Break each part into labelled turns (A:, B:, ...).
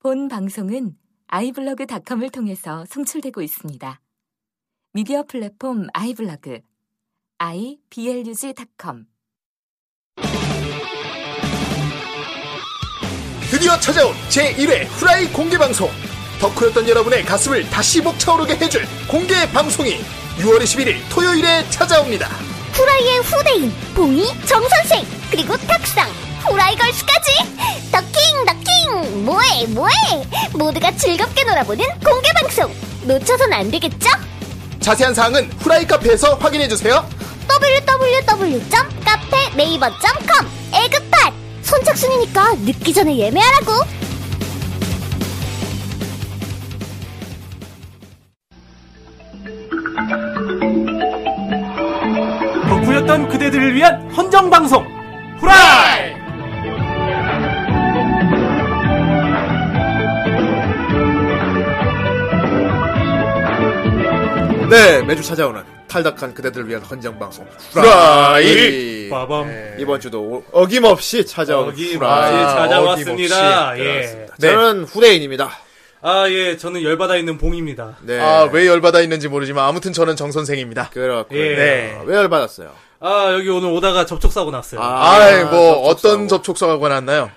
A: 본 방송은 아이블로그닷컴을 통해서 송출되고 있습니다. 미디어 플랫폼 아이블로그 iblog.com
B: 드디어 찾아온 제1회 후라이 공개 방송. 덕후였던 여러분의 가슴을 다시 벅차오르게 해줄 공개 방송이 6월 21일 토요일에 찾아옵니다.
C: 후라이의 후대인 봉이 정선생 그리고 탁상 후라이걸스까지 더킹 더킹 뭐해 뭐해 모두가 즐겁게 놀아보는 공개방송 놓쳐선 안 되겠죠?
B: 자세한 사항은 후라이 카페에서 확인해주세요.
C: www.카페네이버.com 에그팟 선착순이니까 늦기 전에 예매하라고
D: 덕후였던 그대들을 위한 헌정 방송 후라이
B: 네, 매주 찾아오는 탈덕한 그대들을 위한 헌정 방송
E: 예.
B: 후라이.
D: 빠밤
B: 이번 주도 오- 어김없이 찾아온
D: 네. 어김없이
B: 후라이
D: 찾아왔습니다.
B: 어김없이
D: 예.
B: 들어왔습니다.
E: 네.
B: 저는 후대인입니다.
D: 아 예 저는 열받아 있는 봉입니다
B: 네.
E: 아, 왜 열받아 있는지 모르지만 아무튼 저는 정 선생입니다.
B: 그렇군요.
D: 예.
B: 네. 왜 열받았어요?
D: 아 여기 오늘 오다가 접촉사고 났어요 아,
E: 아, 이뭐 어떤 접촉사고가 났나요?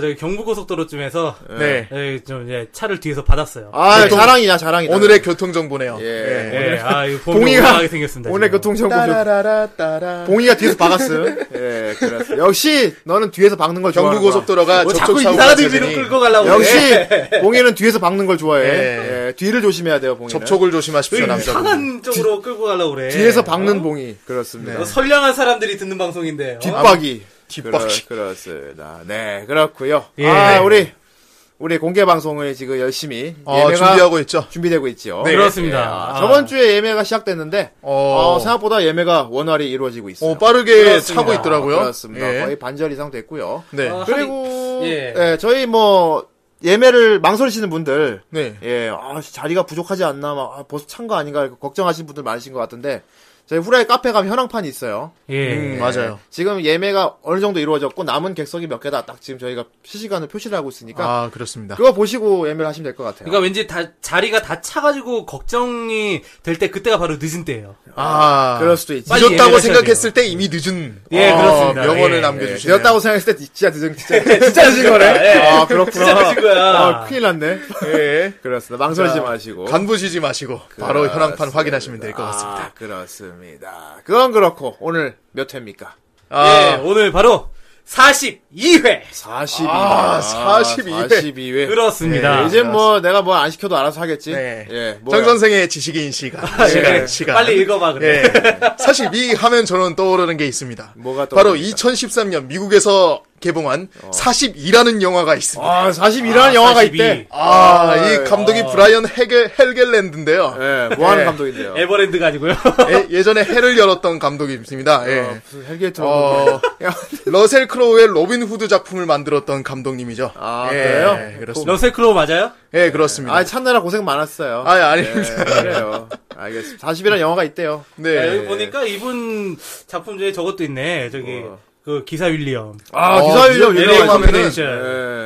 D: 저기 경부고속도로쯤에서
E: 네.
D: 예, 좀 예, 차를 뒤에서 받았어요
B: 아,
E: 보통-
B: 자랑이냐, 자랑이다.
E: 오늘의 교통 정보네요.
B: 예.
D: 예, 아, 이거 봉이
B: 봉이가-
D: 올라가게 생겼습니다
B: 오늘 그
D: 지금.
B: 교통정보
E: 따라라라 따라.
B: 봉이가 뒤에서 박았어요. 예, 그렇습니다. 역시 너는 뒤에서 박는 걸 좋아하는
E: 경부고속도로가
B: 뭐 자꾸
E: 접촉사고가
D: 나라 뒤로
E: 났으니
D: 그 끌고 가려고 예.
B: 거야. 역시 봉이는 뒤에서 박는 걸 좋아해.
E: 예.
B: 예, 뒤를 조심해야 돼요, 봉이는. 예.
E: 접촉을 조심하십시오,
D: 그래.
E: 남자분.
D: 이상한 쪽으로 끌고 가려고 그래
B: 뒤에서 박는
E: 예.
B: 예. 봉이. 그렇습니다.
D: 어, 선량한 사람들이 듣는 방송인데 어?
B: 뒷박이.
E: 네. 뒷박이.
B: 그렇, 그렇습니다. 네, 그렇고요.
D: 예.
B: 아, 우리 우리 공개 방송을 지금 열심히
E: 어,
B: 예매가
E: 준비하고 있죠.
B: 준비되고 있지요.
D: 네. 그렇습니다.
B: 예, 아,
D: 아.
B: 저번 주에 예매가 시작됐는데
E: 어.
B: 어, 생각보다 예매가 원활히 이루어지고 있어요.
E: 어, 빠르게
D: 그렇습니다.
E: 차고 있더라고요.
B: 그렇습니다.
E: 예.
B: 거의 반절 이상 됐고요.
E: 네.
D: 아,
B: 그리고
D: 예.
B: 예, 저희 뭐 예매를 망설이시는 분들
E: 네.
B: 예, 아, 자리가 부족하지 않나, 막, 아, 벌써 찬 거 아닌가, 이렇게 걱정하시는 분들 많으신 것 같은데, 저희 후라이 카페 가면 현황판이 있어요.
D: 예.
E: 음, 맞아요.
B: 지금 예매가 어느 정도 이루어졌고, 남은 객석이 몇 개다, 딱 지금 저희가 실시간으로 표시를 하고 있으니까,
E: 아, 그렇습니다.
B: 그거 보시고 예매를 하시면 될 것 같아요.
D: 그러니까 왠지 다 자리가 다 차가지고 걱정이 될 때 그때가 바로 늦은 때예요.
E: 아.
B: 그럴 수도 있지.
D: 빨리
E: 늦었다고
D: 예매를
E: 생각했을 때 이미 늦은 어,
B: 어,
D: 예, 그렇습니다.
E: 명언을
D: 예.
E: 남겨 주시네요.
B: 되었다고 생각했을 때 진짜 늦은, 진짜, 진짜 늦은 거네. 아, 그렇구나.
D: 진짜 늦은 거야.
B: 아, 큰일 났네.
E: 예.
B: 그렇습니다. 망설이지
E: 자,
B: 마시고.
E: 간부시지 마시고 바로
B: 그렇습니다.
E: 현황판 확인하시면 될 것 같습니다.
B: 아, 그렇습니다. 그건 그렇고, 오늘 몇 회입니까? 아,
D: 예, 오늘 바로 42회.
B: 42.
E: 아, 42 회.
B: 42회.
D: 그렇습니다.
B: 예, 이제 뭐 내가 뭐 안 시켜도 알아서 하겠지.
E: 네.
B: 예.
E: 정
B: 뭐야. 아, 예.
E: 선생의 지식인 시간. 시간, 시간.
D: 예. 빨리 읽어봐 그래.
E: 예. 사실 미 하면 저는 떠오르는 게 있습니다.
B: 뭐가
E: 바로
B: 떠오릅니까?
E: 2013년 미국에서 개봉한 42라는 영화가 있습니다.
B: 아, 42라는 영화가 있대.
E: 아, 이 감독이 브라이언 헤겔, 헬겔랜드인데요.
B: 예, 뭐
D: 네.
B: 하는
E: 예.
B: 감독인데요?
D: 에버랜드가 아니고요.
E: 예, 전에 해를 열었던 감독입니다.
D: 뭐,
E: 예.
B: 어, 무슨 헬게이트로.
E: 어, 러셀 크로우의 로빈 후드 작품을 만들었던 감독님이죠.
B: 아,
E: 예,
B: 그래요?
E: 그렇습니다.
D: 러셀 크로우 맞아요?
E: 예, 그렇습니다.
B: 아, 찾느라 고생 많았어요.
E: 아,
B: 예,
E: 아닙니다.
B: 그래요. 알겠습니다. 40이라는 영화가 있대요.
D: 아,
E: 네.
D: 여기 보니까 이분 작품 중에 저것도 있네. 저기
B: 어.
D: 그 기사 윌리엄,
B: 아,
E: 어,
B: 기사일로
E: 기사
D: LA
B: 유명한
E: 하면은,
D: 컨피레이션,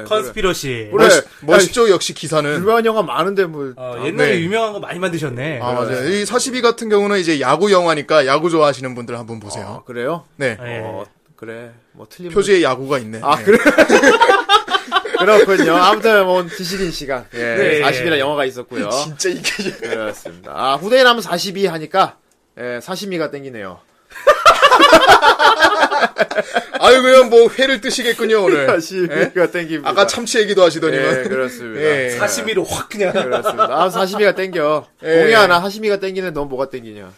B: 예,
D: 컨스피러시.
B: 그래.
E: 멋- 멋있죠, 역시 기사는.
B: 유명한 영화 많은데 뭐.
D: 어, 옛날에
E: 네.
D: 유명한 거 많이 만드셨네.
E: 아, 맞아요. 이 42 같은 경우는 이제 야구 영화니까 야구 좋아하시는 분들 한번
B: 아,
E: 보세요.
B: 그래요?
E: 네.
D: 예.
B: 어, 그래. 뭐 틀린
E: 표지에 야구가 있네.
B: 아,
E: 네.
B: 그래. 그렇군요. 아무튼 뭐 지식인 시간. 예.
D: 네.
B: 40이라는 영화가 있었고요.
E: 진짜 이게
B: 그렇습니다. 아, 후대인 하면 42 하니까 예, 사시미가 땡기네요.
E: 아유 그냥 뭐 회를 뜨시겠군요 오늘.
B: 사시미가 땡깁니다.
E: 아까 참치 얘기도 하시더니만.
B: 예, 그렇습니다.
E: 예.
D: 사시미로 확 그냥.
B: 그렇습니다. 아, 사시미가 땡겨.
E: 예.
B: 공이 하나 사시미가 땡기는 넌 뭐가 땡기냐?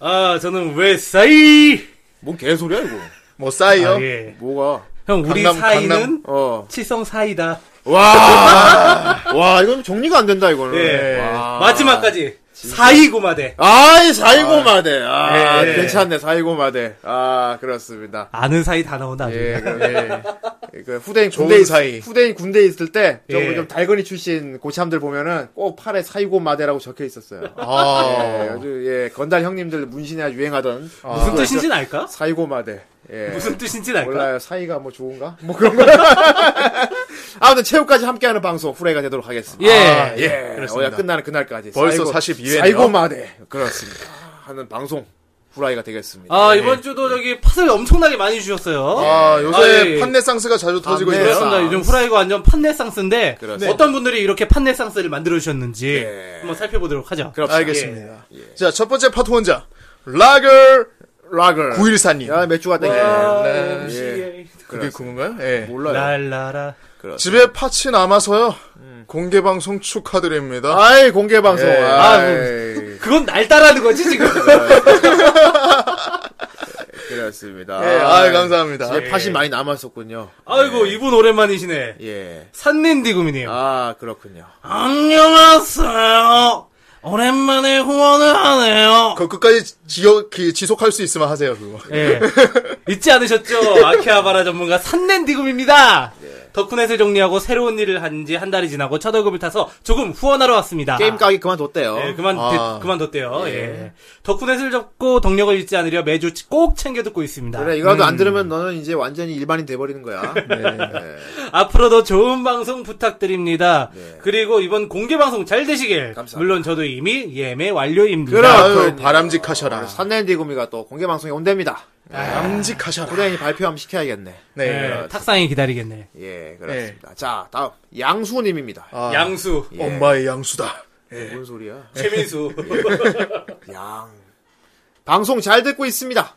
D: 아, 저는 왜 사이?
B: 뭔 개소리야 이거?
E: 뭐 싸이요?
D: 아, 예.
B: 뭐가?
D: 형 우리
E: 강남,
D: 사이는
E: 강남.
B: 어.
D: 칠성 사이다.
B: 와, 이건 정리가 안 된다 이거는.
D: 예.
E: 네.
B: 와.
D: 마지막까지 사이고마대.
B: 아이 사이고마대. 아,
E: 예.
B: 괜찮네 사이고마대. 아, 그렇습니다.
D: 아는 사이 다 나온다.
B: 예,
D: 예.
B: 그, 예. 그 후대인
E: 좋은
B: 군대 있-
E: 사이.
B: 후대인 군대 있을 때, 좀,
D: 예.
B: 좀 달건이 출신 고참들 보면은 꼭 팔에 사이고마대라고 적혀 있었어요. 예,
E: 아.
B: 아주 예 건달 형님들 문신이나 유행하던
D: 무슨 뜻인지는 알까?
B: 사이고마대. 예.
D: 무슨 뜻인지는 알까?
B: 몰라요. 사이가 뭐 좋은가? 뭐 그런 거. 아무튼 최후까지 함께하는 방송 후라이가 되도록 하겠습니다.
D: 예.
B: 아, 예.
E: 그렇습니다.
B: 어, 야, 끝나는 그날까지.
E: 벌써 42 회네요.
B: 사이고 마대. 그렇습니다. 하는 방송 후라이가 되겠습니다.
D: 아, 이번 주도 저기 팟을 엄청나게 많이 주셨어요.
E: 아, 요새
D: 아, 예.
E: 판네상스가 자주 터지고
B: 판네.
E: 있어요.
D: 그렇습니다. 요즘 후라이가 완전 판네상스인데
B: 그렇습니다.
D: 어떤 분들이 이렇게 판네상스를 만들어 주셨는지
B: 예.
D: 한번 살펴보도록 하죠.
B: 그렇습니다. 예.
E: 알겠습니다. 자, 첫 번째 파트 원자. 라거
B: 락을.
E: 구일사님.
B: 야, 맥주 같다.
D: 와,
B: 예.
D: MCA.
E: 네. 그게 그건가요? 예.
B: 몰라요.
D: 아, 랄라라.
E: 집에 파츠 남아서요. 공개 방송 축하드립니다.
B: 음. 아이, 공개 방송.
E: 예.
B: 아이.
D: 그건 날 따라하는 거지 지금.
B: 그렇습니다.
E: 아, 예, 아이, 감사합니다. 예.
B: 집에 팥이 많이 남았었군요.
D: 아이고 이분 오랜만이시네.
B: 예.
D: 산랜디 구미님.
B: 아, 그렇군요.
D: 안녕하세요. 오랜만에 후원을 하네요.
E: 그 끝까지 지역 기- 지속할 수 있으면 하세요 그거.
D: 예. 잊지 않으셨죠? 아키하바라 전문가 산랜디금입니다.
B: 예.
D: 덕후넷을 정리하고 새로운 일을 한 지 한 달이 지나고 첫 월급을 타서 조금 후원하러 왔습니다.
B: 게임 가기 그만뒀대요.
D: 예, 그만,
E: 아.
D: 대- 그만뒀대요. 예. 덕후넷을 접고 덕력을 잊지 않으려 매주 꼭 챙겨 듣고 있습니다.
B: 그래, 이거라도
E: 음.
B: 안 들으면 너는 이제 완전히 일반인 돼버리는 거야. 네.
D: 앞으로도 좋은 방송 부탁드립니다. 그리고 이번 공개 방송 잘 되시길. 물론 저도 이미 예매 완료입니다.
E: 아유, 바람직하셔라.
B: 산넬디고미가 또 공개 방송에 온답니다.
E: 바람직하셔라.
B: 후대인이 발표하면 시켜야겠네.
E: 아, 네.
D: 예, 탁상이 기다리겠네.
B: 예, 그렇습니다. 자, 다음 양수님입니다.
E: 아,
D: 양수,
B: 예.
E: 엄마의 양수다.
B: 뭔 소리야?
D: 최민수.
B: 양. 방송 잘 듣고 있습니다.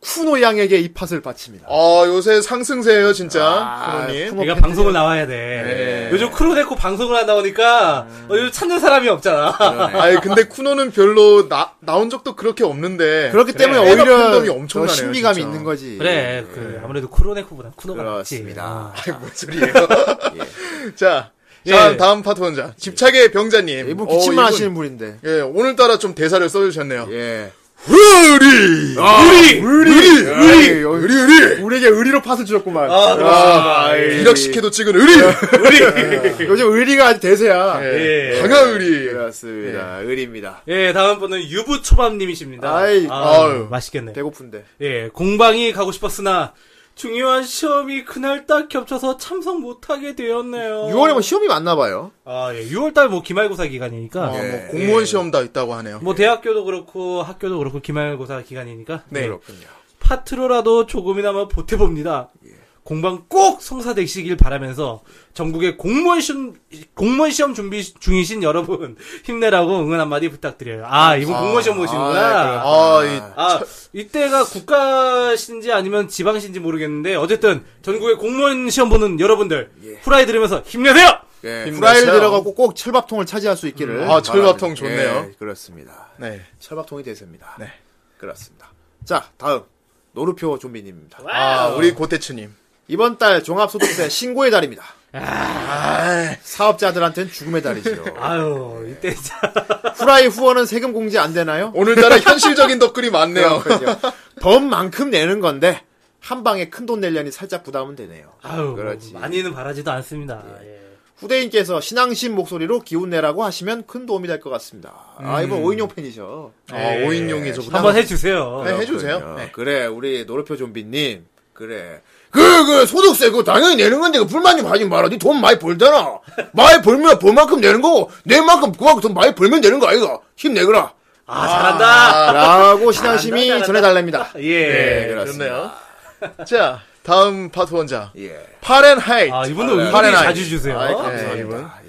B: 쿠노 양에게 이 팟을 바칩니다.
E: 아 요새 상승세예요 진짜.
B: 아,
E: 그러니.
B: 쿠노
D: 내가
B: 팬들이-
D: 방송을 나와야 돼.
B: 네.
D: 요즘 크로데코 방송을 안 나오니까 어, 요즘 찾는 사람이 없잖아.
E: 아니 예, 근데 쿠노는 별로 나 나온 적도 그렇게 없는데.
B: 그렇기 때문에
E: 팬덤이
B: 오히려 더
E: 엄청나네요,
B: 신비감이
E: 진짜.
B: 있는 거지.
D: 네. 그래, 그 아무래도 크로네코보다 쿠노가 낫지.
B: 네. 그렇습니다.
E: 아이, 뭔 소리예요? 자,
D: 예.
E: 자 다음 파트 원자 집착의 병자님.
B: 이분
E: 어,
B: 예, 뭐 기침만
E: 이분-
B: 하시는 분인데.
E: 예, 오늘따라 좀 대사를 써주셨네요.
B: 예.
E: 의리!
B: 아,
E: 의리! 의리! 의리!
B: 아이, 여기-
E: 의리! 의리!
B: 우리에게 의리로 팟을 주셨구만.
D: 아, 그렇습니다. 예.
E: 기력시켜도 찍은 의리!
B: 예. 요즘 의리가 아주 대세야.
D: 예.
E: 강한 의리!
B: 그렇습니다. 의리입니다.
D: 예, 다음 분은 유부초밥님이십니다.
B: 아이,
E: 아유.
D: 맛있겠네.
B: 배고픈데.
D: 예, 공방이 가고 싶었으나 중요한 시험이 그날 딱 겹쳐서 참석 못하게 되었네요.
B: 6월에 뭐 시험이 많나 봐요. 예.
D: 아, 예, 6월달 뭐 기말고사 기간이니까.
B: 어,
E: 아,
B: 네.
E: 뭐 공무원 시험 다 있다고 하네요.
D: 뭐 대학교도 그렇고 학교도 그렇고 기말고사 기간이니까 예.
E: 네.
D: 파트로라도 조금이나마 보태봅니다. 공방 꼭 성사되시길 바라면서 전국의 공무원 시험, 공무원 시험 준비 중이신 여러분 힘내라고 응원 한마디 부탁드려요. 아, 이분 공무원 시험 보시는구나. 아,
E: 아, 이,
D: 이때가 국가신지 아니면 지방신지 모르겠는데 어쨌든 전국의 공무원 시험 보는 여러분들 후라이 들으면서 힘내세요!
B: 예,
E: 힘내세요.
B: 후라이를 들어가고 꼭 철밥통을 차지할 수 있기를.
E: 음, 아, 철밥통
B: 바랍니다.
E: 좋네요.
B: 예, 그렇습니다.
E: 네.
B: 철밥통이 대세입니다. 네. 그렇습니다. 자, 다음. 노루표 좀비님입니다.
E: 아,
B: 어.
E: 우리 고태츠님.
B: 이번 달 종합소득세 신고의 달입니다.
E: 아.
B: 사업자들한테는 죽음의 달이죠.
D: 아유, 이때 진짜.
B: 후라이 후원은 세금 공제 안 되나요?
E: 오늘따라 현실적인 덧글이 많네요.
B: 그렇군요. 덤만큼 내는 건데 한 방에 큰 돈 내려니 살짝 부담은 되네요.
D: 아유,
B: 그렇지.
D: 많이는 바라지도 않습니다. 예.
B: 후대인께서 신앙심 목소리로 기운 내라고 하시면 큰 도움이 될 것 같습니다. 아 이번 오인용 팬이죠. 네.
E: 아, 음. 오인용이 저보다.
D: 예. 한번 해주세요.
E: 네, 해주세요.
B: 그렇군요.
E: 네.
B: 그래 우리 노르표 좀비님 그래. 그, 그, 소득세, 그, 당연히 내는 건데, 그, 불만 좀 하지 마라. 니 돈 많이 벌잖아. 많이 벌면, 벌만큼 내는 거고, 내만큼, 그만큼 돈 많이 벌면 되는 거 아이가. 힘내거라.
D: 아, 잘한다.
B: 그러니까. 라고 신앙심이
D: 잘한다, 잘한다.
B: 전해달랍니다.
D: 예.
E: 네, 그렇네요.
B: 그렇습니다.
E: 자, 다음 파트 원자.
B: 예.
E: 파렌하이트.
D: 아,
B: 네.
D: 이분도 의견이
E: 파렌하이트.
D: 자주 주세요.
E: 아이, 감사합니다.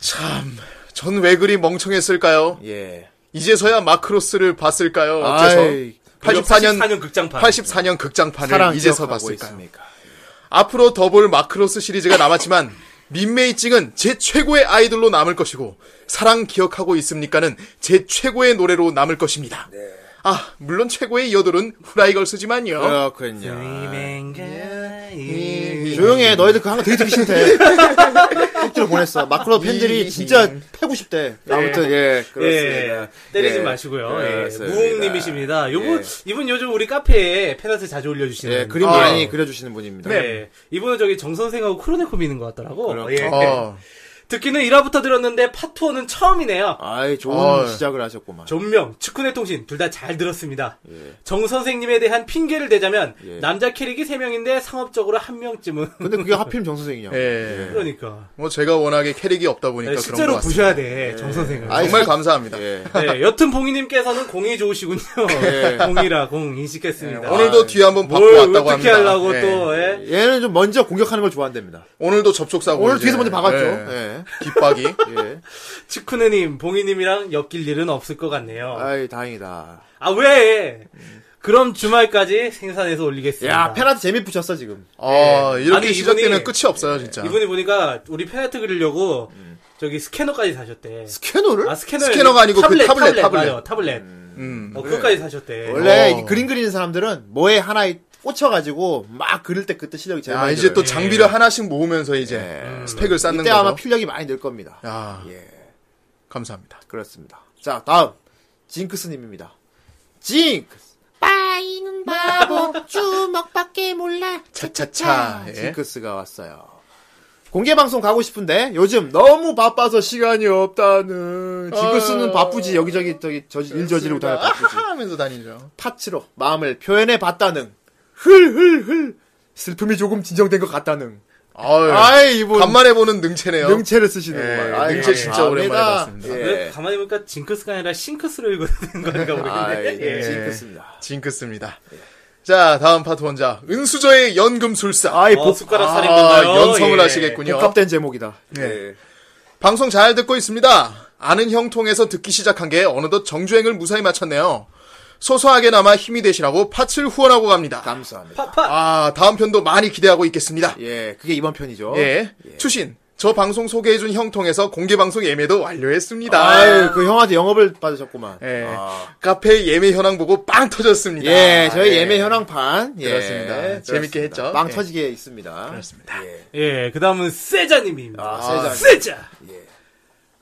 E: 참, 전 왜 그리 멍청했을까요?
B: 예.
E: 이제서야 마크로스를 봤을까요? 어째서?
B: 아이,
E: 84년,
D: 84년 극장판.
E: 84년 극장판을 이제서 봤을까요?
B: 있습니까?
E: 앞으로 더 볼 마크로스 시리즈가 남았지만 민메이징은 제 최고의 아이돌로 남을 것이고 사랑 기억하고 있습니까는 제 최고의 노래로 남을 것입니다.
D: 네.
E: 아 물론 최고의 여돌은 후라이걸스지만요.
B: 그렇군요.
E: 네,
D: 아, 예.
B: 조용해. 너희들 그거 한거 되게 듣기 싫대. 쪽지로 보냈어. 마크로 팬들이 진짜 패고 싶대. 아무튼, 예. 그렇습니다.
D: 예, 때리지
B: 예.
D: 마시고요.
B: 예,
D: 예,
B: 그렇습니다.
D: 무홍님이십니다. 요분 이분 요즘 우리 카페에 페나스 자주 올려주시는.
B: 예, 그림
E: 아.
D: 어. 네.
B: 많이 그려주시는 분입니다.
D: 예, 이분은 저기 정 선생하고 크로네코 미는 것 같더라고. 예.
E: 어,
D: 듣기는 1화부터 들었는데 파트원은 처음이네요.
B: 아이, 좋은
E: 어.
B: 시작을 하셨구만.
D: 존명, 축구네 통신 둘 다 잘 들었습니다. 정 선생님에 대한 핑계를 대자면
B: 예.
D: 남자 캐릭이 3명인데 상업적으로 한 명쯤은
B: 근데 그게 하필 정 선생이냐?
E: 예.
D: 그러니까
E: 뭐 제가 워낙에 캐릭이 없다 보니까
D: 네,
E: 그러니까 그런 것
D: 실제로
E: 같습니다. 네.
D: 보셔야 돼, 정 선생은.
B: 아이,
E: 정말 감사합니다.
B: 예.
D: 네, 여튼 봉이님께서는 공이 좋으시군요.
B: 예.
D: 공이라 공 인식했습니다.
E: 네.
D: 아,
E: 오늘도 뒤에 한번 받고
D: 뭘
E: 왔다고
D: 어떻게
E: 합니다.
D: 하려고
E: 예.
D: 또 예.
B: 얘는 좀 먼저 공격하는 걸 좋아한답니다.
E: 오늘도 접촉 사고
B: 오늘 뒤에서 먼저 박았죠. 예.
E: 뒷박이.
B: 예.
D: 치쿠네님, 봉이님이랑 엮일 일은 없을 것 같네요.
B: 아이, 다행이다.
D: 아 왜? 그럼 주말까지 생산해서 올리겠습니다.
B: 야, 페라트 재미 붙였어, 지금.
E: 아 이렇게
D: 아니,
E: 시작되면
D: 이분이-
E: 끝이 없어요 진짜. 음.
D: 이분이 보니까 우리 페라트 그리려고 저기 스캐너까지 사셨대.
B: 스캐너를?
D: 아 스캐너
E: 스캐너가 아니고 그
D: 타블렛,
E: 타블렛,
D: 타블렛
E: 타블렛.
D: 맞아요, 타블렛.
E: 음.
D: 어, 그거까지 사셨대.
B: 원래
E: 어.
B: 이 그림 그리는 사람들은 뭐에 하나에 꽂혀가지고 막 그릴 때 그때 실력이 제일
E: 아
B: 많이
E: 이제 예.
B: 늘어요.
E: 또 장비를 하나씩 모으면서 이제 스펙을 쌓는
B: 이때
E: 거죠.
B: 아마 필력이 많이 늘 겁니다.
E: 야
B: 예.
E: 감사합니다.
B: 그렇습니다. 자, 다음. 징크스님입니다. 징크스! 빠이는 바보, 주먹밖에 몰라.
E: 차차차. 예.
B: 아, 징크스가 왔어요. 공개 방송 가고 싶은데 요즘 너무 바빠서 시간이 없다는
E: 아.
B: 징크스는 바쁘지 여기저기 저기 저지- 일 저지르고 다녀 바쁘지
E: 아하 하면서 다니죠.
B: 파츠로 마음을 표현해 봤다는 흘흘흘 슬픔이 조금 진정된 것 같다는
E: 아유,
B: 아이 이분
E: 간만에 보는 능체네요.
B: 능체를
E: 예,
B: 쓰시는 거
E: 능체 진짜 오랜만에
B: 예.
E: 봤습니다. 예.
D: 근데 아, 가만히 보니까 징크스가 아니라 싱크스로 읽어야 되는 건가
B: 아이
D: 모르겠네. 예.
B: 징크스입니다.
E: 징크스입니다. 자 다음 파트 원자 은수저의 연금술사.
B: 아이
D: 어,
B: 복
D: 숟가락
E: 아,
D: 살인가요? 예.
E: 연성을 하시겠군요.
B: 복합된 제목이다.
E: 예. 방송 잘 듣고 있습니다. 아는 형 통해서 듣기 시작한 게 어느덧 정주행을 무사히 마쳤네요. 소소하게나마 힘이 되시라고 팥을 후원하고 갑니다.
B: 감사합니다.
D: 파파.
E: 아, 다음 편도 많이 기대하고 있겠습니다.
B: 예, 그게 이번 편이죠.
E: 예. 추신, 저 방송 소개해준 형 통해서 공개방송 예매도 완료했습니다.
B: 아유 그 형한테 영업을 받으셨구만.
E: 예.
B: 아.
E: 카페 예매 현황 보고 빵 터졌습니다.
B: 예, 저희
E: 예.
B: 예매 현황판. 예,
E: 그렇습니다. 재밌게 했죠.
B: 망
E: 예.
B: 터지게 있습니다.
E: 그렇습니다.
D: 예, 그 다음은 세자님입니다.
B: 아, 세자.
D: 세자.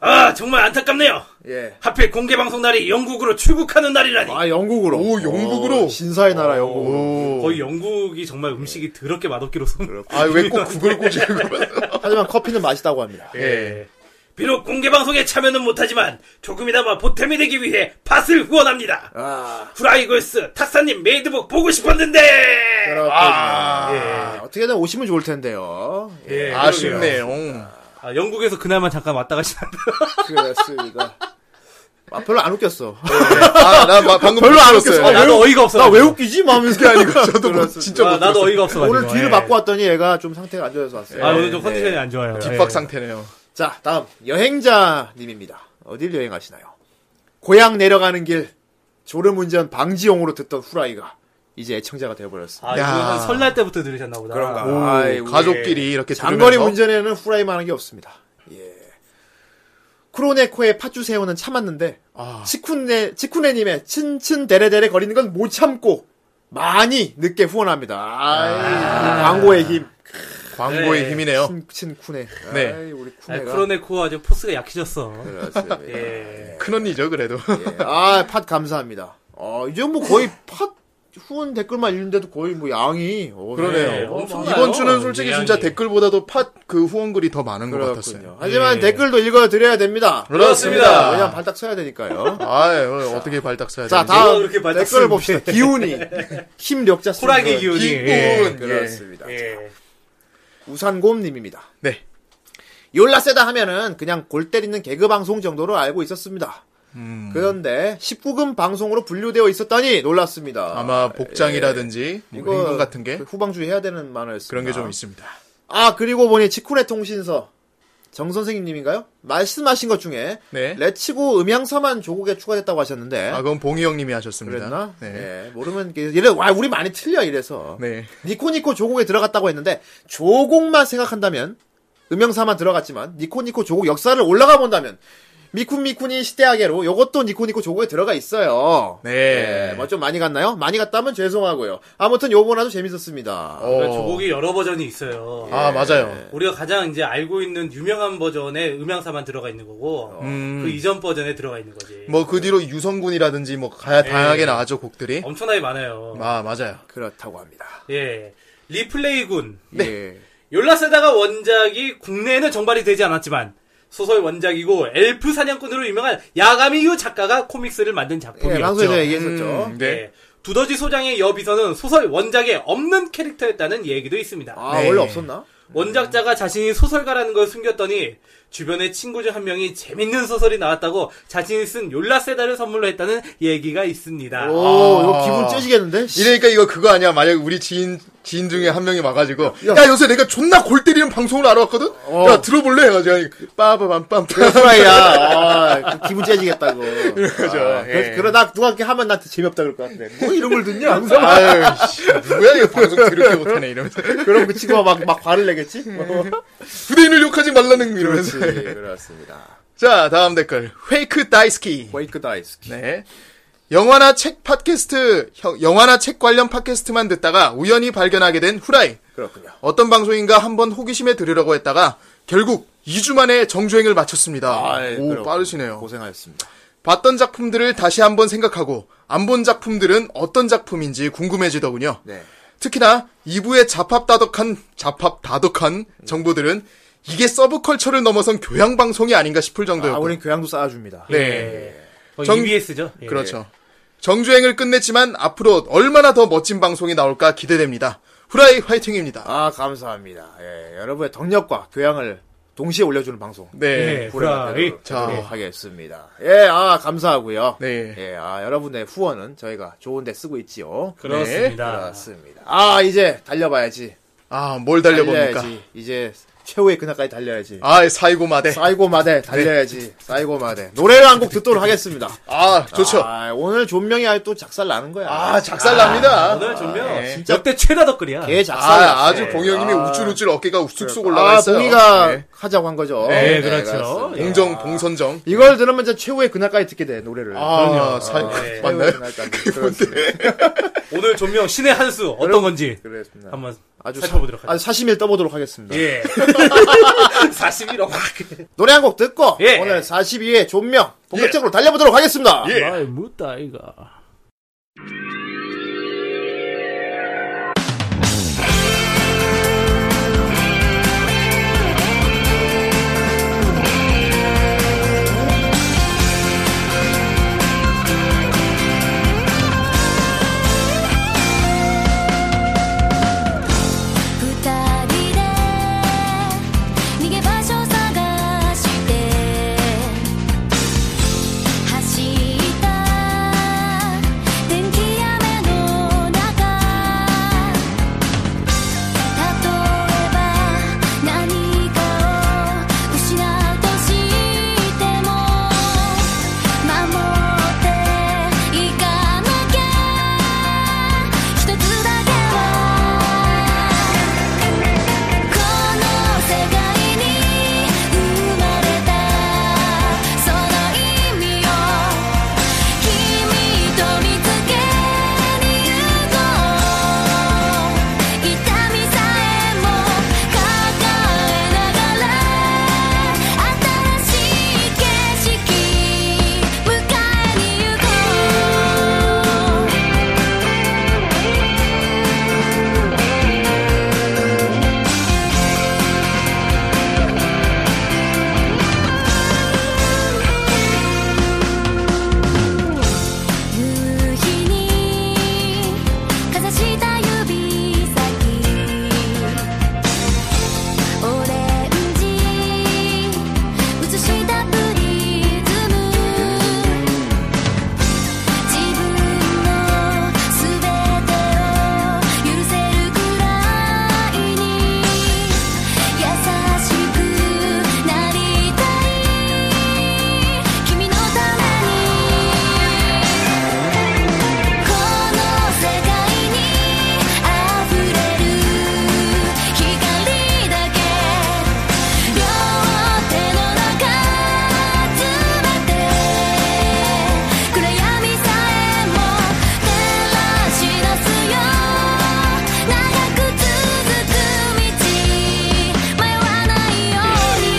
D: 아 정말 안타깝네요.
B: 예.
D: 하필 공개 방송 날이 영국으로 출국하는 날이라니.
B: 아, 영국으로.
E: 오, 영국으로?
B: 어, 신사의 나라 영국으로.
E: 오.
D: 거의 영국이 정말 음식이 더럽게 맛없기로 소문.
E: 아, 왜 꼭 그걸 꼬지는 거야?
B: 하지만 커피는 맛있다고 합니다.
E: 예.
D: 비록 공개 방송에 참여는 못하지만 조금이나마 보탬이 되기 위해 팟을 후원합니다.
B: 아,
D: 후라이걸스 탁사님 메이드북 보고 싶었는데.
B: 그렇군요.
E: 아.
B: 아, 어떻게든 오시면 좋을 텐데요. 예,
D: 예, 그러게요.
E: 아쉽네요.
D: 아, 영국에서 그날만 잠깐 왔다 가시는데.
B: 그렇습니다. 아, 별로 안 웃겼어.
E: 아, 나 마- 방금
B: 별로 안
E: 들었어요.
B: 웃겼어. 아, 왜
D: 나도
B: 웃-
D: 어이가 없어.
B: 나 왜 웃기지? 마음이
E: 그게 아니고 저도 뭐 진짜
D: 아,
E: 못
D: 나도
E: 들었어요.
D: 어이가 없어.
B: 오늘 뒤를
E: 예.
B: 맞고 왔더니 얘가 좀 상태가 안 좋아서 왔어요. 예.
D: 아 오늘 좀 컨디션이 안 좋아요.
E: 뒷박
D: 예.
E: 상태네요.
B: 자, 다음 여행자님입니다. 어딜 여행하시나요? 고향 내려가는 길 졸음운전 방지용으로 듣던 후라이가 이제 애청자가 되어버렸어.
D: 아,
E: 야.
D: 이거 한 설날 때부터 들으셨나 보다.
B: 그런가.
E: 오,
B: 아이, 예, 우리
E: 가족끼리 이렇게
B: 장거리
E: 네, 들으면서
B: 운전에는 후라이만한 게 없습니다. 예. 크로네코의 팥주새우는 참았는데
E: 아.
B: 치쿠네 치쿠네님의 친친 데레데레 거리는 건 못 참고 많이 늦게 후원합니다. 아이, 이 광고의 힘,
E: 광고의
B: 예.
D: 네.
E: 힘이네요.
B: 친, 친쿠네.
E: 네.
B: 아이, 우리
D: 아,
B: 쿠네가.
D: 크로네코 아주 포스가 약해졌어.
B: 그렇습니다.
D: 예.
E: 큰 언니죠 그래도.
B: 아, 팟 감사합니다. 어, 이제 뭐 거의 팟 후원 댓글만 읽는데도 거의 뭐 양이
D: 네,
B: 어,
E: 그러네요.
D: 엄청나요.
E: 이번 주는 솔직히
D: 미양이.
E: 진짜 댓글보다도 팟 그 후원글이 더 많은 것
B: 그렇군요.
E: 같았어요.
B: 하지만 댓글도 읽어 드려야 됩니다.
D: 예. 그렇습니다.
B: 왜냐면 발딱 쳐야 되니까요.
E: 아, 어떻게 발닥 써야
B: 자,
E: 되는지.
D: 누가
B: 다음
D: 네, 그렇게 발작
B: 댓글
D: 쓰는데.
B: 봅시다. 기운이 힘력자 쓰는
D: 호랑이
B: 분.
D: 기운이.
E: 기운.
D: 예.
B: 그렇습니다.
D: 예.
B: 우산곰 님입니다.
E: 네.
B: 요라세다 하면은 그냥 골 때리는 개그 방송 정도로 알고 있었습니다.
D: 음.
B: 그런데 19금 방송으로 분류되어 있었다니 놀랐습니다.
E: 아마 복장이라든지 뭐 행동 같은 게
B: 예. 그 후방주의 해야 되는 만화였습니다.
E: 그런 게 좀 있습니다.
B: 아 그리고 보니 치쿠네 통신서 정 선생님님인가요? 말씀하신 것 중에
E: 네.
B: 레치고 음향사만 조국에 추가됐다고 하셨는데
E: 아, 그건 봉희 형님이 하셨습니다.
B: 그랬나?
E: 네.
B: 예, 모르면 이게- 이래 와 우리 많이 틀려 이래서
E: 네.
B: 니코니코 조국에 들어갔다고 했는데 조국만 생각한다면 음영사만 들어갔지만 니코니코 조국 역사를 올라가 본다면 미쿤미쿤이 시대하게로 요것도 니코니코 조국에 들어가 있어요.
E: 네.
B: 뭐 좀 많이 갔나요? 많이 갔다면 죄송하고요. 아무튼 요번화도 재밌었습니다.
E: 어.
D: 그러니까 조곡이 여러 버전이 있어요. 예.
E: 아, 맞아요.
D: 우리가 가장 이제 알고 있는 유명한 버전에 음향사만 들어가 있는 거고 그 이전 버전에 들어가 있는 거지.
E: 뭐 그 뒤로 유성군이라든지 뭐 가야 다양하게 나왔죠 곡들이.
D: 엄청나게 많아요.
E: 아, 맞아요.
B: 그렇다고 합니다.
D: 예. 리플레이군.
B: 네.
D: 욜라세다가 원작이 국내에는 정발이 되지 않았지만 소설 원작이고 엘프 사냥꾼으로 유명한 야가미유 작가가 코믹스를 만든
B: 예,
D: 작품이었죠.
B: 방송에서 얘기했었죠.
E: 음, 네.
D: 네. 두더지 소장의 여비서는 소설 원작에 없는 캐릭터였다는 얘기도 있습니다.
B: 아,
E: 네.
B: 원래 없었나?
D: 원작자가 자신이 소설가라는 걸 숨겼더니 주변의 친구 중 한 명이 재밌는 소설이 나왔다고 자신이 쓴 욜라세다를 선물로 했다는 얘기가 있습니다.
B: 오, 이거 기분 째지겠는데?
E: 이러니까 이거 그거 아니야. 만약에 우리 지인, 지인 중에 한 명이 와가지고, 야,
B: 야.
E: 요새 내가 존나 골 때리는 방송을 알아왔거든? 야, 들어볼래? 해가지고, 빠바밤빰.
B: 그라이야 아, 기분 째지겠다고. 아, 그죠.
E: 예.
B: 그러다 누가 이렇게 하면 나한테 재미없다 그럴 것 같은데. 뭐 이런 걸 듣냐, 항상.
E: 아유, 씨, 누구야, 이거 방송 그렇게 못하네, 이러면서.
B: 그럼 그 친구가 막, 막 화를 내겠지? 어.
E: 부대인을 욕하지 말라는, 이러면서.
B: 그렇습니다.
E: 자, 다음 댓글. 페이크 다이스키.
B: 웨이크 다이스키.
E: 네. 영화나 책 팟캐스트, 형- 영화나 책 관련 팟캐스트만 듣다가 우연히 발견하게 된 후라이.
B: 그렇군요.
E: 어떤 방송인가 한번 호기심에 들으려고 했다가 결국 2주 만에 정주행을 마쳤습니다.
B: 예,
E: 오,
B: 그렇군요.
E: 빠르시네요.
B: 고생하셨습니다.
E: 봤던 작품들을 다시 한번 생각하고 안 본 작품들은 어떤 작품인지 궁금해지더군요.
B: 네.
E: 특히나 2부의 잡합다덕한 잡합다덕한
B: 음.
E: 정보들은 이게 서브컬처를 넘어선 교양 방송이 아닌가 싶을
B: 아,
E: 정도였고.
B: 우린 교양도 쌓아줍니다.
E: 네. 정-
D: 정... EBS죠. 예.
E: 그렇죠. 정주행을 끝냈지만 앞으로 얼마나 더 멋진 방송이 나올까 기대됩니다. 후라이 화이팅입니다.
B: 아, 감사합니다. 예, 여러분의 덕력과 교양을 동시에 올려주는 방송. 예,
E: 네.
D: 네. 후라이.
E: 자.
B: 자, 하겠습니다. 예, 아, 감사하고요.
E: 네.
B: 예, 아, 여러분의 후원은 저희가 좋은데 쓰고 있지요.
D: 그렇습니다.
B: 그렇습니다. 아, 이제 달려봐야지.
E: 아, 뭘 달려봅니까?
B: 달려야지. 이제 최후의 그날까지 달려야지.
E: 아, 사이고 마대.
B: 쌓이고
E: 네.
B: 마대 달려야지. 쌓이고 마대. 노래를 한 곡 듣도록 하겠습니다.
E: 아, 좋죠.
B: 아, 오늘 존명이 아예 또 작살 나는 거야.
E: 아, 작살납니다.
D: 오늘 좀요.
E: 네.
D: 역대 최다 덧글이야.
B: 개 작살.
E: 아, 아주 봉영님이 우쭐우쭐 어깨가 쑥쑥 올라가
B: 아,
E: 있어요.
B: 봉이가
E: 네.
B: 하자고 한 거죠.
D: 네, 그렇죠.
B: 그렇습니다.
E: 봉정, 봉선정.
B: 이걸 들으면 이제 최후의 그날까지 듣게 돼 노래를.
E: 아, 사
D: 네.
E: 맞나요?
B: 그렇습니다.
D: 오늘 좀요 신의 한 수 어떤
E: 네.
D: 건지
B: 그렇습니다.
D: 한번
B: 아주
D: 살펴보도록
B: 사, 아주 사심일 떠보도록 하겠습니다.
D: 예. 41억.
B: 노래 한 곡 듣고
D: 예.
B: 오늘 42회 존명
E: 예.
B: 본격적으로 달려보도록 하겠습니다.
D: 나의 아, 묻다 이가.
F: 「二人で逃げ場所探して」「走った天気雨の中」「例えば何かを失うとしても」「守っていかなきゃひとつだけは」この世界に生まれたその意味を君と見つけに行こう痛みさえも抱えながら新しい景色迎えに行こう「夕日にかざした指先」「オレンジ映したプリズム」「自分のすべてを許せるくらいに優しくなりたい君のために」この世界に溢れる光だけ両手の中詰めて暗闇さえも照らし出すよ長く続く道迷わないように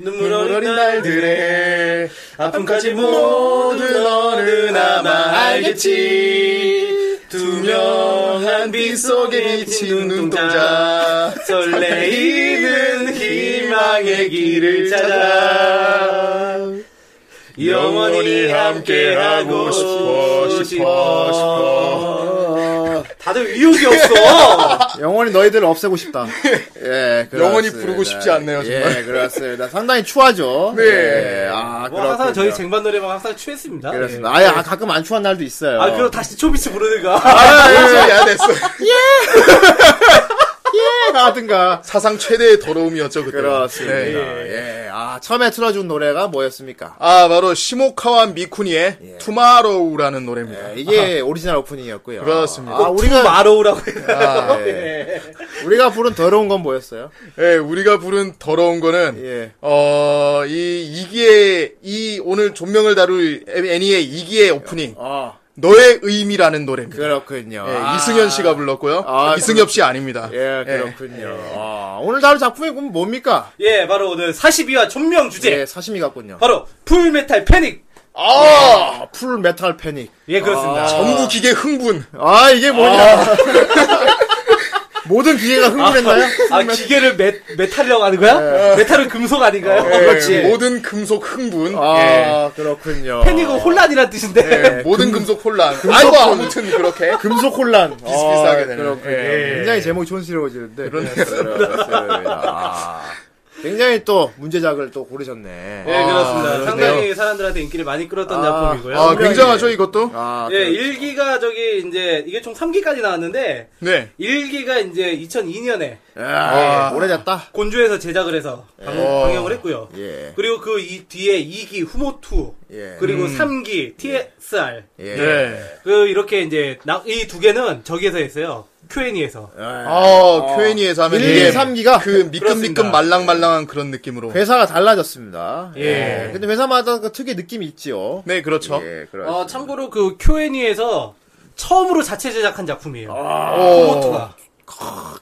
D: 눈물
E: 눈물 어린
D: 어린 날
E: 날들의
D: 아픔까지
E: 모두 너는 아마 알겠지.
D: 두명
E: 파란 빛 속에 미친 눈동자
D: 설레이는 희망의 길을 찾아 영원히 함께하고 싶어 싶어 싶어 다들 의욕이 없어
B: 영원히 너희들을 없애고 싶다. 예, 그렇습니다.
E: 영원히 부르고 싶지 않네요, 정말.
B: 예, 그렇습니다. 상당히 추하죠.
E: 네.
B: 예, 아,
D: 뭐 항상
B: 그렇군요.
D: 저희 쟁반 노래방 항상 취했습니다
B: 그렇습니다. 아예 아, 가끔 안 추한 날도 있어요.
D: 아 그럼 다시 초비스 부르든가
E: 아, 예, 야, 됐어.
B: 예, 가든가.
E: 사상 최대의 더러움이었죠 그때
B: 그렇습니다.
E: 네.
B: 예. 아, 처음에 틀어준 노래가 뭐였습니까?
E: 아 바로 시모카와 미쿠니의 투마로우라는 노래입니다
B: 예, 이게 오리지널 오프닝이었고요.
E: 그렇습니다.
B: 아, 우리가 예,
D: 마로우라고 해요
E: 아,
B: 우리가 부른 더러운 건 뭐였어요?
E: 예, 우리가 부른 더러운 거는
B: 예.
E: 어, 이 이기의 이 오늘 존명을 다룰 애니의 이기의 오프닝
B: 아,
E: 너의 의미라는 노래입니다.
B: 그렇군요.
E: 예,
B: 아.
E: 이승현 씨가 불렀고요.
B: 아,
E: 이승엽 씨 아닙니다.
B: 예, 그렇군요. 아, 오늘 다룰 작품이 그럼 뭡니까?
D: 예 바로 오늘 42화 존명 주제
B: 예, 사심이 같군요.
D: 바로 풀메탈 패닉
E: 아,
B: 아, 풀 메탈 패닉.
D: 예 그렇습니다
E: 전부 기계 흥분.
B: 아, 이게 뭐냐. 모든 기계가 흥분했나요?
D: 아 기계를 메, 메탈이라고 하는 거야? 메탈은 금속 아닌가요?
E: 예,
D: 그렇지.
E: 모든 금속 흥분. 예.
B: 아, 그렇군요.
D: 패닉은 혼란이란 뜻인데.
E: 예, 모든 금속 혼란. 아이고 아무튼 그렇게.
B: 금속
E: 네?
B: 혼란. 아,
E: 비슷비슷하게 되는.
B: 그렇군요.
E: 예.
B: 굉장히 제목이 촌스러워지는데. 그렇습니다. 아, 굉장히 또 문제작을 또 고르셨네.
D: 예, 그렇습니다.
E: 그렇네요.
D: 상당히 사람들한테 인기를 많이 끌었던 작품이고요.
E: 아, 굉장하죠 이것도.
B: 아,
D: 예,
B: 그렇-
D: 일기가 저기 이제 이게 총 3기까지 나왔는데
E: 네.
D: 일기가 이제 2002년에
E: 예.
B: 아, 오래됐다.
D: 곤주에서 제작을 해서 방, 영을 했고요.
B: 예.
D: 그리고 그 이 뒤에 2기 후모투
B: 예.
D: 그리고 3기 TSR
B: 예.
E: 네.
D: 그 이렇게 이제 이 두 개는 저기에서 했어요. Q&A에서.
E: 아, 쾌니에서 하면
B: 1, 2, 3기가
E: 그
D: 그렇습니다.
E: 미끈미끈 말랑말랑한 그런 느낌으로.
B: 회사가 달라졌습니다.
D: 예.
B: 근데 회사마다 그 특유의 느낌이 있지요.
E: 네, 그렇죠.
B: 예, 그렇습니다.
D: 어, 참고로 그 Q&A에서 처음으로 자체 제작한 작품이에요.
E: 아. 오.
D: 후모투가.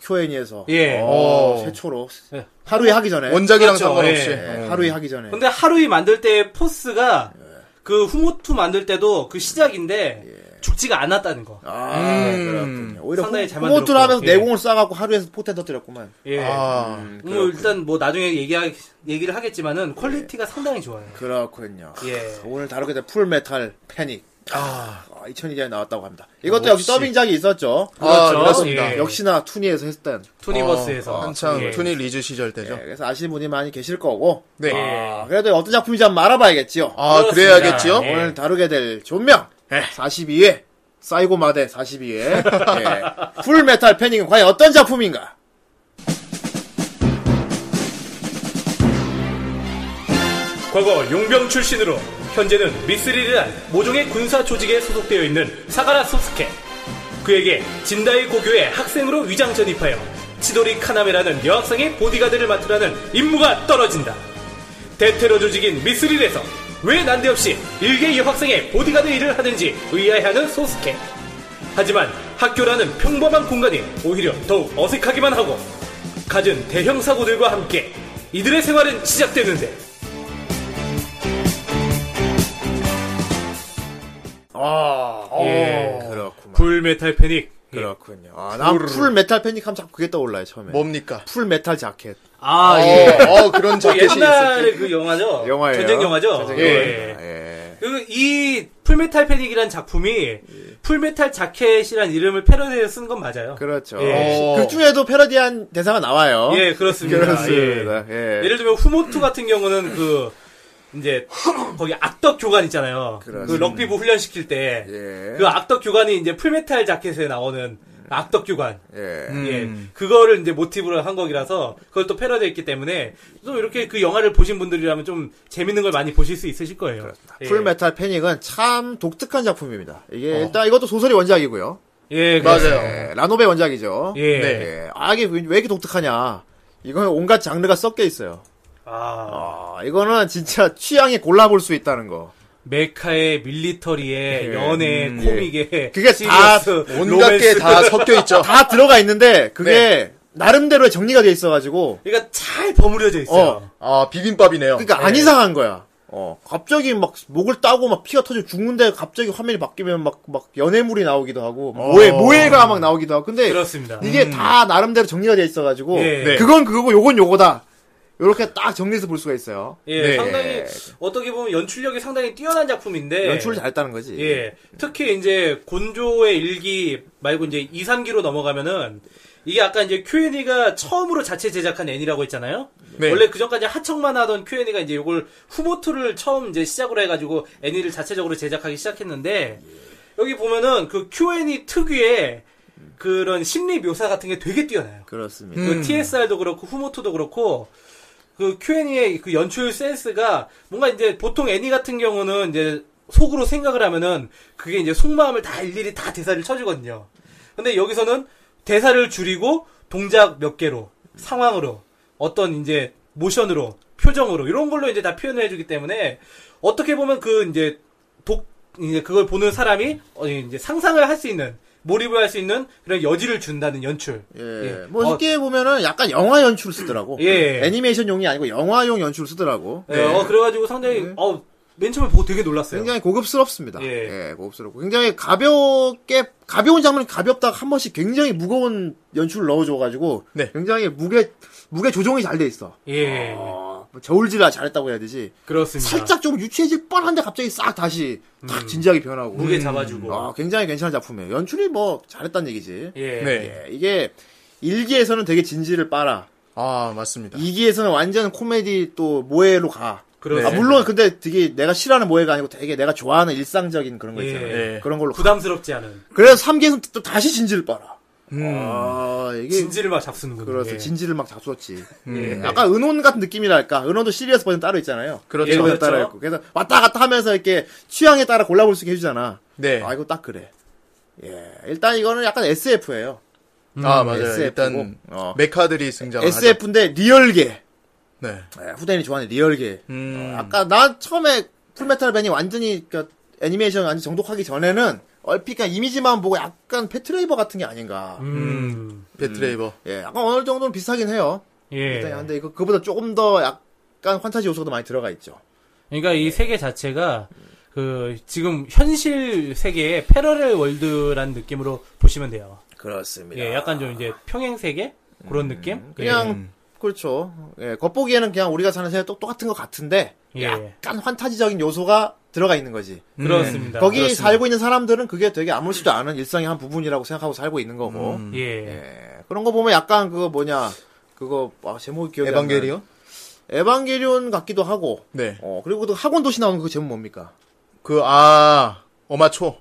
B: 큐엔이에서
D: 예.
B: 어, 최초로
D: 예.
B: 하루에 하기 전에
E: 원작이랑
D: 그렇죠.
E: 상관없이.
D: 예.
B: 예, 하루에 하기 전에
D: 근데 하루이 만들 때 포스가
E: 네.
D: 그 후모투 만들 때도 그 시작인데
E: 예.
D: 죽지가 않았다는 거.
B: 아 그렇군요 오히려
D: 음. 상당히
B: 호-
D: 잘
B: 호모투를
D: 만들었고.
B: 하면서
D: 예.
B: 내공을 쌓아갖고 하루에서 포텐 터뜨렸구만
D: 예.
E: 아.
D: 뭐 일단 뭐 나중에 얘기하, 얘기를 하겠지만은 퀄리티가
E: 예.
D: 상당히 좋아요.
B: 그렇군요
D: 예.
B: 오늘 다루게 될 풀메탈 패닉 아, 2002년에 나왔다고 합니다 이것도 역시 더빙작이 있었죠
E: 아, 그렇습니다.
D: 예.
B: 역시나 투니에서 했던
D: 투니버스에서
E: 어, 한창
D: 예. 예.
E: 투니 리즈 시절 때죠.
B: 예, 그래서 아시는 분이 많이 계실 거고
E: 네.
B: 아, 그래도 어떤 작품인지 한번 알아봐야겠지요
E: 아,
D: 그렇습니다.
E: 그래야겠지요?
D: 예.
B: 오늘 다루게 될 존명
D: 네.
B: 42회 사이고마대 42회 예. 풀메탈 패닉은 과연 어떤 작품인가
D: 과거 용병 출신으로 현재는 미스릴이란 모종의 군사 조직에 소속되어 있는 사가라 소스케. 그에게 진다이 고교의 학생으로 위장 전입하여 치도리 카나메라는 여학생의 보디가드를 맡으라는 임무가 떨어진다. 대테러 조직인 미스릴에서 왜 난데없이 일개 여학생의 보디가드 일을 하는지 의아해하는 소스케. 하지만 학교라는 평범한 공간이 오히려 더욱 어색하기만 하고 갖은 대형 사고들과 함께 이들의 생활은 시작되는데
B: 아,
D: 예.
B: 그렇구만.
D: 굴메탈 패닉.
B: 그렇군요. 아, 난풀 메탈 패닉 하면 자꾸 그게 떠올라요, 처음에.
E: 뭡니까?
B: 풀 메탈 자켓.
D: 아,
E: 어,
D: 예.
E: 어, 그런
D: 그
E: 자켓이
D: 옛날에
E: 있었지.
D: 그 영화죠.
B: 영화예요.
D: 전쟁 영화죠.
B: 전쟁
D: 예.
B: 영화입니다. 예.
D: 그 이 풀메탈 패닉이란 작품이 풀메탈 자켓이란 이름을 패러디해서 쓴 건 맞아요.
B: 그렇죠.
D: 예.
E: 어.
B: 그 중에도 패러디한 대사가 나와요.
D: 예, 그렇습니다. 예.
B: 그렇습니다. 예.
D: 예를 들면 후모투 같은 경우는 그 이제 거기 악덕 교관 있잖아요. 그
B: 그렇습니다.
D: 럭비부 훈련 시킬 때 그
B: 예.
D: 악덕 교관이 이제 풀메탈 자켓에 나오는 악덕 교관.
B: 예.
E: 음,
D: 예, 그거를 이제 모티브로 한 곡이라서 그걸 또 패러디했기 때문에 또 이렇게 그 영화를 보신 분들이라면 좀 재밌는 걸 많이 보실 수 있으실 거예요. 예. 어.
B: 풀 메탈 패닉은 참 독특한 작품입니다. 이게 일단 이것도 소설이 원작이고요.
D: 예, 그렇습니다.
E: 맞아요.
B: 예, 라노베 원작이죠.
D: 예.
B: 예. 아, 이게 왜 이렇게 독특하냐. 이건 온갖 장르가 섞여 있어요.
D: 아,
B: 아, 이거는 진짜 취향에 골라볼 수 있다는 거.
D: 메카의 밀리터리의
B: 예.
D: 연애
B: 음,
D: 코믹의
B: 그게 다
D: 시리어스,
E: 온갖 게
D: 로맨스.
E: 다 섞여 있죠.
B: 다 들어가 있는데 그게
D: 네.
B: 나름대로의 정리가 돼 있어가지고
D: 그러니까 잘 버무려져 있어요.
E: 아, 비빔밥이네요.
B: 그러니까 안 그러니까 이상한 거야. 어, 갑자기 막 목을 따고 막 피가 터져 죽는데 갑자기 화면이 바뀌면 막, 막 연애물이 나오기도 하고, 막 모해, 모해가 막 나오기도 하고. 근데
D: 어. 그렇습니다. 음.
B: 이게 다 나름대로 정리가 돼 있어가지고,
D: 예.
E: 네.
B: 그건 그거고 요건 요거다. 요렇게 딱 정리해서 볼 수가 있어요.
D: 예,
E: 네.
D: 상당히 어떻게 보면 연출력이 상당히 뛰어난 작품인데
B: 연출을 잘했다는 거지.
D: 예. 특히 이제 곤조의 일기 말고 이제 2, 3기로 넘어가면은 이게 아까 이제 Q&A가 처음으로 자체 제작한 애니라고 했잖아요.
E: 네.
D: 원래 그 전까지 하청만 하던 Q&A가 이제 이걸 후모토를 처음 이제 시작으로 해가지고 애니를 자체적으로 제작하기 시작했는데 여기 보면은 그 Q&A 특유의 그런 심리 묘사 같은 게 되게 뛰어나요.
B: 그렇습니다.
D: 그 TSR도 그렇고 후모토도 그렇고 그 Q&A의 그 연출 센스가 뭔가 이제 보통 애니 같은 경우는 이제 속으로 생각을 하면은 그게 이제 속마음을 다 일일이 다 대사를 쳐주거든요. 근데 여기서는 대사를 줄이고 동작 몇 개로 상황으로 어떤 이제 모션으로 표정으로 이런 걸로 이제 다 표현을 해주기 때문에 어떻게 보면 그 이제 독 이제 그걸 보는 사람이 어, 이제 상상을 할 수 있는 몰입을 할 수 있는 그런 여지를 준다는 연출.
B: 예.
D: 예.
B: 뭐,
D: 어,
B: 쉽게 보면은 약간 영화 연출을 쓰더라고.
D: 예.
B: 애니메이션용이 아니고 영화용 연출을 쓰더라고.
D: 예, 어, 그래가지고 상당히, 어, 맨 처음에 보고 되게 놀랐어요.
B: 네. 굉장히 고급스럽습니다.
D: 예.
B: 예. 고급스럽고. 굉장히 가볍게, 가벼운 장면이 가볍다가 한 번씩 굉장히 무거운 연출을 넣어줘가지고.
E: 네.
B: 굉장히 무게, 무게 조정이 잘 돼 있어.
D: 예,
B: 뭐 저울질라 잘했다고 해야 되지.
D: 그렇습니다. 음.
B: 살짝 좀 유치해질 뻔한데 갑자기 싹 다시 딱 진지하게 변하고.
D: 무게 잡아주고.
B: 아, 굉장히 괜찮은 작품이에요. 연출이 뭐, 잘했다는 얘기지.
D: 예.
E: 네.
B: 예, 이게, 일기에서는 되게 진지를 빨아.
E: 아, 맞습니다.
B: 이기에서는 완전 코미디 또 모해로 가.
D: 그렇습니다.
B: 아, 물론 근데 되게 내가 싫어하는 모해가 아니고 되게 내가 좋아하는 일상적인 그런 거 있잖아요.
D: 예.
E: 예.
B: 그런 걸로 가.
D: 부담스럽지 않은
B: 그래서 3기에서 또 다시 진지를 빨아. 아, 이게
D: 음. 진지를 막 잡수는군요.
B: 그래서
D: 예.
B: 그렇죠. 진지를 막 잡수었지.
E: 음.
D: 예.
B: 약간 은혼 같은 느낌이랄까. 은혼도 시리어스 버전 따로 있잖아요.
E: 그렇죠.
B: 예능 버전
D: 예, 그렇죠.
B: 따로 있고. 그래서 왔다 갔다 하면서 이렇게 취향에 따라 골라볼 수 있게 해주잖아.
E: 네.
B: 아, 이거 딱 그래. 예. 일단 이거는 약간 SF예요.
E: 아, 맞아요.
B: SF 고.
E: 일단
B: 어.
E: 메카들이 승장을 하죠.
B: SF인데 리얼계.
E: 네.
B: 예, 후대인이 좋아하는 리얼계.
E: 음.
B: 어, 아까 난 처음에 풀메탈 밴이 완전히 그 애니메이션 완전 정독하기 전에는 얼핏 그냥 이미지만 보고 약간 패트레이버 같은 게 아닌가.
D: 음,
E: 배트레이버.
B: 예, 약간 어느 정도는 비슷하긴 해요.
D: 예.
B: 일단 근데 이거 그보다 조금 더 약간 환타지 요소가 더 많이 들어가 있죠.
D: 그러니까
B: 네.
D: 이 세계 자체가 그 지금 현실 세계의 패러렐 월드라는 느낌으로 보시면 돼요.
B: 그렇습니다.
D: 예, 약간 좀 이제 평행 세계 그런 느낌.
B: 음.
D: 예.
B: 예. 그냥 그렇죠. 예, 겉보기에는 그냥 우리가 사는 세계 똑 똑같은 것 같은데
D: 예.
B: 약간 환타지적인 요소가 들어가 있는 거지.
D: 예. 그렇습니다.
B: 거기
E: 네, 그렇습니다.
B: 살고 있는 사람들은 그게 되게 아무렇지도 않은 일상의 한 부분이라고 생각하고 살고 있는 거고.
E: 음.
D: 예.
B: 예, 그런 거 보면 약간 그거 뭐냐 그거 아, 제목이 기억이 안
E: 에반게리온?
B: 나네. 에반게리온 같기도 하고
E: 네.
B: 어 그리고 또 학원 도시 나오는 그 제목 뭡니까
E: 그, 아, 어마초.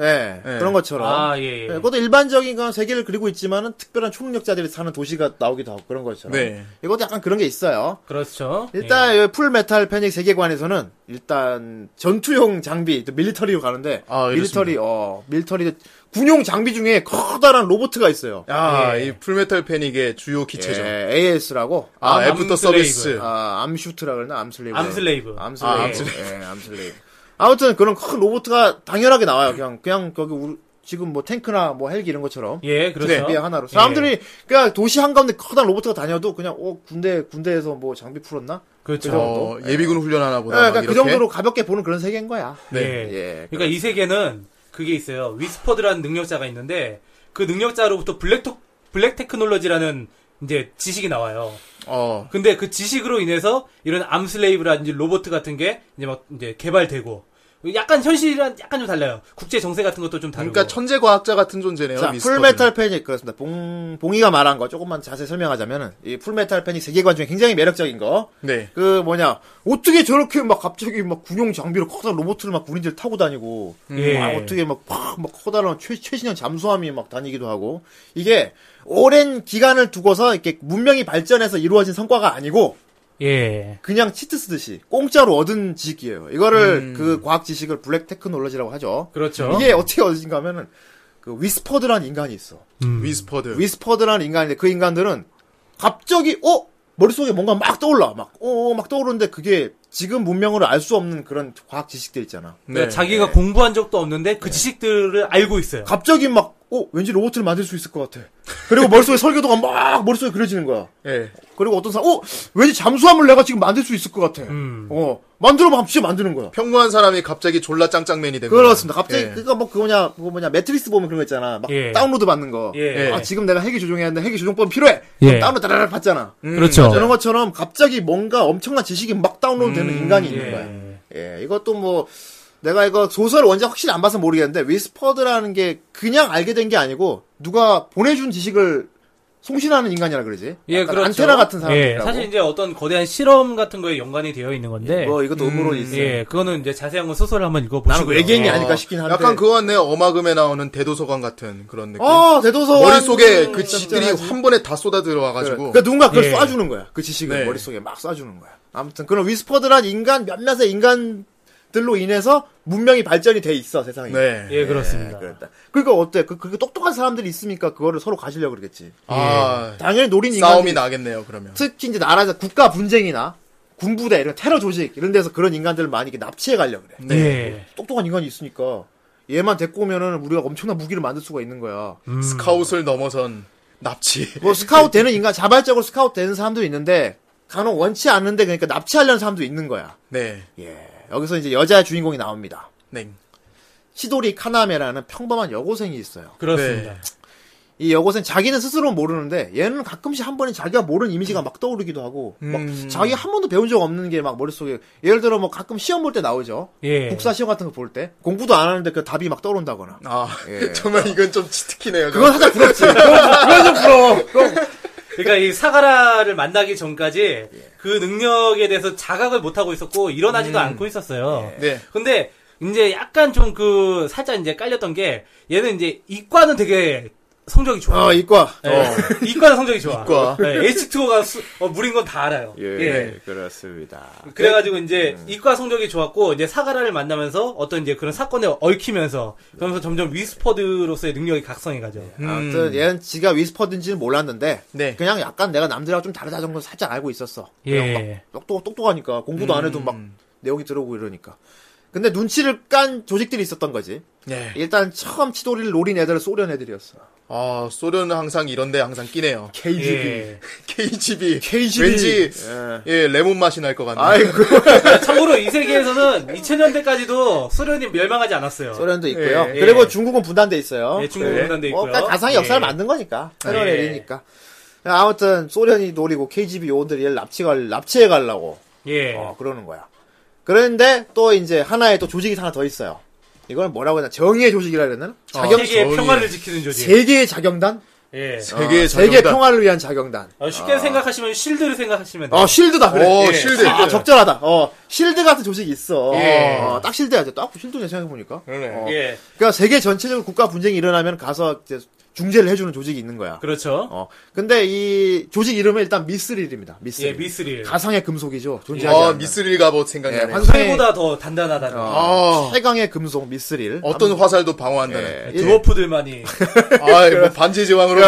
B: 예,
E: 예.
B: 그런 것처럼
D: 아, 예. 예.
B: 예, 그것도 일반적인 건 세계를 그리고 있지만은 특별한 초능력자들이 사는 도시가 나오기도 하고 그런 것처럼
E: 네. 예.
B: 이것도 약간 그런 게 있어요
D: 그렇죠.
B: 일단 이 풀메탈 패닉 세계관에서는 일단 전투용 장비 또 밀리터리로 가는데
E: 아, 이렇습니다.
B: 밀리터리 어 밀리터리 군용 장비 중에 커다란 로보트가 있어요
E: 아,
D: 예.
E: 이 풀메탈 패닉의 주요 기체죠.
B: 예, AS라고
E: 아,
D: 암-
E: 애프터
D: 암슬레이브.
E: 서비스. 어,
B: 아, 암슈트라 그러나 암슬레이브.
D: 암슬레이브.
B: 암슬레이브.
E: 아,
B: 아,
E: 암슬레이브.
B: 슬레이브 아무튼 그런 큰 로봇가 당연하게 나와요. 그냥 그냥 거기 우리- 지금 뭐 탱크나 뭐 헬기 이런 것처럼.
D: 예, 그렇죠.
B: 그냥 네, 하나로. 사람들이 그냥 도시 한가운데 커다란 로봇가 다녀도 그냥 어 군대 군대에서 뭐 장비 풀었나?
D: 그렇죠.
E: 어, 예비군 훈련하나 보다.
B: 예,
E: 막
B: 그러니까 그
E: 이렇게.
B: 정도로 가볍게 보는 그런 세계인 거야.
E: 네.
D: 예.
B: 예,
D: 그러니까 이 세계는 그게 있어요. 위스퍼드라는 능력자가 있는데 그 능력자로부터 블랙토, 블랙 테크놀로지라는 이제 지식이 나와요.
E: 어,
D: 근데 그 지식으로 인해서 이런 암슬레이브라든지 로봇 같은 게 이제 막 이제 개발되고 약간 현실이랑 약간 좀 달라요. 국제 정세 같은 것도 좀 다르고.
E: 그러니까 천재 과학자 같은 존재네요.
B: 자,
E: 예. 미스터들.
B: 풀메탈 패닉 그렇습니다. 봉 봉이가 말한 거 조금만 자세히 설명하자면은 이 풀메탈 패닉 세계관 중에 굉장히 매력적인 거.
E: 네.
B: 그 뭐냐 어떻게 저렇게 막 갑자기 막 군용 장비로 커다란 로봇을 막 군인들 타고 다니고
D: 예.
B: 막 어떻게 막 팍, 막 커다란 최, 최신형 잠수함이 막 다니기도 하고 이게 오랜 기간을 두고서 이렇게 문명이 발전해서 이루어진 성과가 아니고
D: 예.
B: 그냥 치트 쓰듯이 공짜로 얻은 지식이에요. 이거를 그 과학 지식을 블랙 테크놀로지라고 하죠.
D: 음. 그렇죠.
B: 이게 어떻게 얻어진가 하면은 그 위스퍼드라는 인간이 있어.
D: 음.
E: 위스퍼드.
B: 위스퍼드라는 인간인데 그 인간들은 갑자기 어 머릿속에 뭔가 막 떠올라 막어막 떠오르는데 그게 지금 문명으로 알 수 없는 그런 과학 지식들 있잖아
E: 네.
D: 그러니까
B: 네.
D: 자기가 공부한 적도 없는데 그 지식들을 알고 있어요.
B: 갑자기 막 어, 왠지 로봇을 만들 수 있을 것 같아. 그리고 머릿속에 설계도가 막 머릿속에 그려지는 거야.
E: 예.
B: 그리고 어떤 사람, 어, 왠지 잠수함을 내가 지금 만들 수 있을 것 같아.
D: 음.
B: 어, 만들어봐, 진짜 만드는 거야.
E: 평범한 사람이 갑자기 졸라 짱짱맨이 되고.
B: 그렇습니다. 갑자기
E: 예.
B: 그니까 뭐 그거냐 뭐 뭐냐 매트릭스 보면 그런 거 있잖아. 막
D: 예.
B: 다운로드 받는 거.
D: 예.
B: 아 지금 내가 핵이 조종해야 하는데 핵이 조종법 필요해.
D: 예.
B: 그럼 다운로드 다다닥 받잖아.
E: 어.
D: 그렇죠.
B: 음, 네. 저런 것처럼 갑자기 뭔가 엄청난 지식이 막 다운로드되는 인간이 있는
D: 예.
B: 거야. 예, 이것도 뭐 내가 이거 소설 원작 확실히 안 봐서 모르겠는데 위스퍼드라는 게 그냥 알게 된 게 아니고 누가 보내준 지식을 송신하는 인간이라 그러지.
D: 예,
B: 약간
D: 그렇죠.
B: 안테나 같은
D: 예,
B: 사람이라고.
D: 사실 이제 어떤 거대한 실험 같은 거에 연관이 되어 있는 건데.
B: 뭐 이것도 음으로 있어.
D: 예, 그거는 이제 자세한 건 소설을 한번
B: 나는
D: 읽어보시고요. 예.
B: 외계인이 아닐까 그러니까 싶긴 한데.
E: 약간 그거 같네요. 어마금에 나오는 대도서관 같은 그런 느낌.
B: 어 대도서
E: 머릿속에 그 지들이 한 번에 다 쏟아 들어와가지고.
B: 음, 그러니까 누군가 그걸
D: 예.
B: 쏴주는 거야. 그 지식을
E: 네.
B: 머릿속에 막 쏴주는 거야. 아무튼 그런 위스퍼드란 인간 몇몇의 인간들로 인해서 문명이 발전이 돼 있어 세상에.
E: 네.
D: 예, 그렇습니다.
B: 그랬다. 그러니까 어때? 그, 그 똑똑한 사람들이 있으니까 그거를 서로 가지려고 그러겠지.
E: 아,
B: 당연히 노린
E: 싸움이
B: 예. 인간들이
E: 나겠네요, 그러면.
B: 특히 이제 나라 국가 분쟁이나 군부대 이런 테러 조직 이런 데서 그런 인간들을 많이 이렇게 납치해 가려고
E: 음.
B: 그래.
E: 네.
D: 예.
B: 똑똑한 인간이 있으니까 얘만 데리고 오면은 우리가 엄청난 무기를 만들 수가 있는 거야.
E: 네. 스카웃을 넘어선 납치.
B: 뭐 스카웃 되는 인간 자발적으로 스카웃 되는 사람도 있는데 간혹 원치 않는데 그러니까 납치하려는 사람도 있는 거야.
E: 네.
B: 예. 여기서 이제 여자 주인공이 나옵니다.
E: 네.
B: 시도리 카나메라는 평범한 여고생이 있어요.
D: 그렇습니다.
B: 이 여고생 자기는 스스로 모르는데 얘는 가끔씩 한 번에 자기가 모르는 이미지가 막 떠오르기도 하고
E: 음.
B: 막 자기 한 번도 배운 적 없는 게 막 머릿속에 예를 들어 뭐 가끔 시험 볼 때 나오죠.
D: 예.
B: 국사 시험 같은 거 볼 때 공부도 안 하는데 그 답이 막 떠오른다거나
E: 아,
B: 예.
E: 정말 이건 좀 치트키네요.
B: 그건 살짝 부럽지. 그건 좀 부러워.
D: 그러니까 이 사가라를 만나기 전까지 그 능력에 대해서 자각을 못 하고 있었고 일어나지도 않고 있었어요.
E: 네.
D: 근데 이제 약간 좀 그 살짝 이제 깔렸던 게 얘는 이제 이과는 되게 성적이 좋아.
B: 어 이과.
D: 예. 이과는 성적이 좋아.
E: 이과.
D: 예, H2O가 수, 어, 물인 건 다 알아요. 예.
B: 그렇습니다. 네. 음.
D: 그래가지고 이제 이과 성적이 좋았고 이제 사가라를 만나면서 어떤 이제 그런 사건에 얽히면서 그러면서 점점 위스퍼드로서의 능력이 각성해가죠. 음.
B: 아무튼 얘는 지가 위스퍼든지는 몰랐는데
E: 음. 네.
B: 그냥 약간 내가 남들하고 좀 다르다 정도 살짝 알고 있었어.
D: 예.
B: 똑똑 똑똑하니까 공부도 안 해도 막
E: 음.
B: 내용이 들어오고 이러니까. 근데 눈치를 깐 조직들이 있었던 거지.
E: 네.
B: 일단 처음 치돌이를 노린 애들은 소련 애들이었어.
E: 아, 소련은 항상 이런데 항상 끼네요.
D: 예.
E: KGB.
B: KGB.
E: 왠지,
B: 예.
E: 예, 레몬 맛이 날 것 같네요.
D: 그러니까 참고로 이 세계에서는 2000년대까지도 소련이 멸망하지 않았어요.
B: 소련도 있고요.
D: 예.
B: 그리고 중국은 분단돼 있어요.
D: 예, 중국은 분단돼
B: 뭐
D: 있고요.
B: 다 가상의 역사를
D: 예.
B: 만든 거니까. 새로운
D: 예.
B: 애들이니까. 아무튼 소련이 노리고 KGB 요원들이 얘를 납치가 납치해 가려고
D: 예.
B: 어, 그러는 거야. 그런데 또 이제 하나의 또 조직이 하나 더 있어요. 이걸 뭐라고 해야 되나? 정의의 조직이라 해야 되나? 자경
D: 어. 세계의
E: 저기-
D: 평화를 지키는 조직.
B: 아, 세계의 자경단?
D: 예.
E: 세계의
B: 어, 세계의
E: 자경단.
B: 평화를 위한 자경단.
D: 어, 쉽게 생각하시면 실드를 생각하시면 돼요.
B: 어, 쉴드다 그래.
E: 오,
D: 예.
E: 실드.
B: 아, 적절하다. 어, 쉴드 같은 조직이 있어.
E: 예.
B: 어, 딱 쉴드야. 딱 쉴드네 생각해보니까.
E: 그러네.
B: 어.
D: 예.
B: 그러니까 세계 전체적으로 국가 분쟁이 일어나면 가서 이제 중재를 해주는 조직이 있는 거야.
D: 그렇죠.
B: 어, 근데 이 조직 이름은 일단 미스릴입니다. 미스릴.
D: 예, 미스릴.
B: 가상의 금속이죠. 존재하지
E: 아,
B: 않는.
E: 미스릴 갑옷 생각나네요.
B: 예,
E: 환-
D: 칼보다 더 단단하다는.
E: 아,
B: 어. 최강의 금속 미스릴.
E: 어떤 화살도
B: 예.
E: 방어한다는.
D: 예, 드워프들만이.
E: 아, 뭐 반지 제왕으로.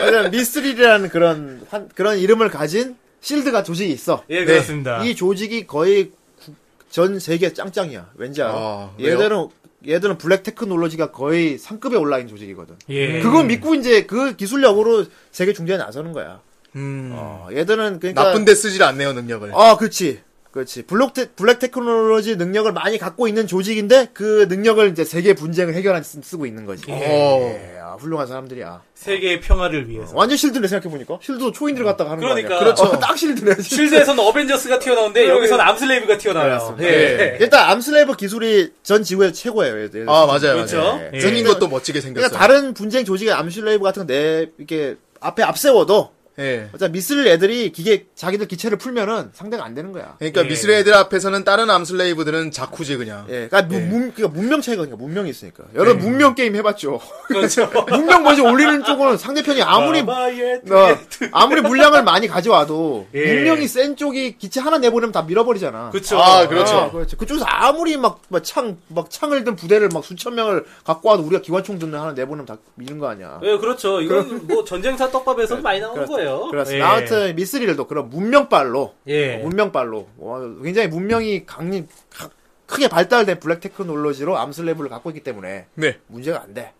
B: 왜냐면 미스릴이라는 그런 환- 그런 이름을 가진 실드가 조직이 있어.
E: 네.
D: 예, 그렇습니다.
B: 이 조직이 거의 구- 전 세계 짱짱이야. 왠지 알아? 예,
E: 아, 왜요?
B: 얘들은 얘들은 블랙 테크놀로지가 거의 상급에 올라인 조직이거든.
D: 예.
B: 그걸 믿고 이제 그 기술력으로 세계 중재에 나서는 거야.
E: 음.
B: 어, 얘들은 그러니까
E: 나쁜데 쓰질 않네요, 능력을.
B: 아, 그렇지. 그렇지. 블록 테, 블랙 테크놀로지 능력을 많이 갖고 있는 조직인데 그 능력을 이제 세계 분쟁을 해결한 쓰고 있는 거지. 예, 아, 훌륭한 사람들이야.
D: 세계의 평화를 위해서.
B: 완전 실드네 생각해보니까 실드도 초인들 갖다가 하는 거
D: 그러니까.
B: 아니야
D: 그렇죠.
B: 어, 딱 실드네 진짜.
D: 실드에서는 어벤져스가 튀어나오는데 여기서는 암슬레이브가 튀어나와요. 예.
E: 예.
B: 일단 암슬레이브 기술이 전 지구에서 최고예요 얘들.
E: 아, 맞아요,
D: 그렇죠.
E: 맞아요.
D: 예.
E: 생긴 것도 멋지게 생겼어요.
B: 그러니까 다른 분쟁 조직의 암슬레이브 같은 거 내 이렇게 앞에 앞세워도
E: 예.
B: 어차피 미스릴 애들이 기계 자기들 기체를 풀면은 상대가 안 되는 거야
E: 그러니까
D: 예.
E: 미스릴 애들 앞에서는 다른 암슬레이브들은 자쿠지 그냥.
B: 예, 그러니까, 문- 문, 그러니까 문명 차이거든요. 문명이 있으니까. 여러분 문명 게임 해봤죠.
D: 그렇죠.
B: 문명 먼저 올리는 쪽은 상대편이 아무리
D: 마마의
B: 어, 아무리 물량을 많이 가져와도
D: 예.
B: 문명이 센 쪽이 기체 하나 내보내면 다 밀어버리잖아.
D: 그렇죠.
E: 아, 그렇죠.
B: 아, 그렇죠. 그쪽에서 아무리 막, 막 창, 막 창을 든 부대를 막 수천 명을 갖고 와도 우리가 기관총 듣는 하나 내보내면 다 미는 거 아니야.
D: 예, 그렇죠. 이건 뭐 전쟁사 떡밥에서 많이 나오는 거예요.
B: 그렇습니다.
D: 예.
B: 아무튼 미스릴도 그런 문명발로,
D: 예.
B: 어, 문명발로, 와, 굉장히 문명이 강림, 가- 크게 발달된 블랙 테크놀로지로 암슬레이브를 갖고 있기 때문에
E: 네.
B: 문제가 안 돼.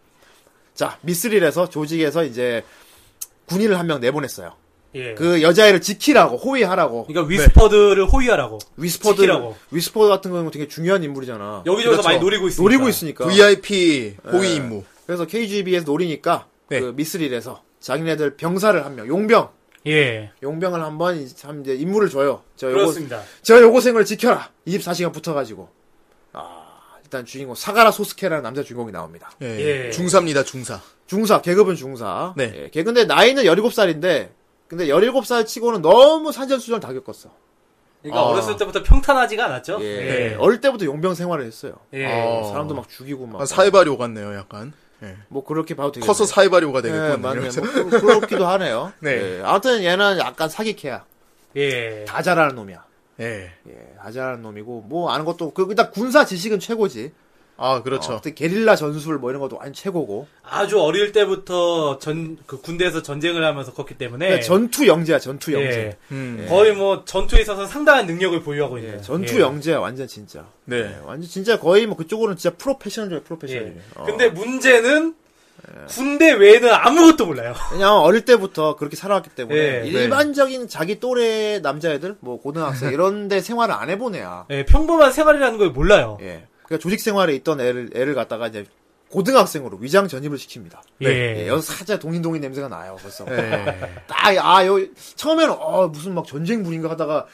B: 자, 미스릴에서 조직에서 이제 군인을 한 명 내보냈어요.
D: 예.
B: 그 여자애를 지키라고, 호위하라고.
D: 그러니까 위스퍼드를 호위하라고.
B: 위스퍼드,
D: 지키라고.
B: 위스퍼드 같은 경우는 되게 중요한 인물이잖아.
D: 여기저기서
E: 그렇죠.
D: 많이 노리고 있으니까. 그
B: 노리고 있으니까. 예.
E: VIP 호위 임무.
B: 그래서 KGB에서 노리니까
E: 네.
B: 그 미스릴에서 자기네들 병사를 한 명, 용병,
D: 예.
B: 용병을 한번 이제 참 이제 임무를 줘요. 저 요거,
D: 그렇습니다.
B: 저 요고생을 지켜라. 24시간 붙어가지고. 아, 일단 주인공 사가라 소스케라는 남자 주인공이 나옵니다.
E: 예.
D: 예.
E: 중사입니다, 중사.
B: 중사, 계급은 중사.
E: 네.
B: 예, 걔 근데 나이는 17살인데, 근데 17살 치고는 너무 산전수전 다 겪었어.
D: 그러니까
E: 아.
D: 어렸을 때부터 평탄하지가 않았죠.
B: 예.
E: 네.
D: 예.
B: 어릴 때부터 용병 생활을 했어요.
D: 예.
E: 아.
B: 사람도 막 죽이고 막.
E: 아, 사회바리오 같네요, 약간. 예.
B: 뭐 그렇게 봐도 되겠네.
E: 커서 사회바리오가
B: 예,
E: 되겠군.
B: 맞네.
E: 이러면서.
B: 뭐 그- 그렇기도 하네요.
E: 네.
B: 예, 아무튼 얘는 약간 사기캐야.
D: 예.
B: 다 잘하는 놈이야.
E: 예.
B: 예, 다 잘하는 놈이고 뭐 아는 것도 그 일단 군사 지식은 최고지.
E: 아, 그렇죠.
B: 어, 특히 게릴라 전술 뭐 이런 것도 완전 최고고.
D: 아주 어릴 때부터 전 그 군대에서 전쟁을 하면서 컸기 때문에
B: 그러니까 전투 영재야, 전투
D: 네. 예.
B: 영재.
E: 음.
D: 거의 뭐 전투에 있어서 상당한 능력을 보유하고 있는
B: 전투
D: 예.
B: 영재야, 완전 진짜. 예,
E: 네.
B: 완전 진짜 거의 뭐 그쪽으로는 진짜 프로페셔널이야, 프로페셔널.
D: 예.
B: 어.
D: 근데 문제는 군대 외에는 아무것도 몰라요.
B: 왜냐면 어릴 때부터 그렇게 살아왔기 때문에
D: 예.
B: 일반적인 자기 또래 남자애들, 뭐 고등학생 이런데 생활을 안 해본 애야.
D: 예, 평범한 생활이라는 걸 몰라요. 예.
B: 예. 그러니까 조직 생활에 있던 애를 애를 갖다가 이제 고등학생으로 위장 전입을 시킵니다. 예, 여기서 살짝 동인동인 냄새가 나요, 벌써.
E: 예.
B: 딱, 아, 요, 처음에는, 어, 무슨 막 전쟁불인가 하다가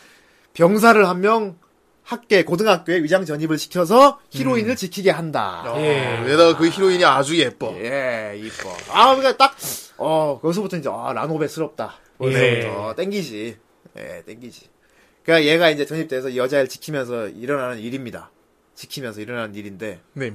B: 병사를 한 명, 학계, 고등학교에 위장 전입을 시켜서 히로인을 지키게 한다.
D: 예.
E: 게다가 그 히로인이 아주 예뻐.
B: 예, 이뻐. 아, 그러니까 딱, 어, 거기서부터 이제, 아, 라노베스럽다.
D: 예.
B: 어, 땡기지. 예, 땡기지. 그러니까 얘가 이제 전입돼서 이 여자를 지키면서 일어나는 일입니다. 지키면서 일어나는 일인데.
E: 네.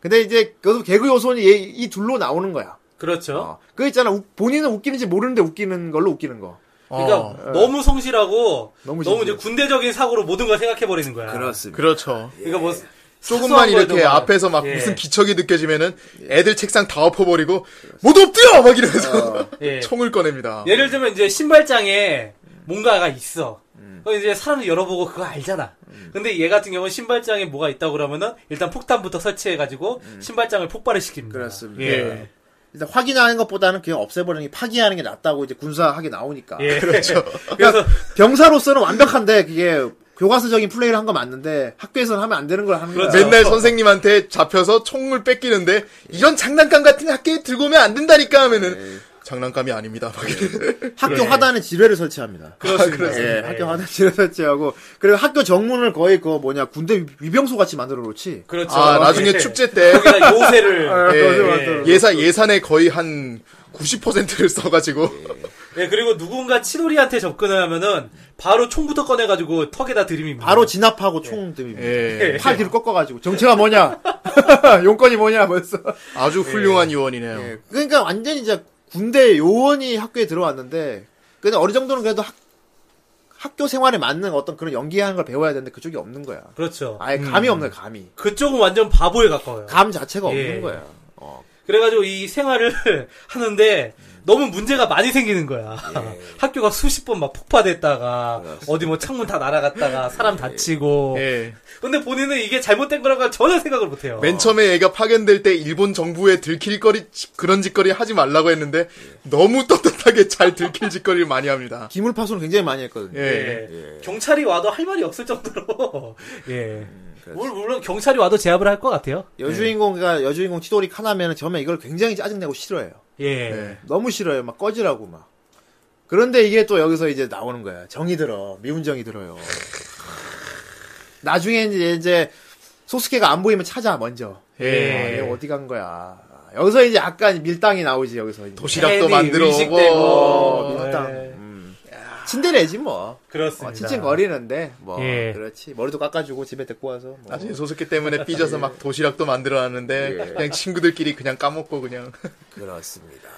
B: 근데 이제, 여기서 개그 요소는 얘, 이 둘로 나오는 거야.
D: 그렇죠.
B: 어, 그 있잖아. 우- 본인은 웃기는지 모르는데 웃기는 걸로 웃기는 거.
E: 어.
D: 그러니까 너무 성실하고
B: 너무
D: 너무,
B: 진지해.
D: 이제 군대적인 사고로 모든 걸 생각해 버리는 거야.
B: 그렇습니다.
E: 그렇죠.
D: 그러니까 뭐
E: 조금만
D: 사소한 거에도
E: 이렇게
D: 막-
E: 앞에서 막
D: 예.
E: 무슨 기척이 느껴지면은 애들 책상 다 엎어버리고 모두 엎드려! 막 이러면서
D: 예.
E: 총을 꺼냅니다.
D: 예를 들면 이제 신발장에 뭔가가 있어. 그럼 이제 사람들 열어보고 그거 알잖아. 근데 얘 같은 경우는 신발장에 뭐가 있다고 그러면은 일단 폭탄부터 설치해가지고 신발장을 폭발을 시킵니다.
B: 그렇습니다.
D: 예.
B: 일단 확인하는 것보다는 그냥 없애버리는 게 파기하는 게 낫다고 이제 군사학이 나오니까. 그러니까
D: 예. 그렇죠. 그래서
B: 병사로서는 완벽한데 그게 교과서적인 플레이를 한 거 맞는데 학교에서는 하면 안 되는 걸 하는 거야.
D: 그렇죠.
E: 맨날 선생님한테 잡혀서 총을 뺏기는데 이런 장난감 같은 거 학교에 들고 오면 안 된다니까
D: 예.
E: 하면은 장난감이 아닙니다. 막 이래.
B: 학교 화단에 지뢰를 설치합니다.
D: 그렇죠. 그렇습니다.
B: 예, 학교 화단에 지뢰 설치하고 그리고 학교 정문을 거의 그 뭐냐 군대 위병소 같이 만들어 놓지.
D: 그렇죠.
E: 아, 나중에
D: 예.
E: 축제 때
D: 거기다 요새를
E: 예, 예산 예산의 거의 한 90%를 써가지고
D: 예, 그리고 누군가 치돌이한테 접근을 하면은 바로 총부터 꺼내가지고 턱에다 들이밉니다.
B: 바로 진압하고
D: 네.
B: 총 듭니다.
E: 예,
B: 팔 뒤로 꺾어가지고 정체가 뭐냐? 용건이 뭐냐? 벌써.
E: 아주 훌륭한 요원이네요.
B: 예, 그러니까 완전 이제 군대 요원이 학교에 들어왔는데 근데 어느 정도는 그래도 학, 학교 생활에 맞는 어떤 그런 연기하는 걸 배워야 되는데 그쪽이 없는 거야.
D: 그렇죠.
B: 아예 감이 없네 감이.
D: 그쪽은 완전 바보에 가까워요.
B: 감 자체가
D: 예.
B: 없는 거야.
D: 그래가지고 이 생활을 하는데 너무 문제가 많이 생기는 거야.
E: 예.
D: 학교가 수십 번 막 폭파됐다가 어디 뭐 창문 다 날아갔다가 사람 다치고.
E: 예.
D: 근데 본인은 이게 잘못된 거라고 전혀 생각을
B: 어.
D: 못해요.
E: 맨 처음에 애가 파견될 때 일본 정부에 들킬 거리 그런 짓거리 하지 말라고 했는데 너무 떳떳하게 잘 들킬 짓거리를 많이 합니다.
B: 기물 파손을 굉장히 많이 했거든요.
E: 예.
D: 예. 경찰이 와도 할 말이 없을 정도로. 예.
E: 음,
D: 물- 물론 경찰이 와도 제압을 할 것 같아요.
B: 여주인공과 여주인공 치도리 카나메는 처음에 이걸 굉장히 짜증내고 싫어해요.
D: 예.
E: 예.
B: 너무 싫어요. 막 꺼지라고 막. 그런데 이게 또 여기서 이제 나오는 거야. 정이 들어. 미운 정이 들어요. 나중에 이제, 이제 소스케가 안 보이면 찾아 먼저. 아, 얘
D: 예.
B: 어디 간 거야. 아, 여기서 이제 약간 밀당이 나오지 여기서 이제.
E: 도시락도
D: 팬이
E: 만들어
D: 의식되고.
E: 오고
B: 밀당.
D: 예.
B: 음. 친데레지 뭐.
D: 그렇습니다.
B: 어, 칭칭거리는데 뭐
D: 예.
B: 그렇지 머리도 깎아주고 집에 데리고 와서 뭐.
E: 나중에 소스케 때문에 삐져서 막 도시락도 만들어 놨는데
B: 예.
E: 그냥 친구들끼리 그냥 까먹고 그냥
B: 그렇습니다.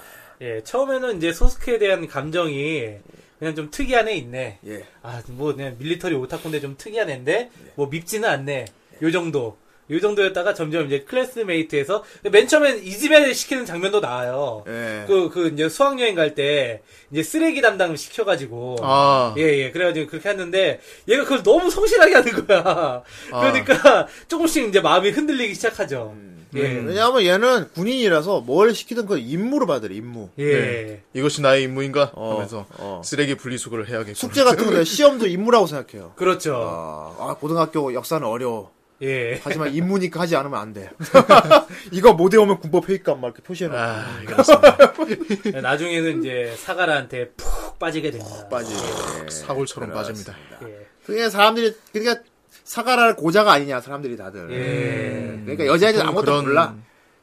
D: 예, 처음에는 이제 소스케에 대한 감정이 그냥 좀 특이한 애 있네.
B: 예.
D: 아, 뭐 그냥 밀리터리 오타콘데 좀 특이한 애인데 뭐 밉지는 않네. 요 정도. 요 정도였다가 점점 이제 클래스메이트에서 근데 맨 처음엔 이지배를 시키는 장면도 나와요.
B: 예.
D: 그, 그, 이제 수학여행 갈 때, 이제 쓰레기 담당 시켜가지고.
E: 아.
D: 예, 예. 그래가지고 그렇게 했는데, 얘가 그걸 너무 성실하게 하는 거야. 그러니까, 조금씩 이제 마음이 흔들리기 시작하죠. 예.
B: 왜냐하면 얘는 군인이라서 뭘 시키든 그 임무로 받으래 임무.
D: 예.
E: 이것이 나의 임무인가
B: 어,
E: 하면서
B: 어.
E: 쓰레기 분리수거를 해야겠고
B: 숙제 같은 거는 시험도 임무라고 생각해요.
D: 그렇죠.
B: 아, 아, 고등학교 역사는 어려워.
D: 예.
B: 하지만 임무니까 하지 않으면 안 돼. 이거 못 외우면 군법 회의감 막 이렇게 표시해놓고.
E: 아 그렇습니다
D: 나중에는 이제 사가라한테 푹 빠지게 됩니다.
B: 빠지.
E: 아, 사골처럼 빠집니다
D: 예.
B: 그게 사람들이 그러니까 사가라 고자가 아니냐 사람들이 다들.
D: 예.
B: 그러니까 여자애들 아무것도
E: 그런-
B: 몰라.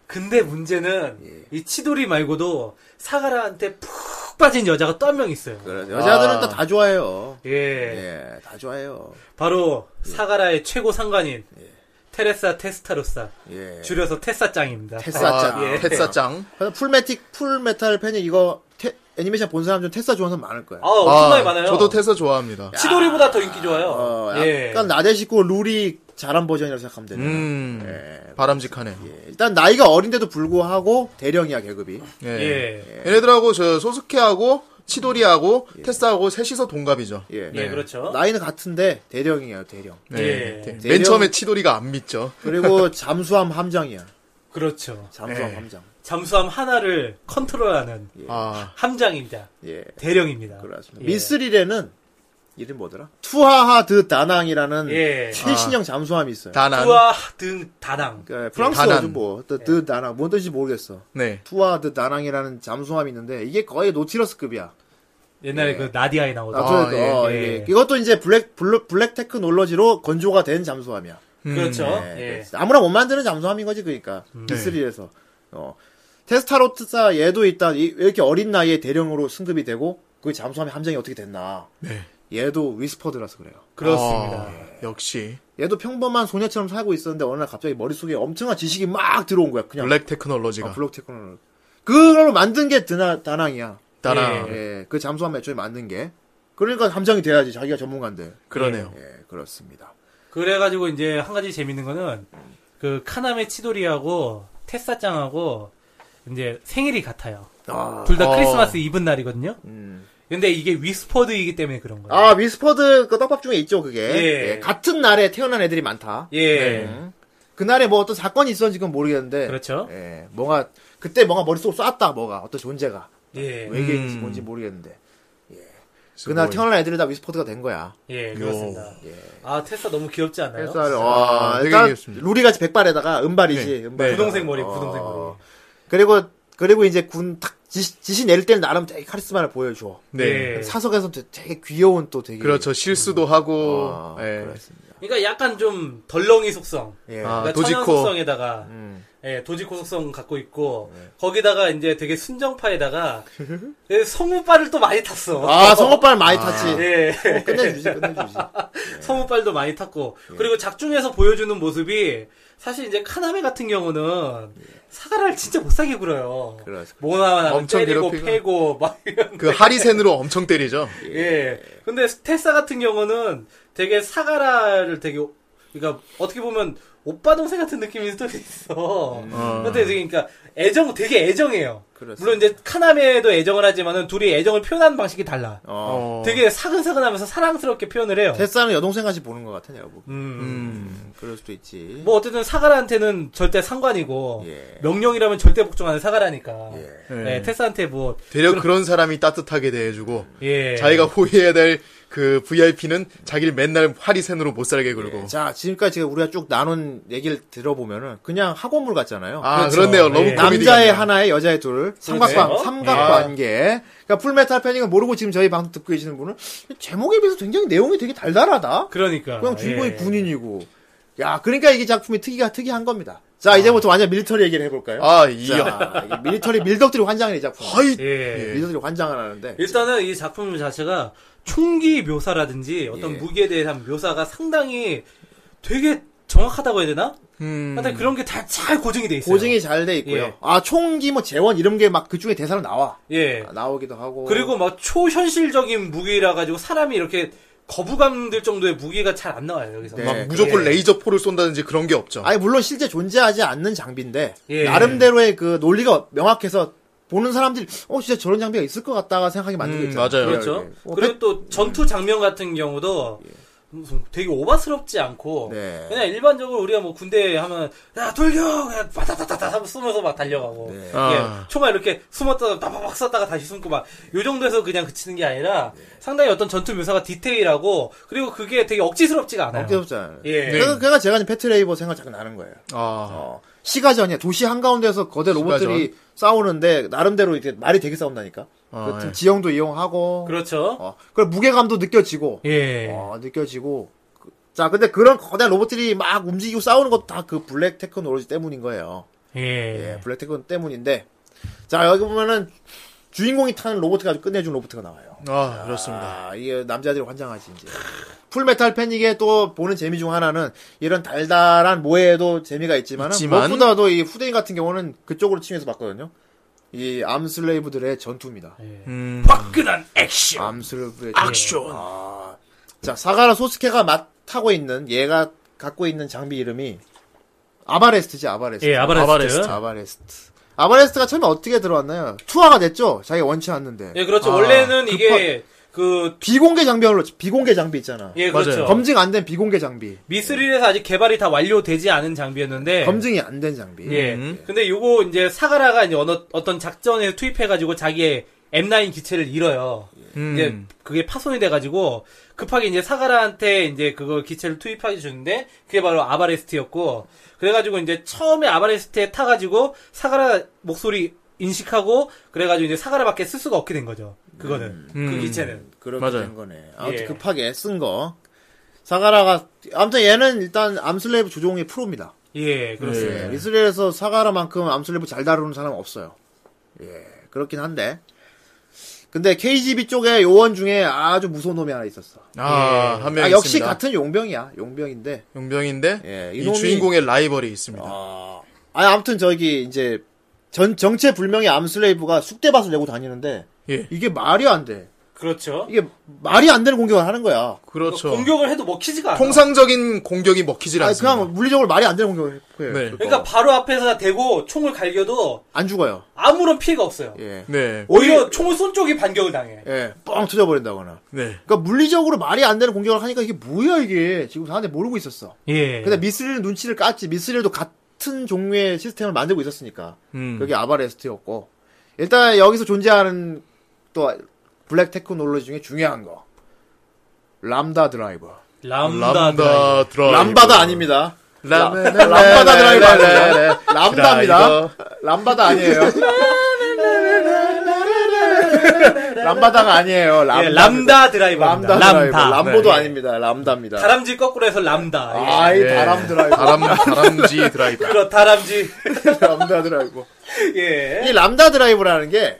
D: 근데 문제는
B: 예.
D: 이 치돌이 말고도 사가라한테 푹 빠진 여자가 또 한 명 있어요.
B: 그래, 그렇죠. 여자들은
E: 아.
B: 또 다 좋아해요.
D: 예.
B: 예, 다 좋아해요.
D: 바로 사가라의 최고 상관인 테레사 테스타로사.
B: 예.
D: 줄여서 테사짱입니다.
B: 테사짱.
E: 아,
D: 예.
E: 테사짱
B: 그래서 풀메틱 풀메탈 팬이 이거 테- 애니메이션 본 사람 중 테사 좋아하는 사람 많을 거야.
D: 아, 엄청나게
E: 아,
D: 많아요.
E: 저도 테사 좋아합니다
D: 치돌이보다 더 인기 좋아요.
B: 어,
D: 예.
B: 약간 나대식고 룰이 잘한 버전이라고 생각하면 되네.
E: 음
B: 예.
E: 바람직하네
B: 일단 나이가 어린데도 불구하고 대령이야 계급이.
E: 예.
D: 예.
E: 얘네들하고 저 소스케하고 치도리하고 테사하고 셋이서 동갑이죠
B: 예.
D: 예, 그렇죠.
B: 나이는 같은데 대령이에요 대령.
E: 네.
D: 예.
E: 맨 처음에 치도리가 안 믿죠
B: 그리고 잠수함 함장이야.
D: 그렇죠.
B: 잠수함
E: 예.
B: 함장.
D: 잠수함 하나를 컨트롤하는
E: 아
D: 함장입니다.
B: 예.
D: 대령입니다.
B: 그렇습니다.
D: 예.
B: 미스릴에는 이름 뭐더라? 투하하드 다낭이라는
D: 예.
B: 최신형 잠수함이 있어요.
E: 다난
D: 우와 등 다당.
B: 그러니까
E: 다낭.
B: 프랑스어죠 뭐. 드, 드 다낭. 뭔 뜻인지 모르겠어.
E: 네
B: 투하드 다낭이라는 잠수함이 있는데 이게 거의 노티러스급이야.
D: 옛날에 그 나디아에 나오던.
B: 아, 그러니까,
E: 예,
B: 어,
D: 예.
B: 이게- 이것도 이제 블랙 블루- 블랙 테크놀로지로 건조가 된 잠수함이야.
D: 그렇죠.
E: 어?
B: 네.
D: 예.
B: 아무나 못 만드는 잠수함인 거지 그러니까
E: 음. 네.
B: 미스릴에서 어. 테스타로트사 얘도 일단 이- 왜 이렇게 어린 나이에 대령으로 승급이 되고 그 잠수함의 함장이 어떻게 됐나
E: 네.
B: 얘도 위스퍼드라서 그래요
D: 그렇습니다.
E: 아, 역시
B: 얘도 평범한 소녀처럼 살고 있었는데 어느 날 갑자기 머릿속에 엄청난 지식이 막 들어온 거야 그냥
E: 블랙 테크놀로지가
B: 어, 블록 테크놀 그걸 만든 게 드나, 다낭이야
E: 다낭
D: 예.
B: 예, 그 잠수함 애초에 만든 게 그러니까 함장이 돼야지 자기가 전문가인데
E: 그러네요
B: 예 그렇습니다
D: 그래가지고 이제 한 가지 재밌는 거는 그 카나메 치도리하고 테사짱하고 이제 생일이 같아요.
B: 아,
D: 둘 다
E: 어.
D: 크리스마스 이브 날이거든요.
B: 음.
D: 근데 이게 위스퍼드이기 때문에 그런 거예요.
B: 아 위스퍼드 그 떡밥 중에 있죠 그게
D: 예.
B: 예, 같은 날에 태어난 애들이 많다
D: 예.
B: 음. 그날에 뭐 어떤 사건이 있었는지 그건 모르겠는데.
D: 그렇죠.
B: 예. 뭔가, 그때 뭔가 머릿속으로 쐈다, 뭐가. 어떤 존재가.
D: 예.
B: 외계인인지
E: 음.
B: 뭔지 모르겠는데. 그날
E: 스몰.
B: 태어난 애들이 다 위스포드가 된 거야.
D: 예, 그렇습니다. 아, 테사 너무 귀엽지 않아요?
B: 햇살, 와,
E: 네. 되게
B: 일단,
E: 귀엽습니다.
B: 루리같이 백발에다가 은발이지.
E: 네.
B: 은발. 어.
D: 분홍색 머리, 분홍색 머리.
B: 그리고, 그리고 이제 군 탁, 지시, 지시 내릴 때는 나름 되게 카리스마를 보여줘.
E: 네
D: 예.
B: 사석에서 되- 되게 귀여운 또 되게.
E: 그렇죠 실수도 하고
B: 아,
E: 예.
B: 그렇습니다.
D: 그러니까 약간 좀 덜렁이 속성.
B: 예.
E: 아,
D: 그러니까
E: 도지코.
D: 천연 속성에다가
B: 음.
D: 예, 도지코 속성 갖고 있고 거기다가 이제 되게 순정파에다가 예, 성우빨을 또 많이 탔어.
B: 아, 성오빠를 많이 탔지.
D: 예.
B: 어, 끝내주지, 끝내주지.
D: 성우빨도 많이 탔고
E: 예.
D: 그리고 작중에서 보여주는 모습이 사실 이제 카나메 같은 경우는
E: 예.
D: 사가라를 진짜 못사게 굴어요. 뭐
B: 그렇죠.
D: 모나만 하면
E: 엄청
D: 때리고
E: 괴롭히고.
D: 패고 막 이런.
E: 그 하리센으로 엄청 때리죠
D: 예. 근데 테사 같은 경우는 되게 사가라를 되게 오- 그러니까 어떻게 보면 오빠 동생 같은 느낌이 또 있어. 근데 되게 그러니까 애정 되게 애정해요.
B: 음. 그렇습니다.
D: 물론 이제 카나메도 애정을 하지만은 둘이 애정을 표현하는 방식이 달라.
B: 어.
D: 되게 사근사근하면서 사랑스럽게 표현을 해요.
B: 테스라는 여동생같이 보는 것 같아, 내가 보기.
D: 음.
B: 음, 그럴 수도 있지.
D: 뭐 어쨌든 사가라한테는 절대 상관이고
B: 예.
D: 명령이라면 절대 복종하는 사가라니까.
B: 예.
E: 예.
D: 네, 테스한테 뭐
E: 되려 그런 사람이 따뜻하게 대해주고
D: 예.
E: 자기가 호의해야 될 그 VIP는 자기를 맨날 하리센으로 못 살게 굴고
B: 예, 자, 지금까지 제가 우리가 쭉 나눈 얘기를 들어보면은 그냥 학원물 같잖아요.
E: 아
D: 그렇죠.
E: 그렇네요
D: 예. 예.
E: 러브 코미디
B: 남자의 하나에 여자의 둘 삼각관
D: 그렇죠.
B: 삼각관계. 그러니까 풀메탈 패닝을 모르고 지금 저희 방송 듣고 계시는 분은 제목에 비해서 굉장히 내용이 되게 달달하다.
D: 그러니까.
B: 그냥 주인공이
D: 예.
B: 군인이고. 야, 그러니까 이게 작품이 특이가 특이한 겁니다. 자, 이제부터
D: 아.
B: 완전 밀리터리 얘기를 해볼까요?
E: 아이
B: 자, 이게 밀리터리 밀덕들이 환장을 이 작품.
E: 하이
D: 예.
E: 예.
B: 밀리터리 환장을 하는데.
D: 일단은 이 작품 자체가 총기 묘사라든지 어떤
B: 예.
D: 무기에 대한 묘사가 상당히 되게 정확하다고 해야 되나?
E: 음.
D: 하여튼 그런 게 다 잘 고증이 돼 있어요.
B: 고증이 잘 돼 있고요.
D: 예.
B: 아 총기 뭐 재원 이런 게 막 그중에 대사로 나와
D: 예.
B: 아, 나오기도 하고
D: 그리고 막 초현실적인 무기라 가지고 사람이 이렇게 거부감 들 정도의 무기가 잘 안 나와요, 여기서.
B: 네.
E: 막 무조건
D: 예.
E: 레이저 포를 쏜다든지 그런 게 없죠.
B: 아니 물론 실제 존재하지 않는 장비인데
D: 예.
B: 나름대로의 그 논리가 명확해서 보는 사람들이 어 진짜 저런 장비가 있을 것 같다가 생각하게 만든 게
E: 음,
B: 있잖아요.
E: 맞아요.
D: 그렇죠.
B: 예, 예. 어,
D: 그리고 또 전투 장면 같은 경우도 무슨 되게 오바스럽지 않고
B: 예. 네.
D: 그냥 일반적으로 우리가 뭐 군대 하면 야 돌려 그냥 바다다다다 하고 쏘면서 막 달려가고
B: 네.
D: 예,
E: 아.
D: 총알 이렇게 숨었다가 다박박 쐈다가 다시 숨고 막 요 정도에서 그냥 그치는 게 아니라 상당히 어떤 전투 묘사가 디테일하고 그리고 그게 되게 억지스럽지가 않아요.
B: 없잖아요.
D: 예.
E: 네.
B: 그래서 그가 제가 지금 패트레이버 생각 자꾸 나는 거예요.
E: 아,
B: 어, 시가전이야. 도시 한가운데에서 거대 로봇들이 싸우는데 나름대로 이제 말이 되게 싸운다니까.
E: 아,
B: 그
E: 예.
B: 지형도 이용하고
D: 그렇죠.
B: 어, 그 무게감도 느껴지고
D: 예.
B: 어, 느껴지고 그- 자 근데 그런 거대한 로봇들이 막 움직이고 싸우는 것도 다 그 블랙 테크놀로지 때문인 거예요.
D: 예.
E: 네.
B: 예, 블랙 테크놀 때문인데 자 여기 보면은 주인공이 타는 로봇 아주 끝내준 로봇가 나와요.
E: 아, 그렇습니다.
B: 아, 이게 남자들이 환장하지 이제. 풀메탈 패닉의 또 보는 재미 중 하나는 이런 달달한 모해에도 재미가 있지만
E: 있지만.
B: 무엇보다도 이 후대인 같은 경우는 그쪽으로 치면서 봤거든요. 이 암슬레이브들의 전투입니다.
E: 음,
D: 화끈한 액션.
B: 암슬레이브의
E: 액션.
B: 아. 자, 사가라 소스케가 맡타고 있는 얘가 갖고 있는 장비 이름이 아바레스트지 아바레스트.
D: 예, 아바레스트.
B: 아바레스트. 아바레스트. 아바레스트가 처음에 어떻게 들어왔나요? 투하가 됐죠. 자기 원치 않는데.
D: 예, 그렇죠.
E: 아,
D: 원래는 이게 그
B: 비공개 장비로 비공개 장비 있잖아.
D: 예, 그렇죠.
E: 맞아요.
B: 검증 안 된 비공개 장비.
D: 미스릴에서 아직 개발이 다 완료되지 않은 장비였는데
B: 검증이 안 된 장비.
D: 예. 근데 요거 이제 사가라가 이제 어느, 어떤 작전에 투입해가지고 자기의 M9 기체를 잃어요.
E: 음.
D: 이제 그게 파손이 돼가지고 급하게 이제 사가라한테 이제 그거 기체를 투입하게 주는데 그게 바로 아바레스트였고 그래가지고 이제 처음에 아바레스트에 타가지고 사가라 목소리 인식하고 그래가지고 이제 사가라밖에 쓸 수가 없게 된 거죠. 그거는 그
E: 음.
D: 기체는
B: 그렇게
E: 맞아요.
B: 된 거네. 아무튼
D: 예.
B: 급하게 쓴 거. 사가라가 아무튼 얘는 일단 암슬레이브 조종의 프로입니다.
D: 예 그렇습니다.
B: 예, 이스라엘에서 사가라만큼 암슬레이브 잘 다루는 사람 은 없어요. 예, 그렇긴 한데. 근데 KGB 쪽에 요원 중에 아주 무서운 놈이 하나 있었어.
E: 아, 한 명
B: 아,
E: 있습니다.
B: 역시 같은 용병이야. 용병인데.
E: 용병인데
B: 예,
E: 이
B: 이놈이-
E: 주인공의 라이벌이 있습니다.
B: 아, 아무튼 저기 이제 전 정체 불명의 암슬레이브가 숙대밭을 내고 다니는데
E: 예.
B: 이게 말이 안 돼.
D: 그렇죠.
B: 이게 말이 안 되는 공격을 하는 거야.
E: 그렇죠.
D: 공격을 해도 먹히지가 않아.
E: 통상적인 공격이 먹히질
B: 아
E: 않습니다.
B: 그냥 물리적으로 말이 안 되는 공격을 해요.
E: 네.
D: 그러니까 바로 앞에서 대고 총을 갈겨도
B: 안 죽어요.
D: 아무런 피해가 없어요.
B: 예.
E: 네.
D: 오히려 총을 쏜 쪽이 반격을 당해.
B: 예. 뻥 터져버린다거나.
E: 네.
B: 그러니까 물리적으로 말이 안 되는 공격을 하니까 이게 뭐야 이게 지금 사람들이 모르고 있었어.
D: 예.
B: 근데 미스릴은 눈치를 깠지. 미스릴도 같은 종류의 시스템을 만들고 있었으니까.
E: 음.
B: 그게 아바레스트였고. 일단 여기서 존재하는 또 블랙 테크놀로지 중에 중요한 거. 람다 드라이버.
D: 람다.
E: 람다 드라이버.
B: 람바다 아닙니다.
E: 람-
B: 라- 람바다 드라이버
E: 네,
B: 아닙니다.
E: 네.
B: 람다입니다.
E: 드라이버.
B: 람바다 아니에요. 람바다가 아니에요. 람다.
D: 예, 람다 드라이버.
B: 람다 드라이버. 람보도 아닙니다. 람다입니다.
D: 다람쥐 거꾸로 해서 람다. 예.
B: 아이
E: 예.
B: 다람 드라이버.
E: 다람 다람쥐 드라이버.
D: 그렇 다람쥐.
B: 람다 드라이버.
D: 예.
B: 이 람다 드라이브라는 게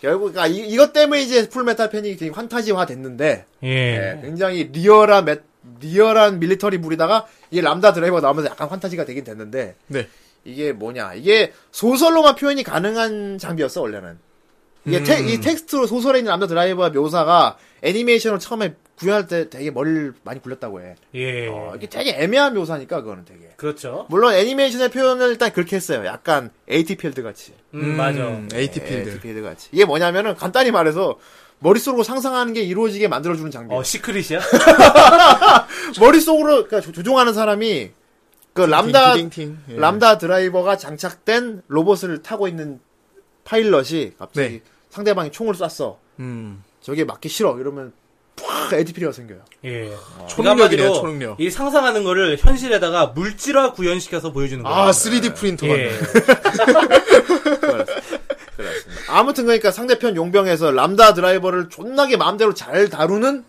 B: 결국 그러니까 이, 것 때문에 이제 풀메탈 패닉이 되게 환타지화 됐는데 예, 굉장히 리얼한 매- 리얼한 밀리터리 물이다가 이 람다 드라이버 나오면서 약간 환타지가 되긴 됐는데
E: 네.
B: 이게 뭐냐 이게 소설로만 표현이 가능한 장비였어 원래는 이게 테, 이 텍스트로 소설에 있는 람다 드라이버 묘사가 애니메이션을 처음에 구현할 때 되게 머리를 많이 굴렸다고 해
D: 예.
B: 어, 이게 되게 애매한 묘사니까 그거는 되게
D: 그렇죠.
B: 물론 애니메이션의 표현을 일단 그렇게 했어요 약간 AT 필드 같이 예,
D: 음, 맞아.
E: AT 필드.
B: AT필드 같이. 이게 뭐냐면은 간단히 말해서 머릿속으로 상상하는 게 이루어지게 만들어주는 장비.
D: 어, 시크릿이야?
B: 머릿속으로 그러니까 조- 조종하는 사람이 그 람다
E: 팅팅팅. 예.
B: 람다 드라이버가 장착된 로봇을 타고 있는 파일럿이 갑자기
E: 네.
B: 상대방이 총을 쐈어.
E: 음.
B: 저게 맞기 싫어. 이러면 팍 ATP가 생겨요.
D: 예.
E: 초능력이네요,
D: 그 한마디로
E: 초능력.
D: 이 상상하는 거를 현실에다가 물질화 구현시켜서 보여주는 거예요.
E: 아, 3D 프린터가.
D: 예.
B: 아무튼 그러니까 상대편 용병에서 람다 드라이버를 존나게 마음대로 잘 다루는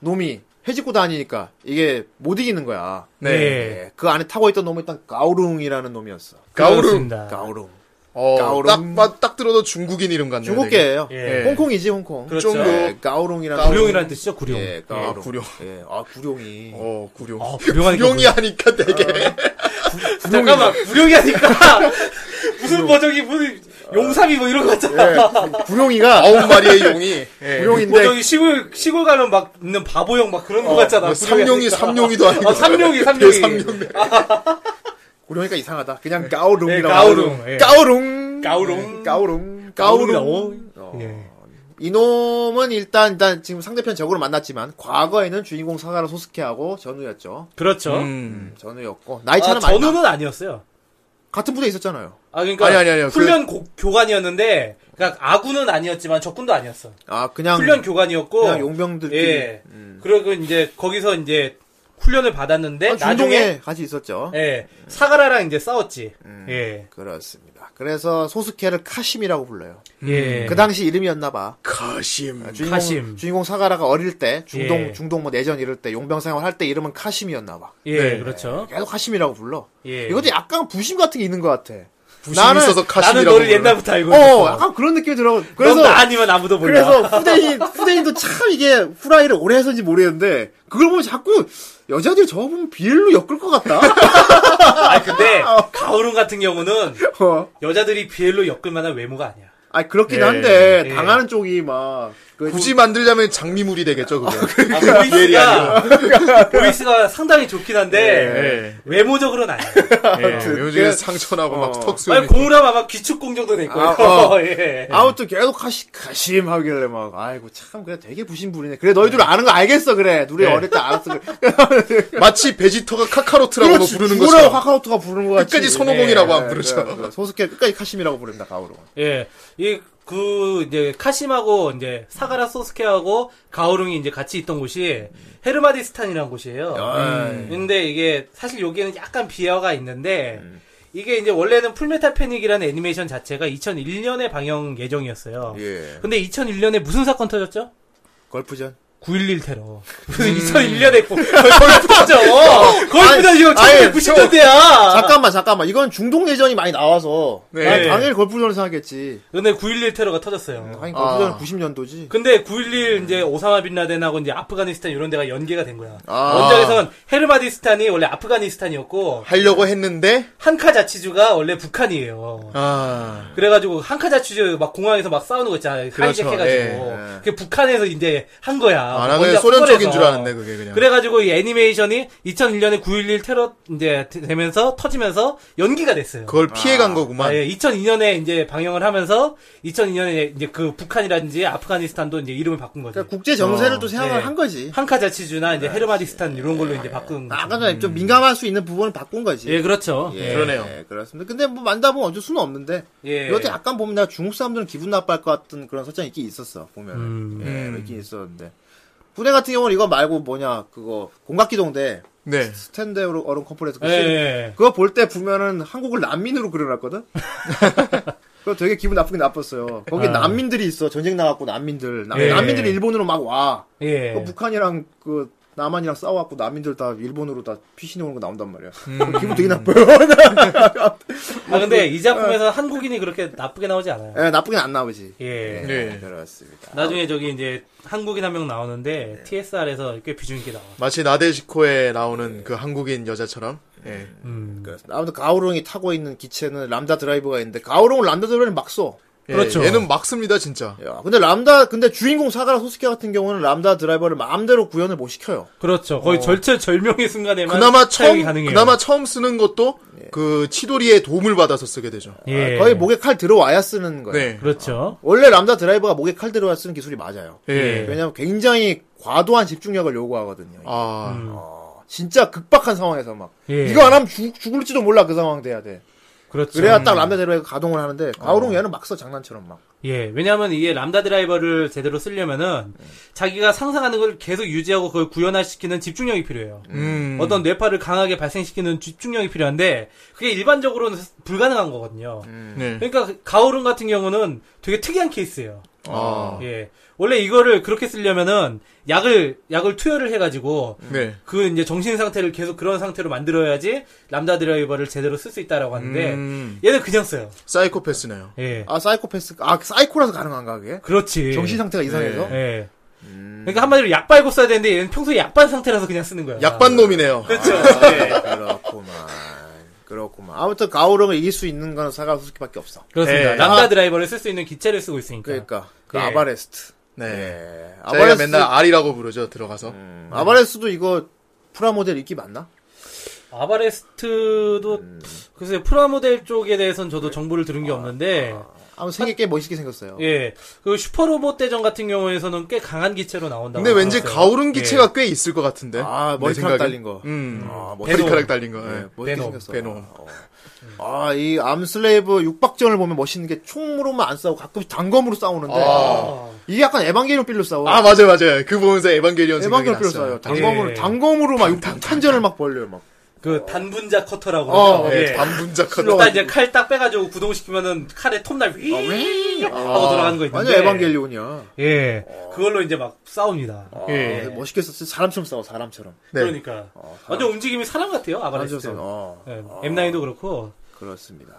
B: 놈이 해집고 다니니까 이게 못 이기는 거야.
E: 네.
D: 예.
B: 예, 그 안에 타고 있던 놈은 일단 가오룽이라는 놈이었어.
E: 가오룽.
D: 그렇습니다.
B: 가오룽.
E: 어,
B: 가오룽.
E: 딱, 봐- 딱 들어도 중국인 이름 같네요.
B: 중국계예요.
D: 예.
B: 홍콩이지 홍콩.
D: 그렇죠.
E: 쫑구.
B: 예, 가오룽이라는
D: 구룡이라는 뜻이죠, 구룡.
B: 예,
E: 되게. 아,
B: 가오룽.
E: 구룡.
B: 예, 아 구룡이.
E: 어, 구룡.
D: 어, 구룡하니까
E: 구룡이 하니까 되게.
D: 아, 잠깐만, 구룡이 하니까 무슨 뭐 저기 무슨 용삼이 뭐 이런 거 같잖아.
B: 예, 구룡이가
E: 아홉 마리의 용이. 예.
D: 뭐
B: 구룡인데
D: 저기 시골 시골 가면 막 있는 바보형 막 그런 거 같잖아.
E: 뭐 삼룡이,
D: 구룡이 하니까.
E: 삼룡이도 아니고.
D: 아, 삼룡이 삼룡이.
E: 대삼룡.
B: 구룡이가 이상하다. 그냥 가오룽이라고.
D: 예, 가오룽, 예.
B: 가오룽.
D: 가오룽.
B: 가오룽.
D: 가오룽이라고?
B: 어,
D: 예.
B: 이놈은 일단 일단 지금 상대편 적으로 만났지만 과거에는 주인공 사가라 소스케하고 전우였죠.
D: 그렇죠.
E: 음.
B: 전우였고 나이 차는
D: 아,
B: 많이 나.
D: 전우는 아니었어요.
B: 같은 부대 에 있었잖아요.
D: 아 그러니까
E: 아니, 아니, 아니요.
D: 훈련 고- 교관이었는데 그러니까 아군은 아니었지만 적군도 아니었어.
B: 아 그냥
D: 훈련 교관이었고
B: 그냥 용병들.
D: 예. 그리고 이제 거기서 이제 훈련을 받았는데
B: 아,
D: 나중에
B: 중동에 같이 있었죠.
D: 예. 사가라랑 이제 싸웠지. 예.
B: 그렇습니다. 그래서 소스케를 카심이라고 불러요.
D: 예.
B: 그 당시 이름이었나 봐.
E: 가심.
B: 아, 주인공
D: 카심.
B: 주인공 사가라가 어릴 때 중동
D: 예.
B: 중동 뭐 내전 이럴 때 용병 생활할 때 이름은 카심이었나 봐.
D: 예,
E: 네.
D: 그렇죠.
B: 계속 카심이라고 불러.
D: 예.
B: 이것도 약간 부심 같은 게 있는 것 같아.
E: 부심
B: 나는-
E: 있어서
D: 나는
E: 가심이라고.
D: 너를
E: 부르는-
D: 옛날부터 알고 있었어.
B: 어, 약간 그런 느낌이 들어.
D: 그래서 나
B: 그래서
D: 아니면 아무도 몰라.
B: 그래서 후대인 후대인도 참 이게 후라이를 오래 해서인지 모르겠는데 그걸 보면 자꾸 여자들 저거 보면 비엘로 엮을 것 같다.
D: 아 근데 가오룬 같은 경우는
B: 어.
D: 여자들이 비엘로 엮을 만한 외모가 아니야.
B: 아 그렇긴
E: 예,
B: 한데
D: 예.
B: 당하는 쪽이 막 그-
E: 굳이 만들자면 장미물이 되겠죠, 그거.
D: 아, 보이스가 보이스가 상당히 좋긴 한데 외모적으로는 아니야. 그렇죠. 어.
E: 예, 요즘에 상처나고 막 턱수염.
D: 아니, 공우람 아마 기축 공정도 될 거예요.
B: 아, 어.
D: 예.
B: 아무튼 계속 가시, 가심하길래 막, 아이고, 참, 그래, 되게 부심부리네. 그래, 너희들 아는 거 알겠어, 그래.
E: 예.
B: 우리 어릴 때 알았어. 그래.
E: 마치 베지터가 카카로트라고 뭐
B: 그렇지,
E: 부르는
B: 죽으라고
E: 것처럼.
B: 카카오토가 부르는 거 같지.
E: 끝까지 손오공이라고 안
B: 예,
E: 부르죠.
B: 그래, 그래. 소스케 끝까지 카심이라고 부른다, 가오로.
D: 예. 이, 그, 이제, 카심하고, 이제, 사가라 소스케하고, 가오룽이 이제 같이 있던 곳이, 헤르마디스탄이라는 곳이에요.
B: 아,
D: 음.
B: 예.
D: 근데 이게, 사실 여기에는 약간 비하가 있는데,
B: 음.
D: 이게 이제 원래는 풀메탈 패닉이라는 애니메이션 자체가 2001년에 방영 예정이었어요.
B: 예.
D: 근데 2001년에 무슨 사건 터졌죠?
B: 걸프전.
D: 9.11
B: 음.
D: 테러. 무슨 2001년에 거의 부자죠! 거의 부자죠!
B: 아니,
D: 1990년대야!
B: 잠깐만, 잠깐만. 이건 중동 예전이 많이 나와서.
E: 네.
B: 난 당연히 걸프전을 생각했지.
D: 근데 9.11 테러가 터졌어요.
B: 당연히 걸프전은
E: 아.
B: 90년도지.
D: 근데 9.11 이제 오사마 빈라덴하고 이제 아프가니스탄 이런 데가 연계가 된 거야.
E: 아.
D: 원작에선 헤르마디스탄이 원래 아프가니스탄이었고
E: 하려고 했는데,
D: 한카 자치주가 원래 북한이에요.
E: 아.
D: 그래가지고 한카 자치주 막 공항에서 막 싸우는 거 있잖아. 요
E: 그렇죠.
D: 하이잭해가지고
E: 예,
D: 그게 북한에서 이제 한 거야.
E: 아, 나 그냥
D: 원작
E: 소련 쪽인
D: 소설에서.
E: 줄 알았네, 그게 그냥.
D: 그래가지고 이 애니메이션이 2001년에 9.11 테러 이제 되면서 터지면서 연기가 됐어요.
E: 그걸 피해간 거구만.
D: 아, 예, 2002년에 이제 방영을 하면서 2002년에 이제 그 북한이라든지 아프가니스탄도 이제 이름을 바꾼 거죠.
B: 그러니까 국제 정세를
E: 어,
B: 또 생각을
D: 예.
B: 한 거지.
D: 한카 자치주나 이제 헤르마디스탄 이런 걸로 이제 바꾼 거죠.
B: 아까 전에 좀 민감할 수 있는 부분을 바꾼 거지.
D: 예, 그렇죠.
B: 네. 예, 그렇죠.
E: 그러네요.
B: 예, 그렇습니다. 근데 뭐 만다 보면 어쩔 수는 없는데.
D: 예.
B: 이것도 약간 보면 나 중국 사람들은 기분 나빠할 것 같은 그런 설정이 있긴 있었어. 보면 은 예, 있긴 있었는데. 군대 같은 경우는 이거 말고 뭐냐 그거 공각기동대
E: 네.
B: 스탠드 어른 컴플렉스 그
D: 예,
B: 씬
D: 예.
B: 그거 볼 때 보면은 한국을 난민으로 그려놨거든. 그거 되게 기분 나쁘긴 나빴어요. 거기 난민들이 있어 전쟁 나갔고 난민들 난-
D: 예.
B: 난민들이 일본으로 막 와.
D: 예.
B: 그 북한이랑 그 남한이랑 싸워갖고 남인들 다 일본으로 다 피신해 오는 거 나온단 말이야.
D: 음.
B: 기분 되게 나빠요.
D: 아, 근데 이 작품에서 한국인이 그렇게 나쁘게 나오지 않아요.
B: 예, 나쁘긴 안 나오지.
D: 예.
E: 네.
B: 그렇습니다.
D: 나중에 저기 이제 한국인 한 명 나오는데 TSR에서 꽤 비중 있게 나와.
E: 마치 나데시코에 나오는 그 한국인 여자처럼. 예.
D: 음.
B: 그렇습니다. 아무튼 가오롱이 타고 있는 기체는 람다 드라이버가 있는데 가오롱은 람다 드라이버를 막 쏘.
E: 예,
D: 그렇죠.
E: 얘는 막 씁니다, 진짜.
B: 야, 근데 람다 근데 주인공 사가라 소스케 같은 경우는 람다 드라이버를 마음대로 구현을 못 시켜요.
D: 그렇죠. 거의 절체절명의 순간에만
E: 그나마
D: 사용이
E: 처음,
D: 가능해요.
E: 그나마 처음 쓰는 것도 그 치도리의 도움을 받아서 쓰게 되죠.
D: 예.
B: 거의 뭐- 목에 칼 들어와야 쓰는 거예요.
E: 네.
D: 그렇죠.
B: 원래 람다 드라이버가 목에 칼 들어와 쓰는 기술이 맞아요.
E: 예.
B: 왜냐면 하 굉장히 과도한 집중력을 요구하거든요. 어,
E: 아.
B: 진짜 극박한 상황에서 막
D: 예.
B: 이거 안 하면 죽, 죽을지도 몰라 그 상황 돼야 돼.
D: 그렇죠.
B: 그래야 딱 람다 드라이버 가동을 하는데 가오롱 얘는 막 써 장난처럼 막.
D: 예, 왜냐하면 이게 람다 드라이버를 제대로 쓰려면은 자기가 상상하는 걸 계속 유지하고 그걸 구현화시키는 집중력이 필요해요.
E: 음.
D: 어떤 뇌파를 강하게 발생시키는 집중력이 필요한데 그게 일반적으로는 불가능한 거거든요.
E: 네.
D: 그러니까 가오른 같은 경우는 되게 특이한 케이스예요.
E: 아.
D: 예, 원래 이거를 그렇게 쓰려면은 약을 약을 투여를 해가지고
E: 네.
D: 그 이제 정신 상태를 계속 그런 상태로 만들어야지 람다 드라이버를 제대로 쓸 수 있다라고 하는데
E: 음.
D: 얘는 그냥 써요.
E: 사이코패스네요.
D: 예,
B: 아 사이코패스 아 사이코라서 가능한가 그게?
D: 그렇지.
B: 정신 상태가 이상해서.
D: 예. 그러니까 한마디로 약 빨고 써야 되는데 얘는 평소에 약반 상태라서 그냥 쓰는 거야.
E: 약반 아. 놈이네요.
D: 그렇죠. 예.
B: 아, 그렇구만. 그렇구만. 아무튼 가오롱을 이길 수 있는 건 사가 소스케밖에 없어.
D: 그렇습니다.
E: 예.
D: 남자
B: 아.
D: 드라이버를 쓸 수 있는 기체를 쓰고 있으니까.
B: 그러니까 그
D: 예.
B: 아바레스트.
E: 네.
B: 예.
E: 저희가
B: 아바레스트
E: 맨날 R이라고 부르죠, 들어가서.
B: 음, 아바레스트도 이거 프라모델 인기 많나?
E: 음. 아,
D: 아바레스트도 글쎄 프라모델 쪽에 대해서는 저도 정보를 들은 게 없는데
B: 아무 생긴 꽤 멋있게 생겼어요.
D: 예. 그 슈퍼로봇 대전 같은 경우에서는 꽤 강한 기체로 나온다고.
E: 근데 왠지
D: 들었어요.
E: 가오른
D: 예.
E: 기체가 꽤 있을 것 같은데.
B: 아,
E: 내
B: 머리카락
E: 생각엔.
B: 달린 거.
E: 음.
B: 아, 멋있-
E: 머리카락 달린 거.
B: 네,
E: 예.
B: 멋있게
D: 베놈,
B: 생겼어.
E: 베놈.
B: 아, 이 암슬레이브 육박전을 보면 멋있는 게 총으로만 안 싸우고 가끔씩 단검으로 싸우는데 이게 약간 에반게리온 빌로 싸워.
E: 아, 맞아요, 맞아요. 그 보면서 에반게리온 생각이
B: 에반게리온 빌로
E: 났어요.
B: 싸워요. 단검으로
D: 예.
B: 단검으로 막 육탄전을 막 벌려요 막.
D: 그 단분자 커터라고.
B: 어,
D: 그러죠.
E: 예,
D: 예.
E: 반분작하다.
D: 일단 이제 칼 딱 빼가지고 구동시키면은 칼에
E: 아,
D: 톱날 휘 하고 아, 뭐 들어가는 거 있는데.
B: 완전 에반게리온이야.
D: 예.
E: 아.
D: 그걸로 이제 막 싸웁니다.
E: 예.
B: 아, 멋있게 썼어. 사람처럼 싸워 사람처럼.
E: 네.
D: 그러니까 완전 움직임이 사람 같아요 아바라스.
B: 사람처럼. 어,
E: 네.
D: 예, M9도 그렇고
B: 그렇습니다.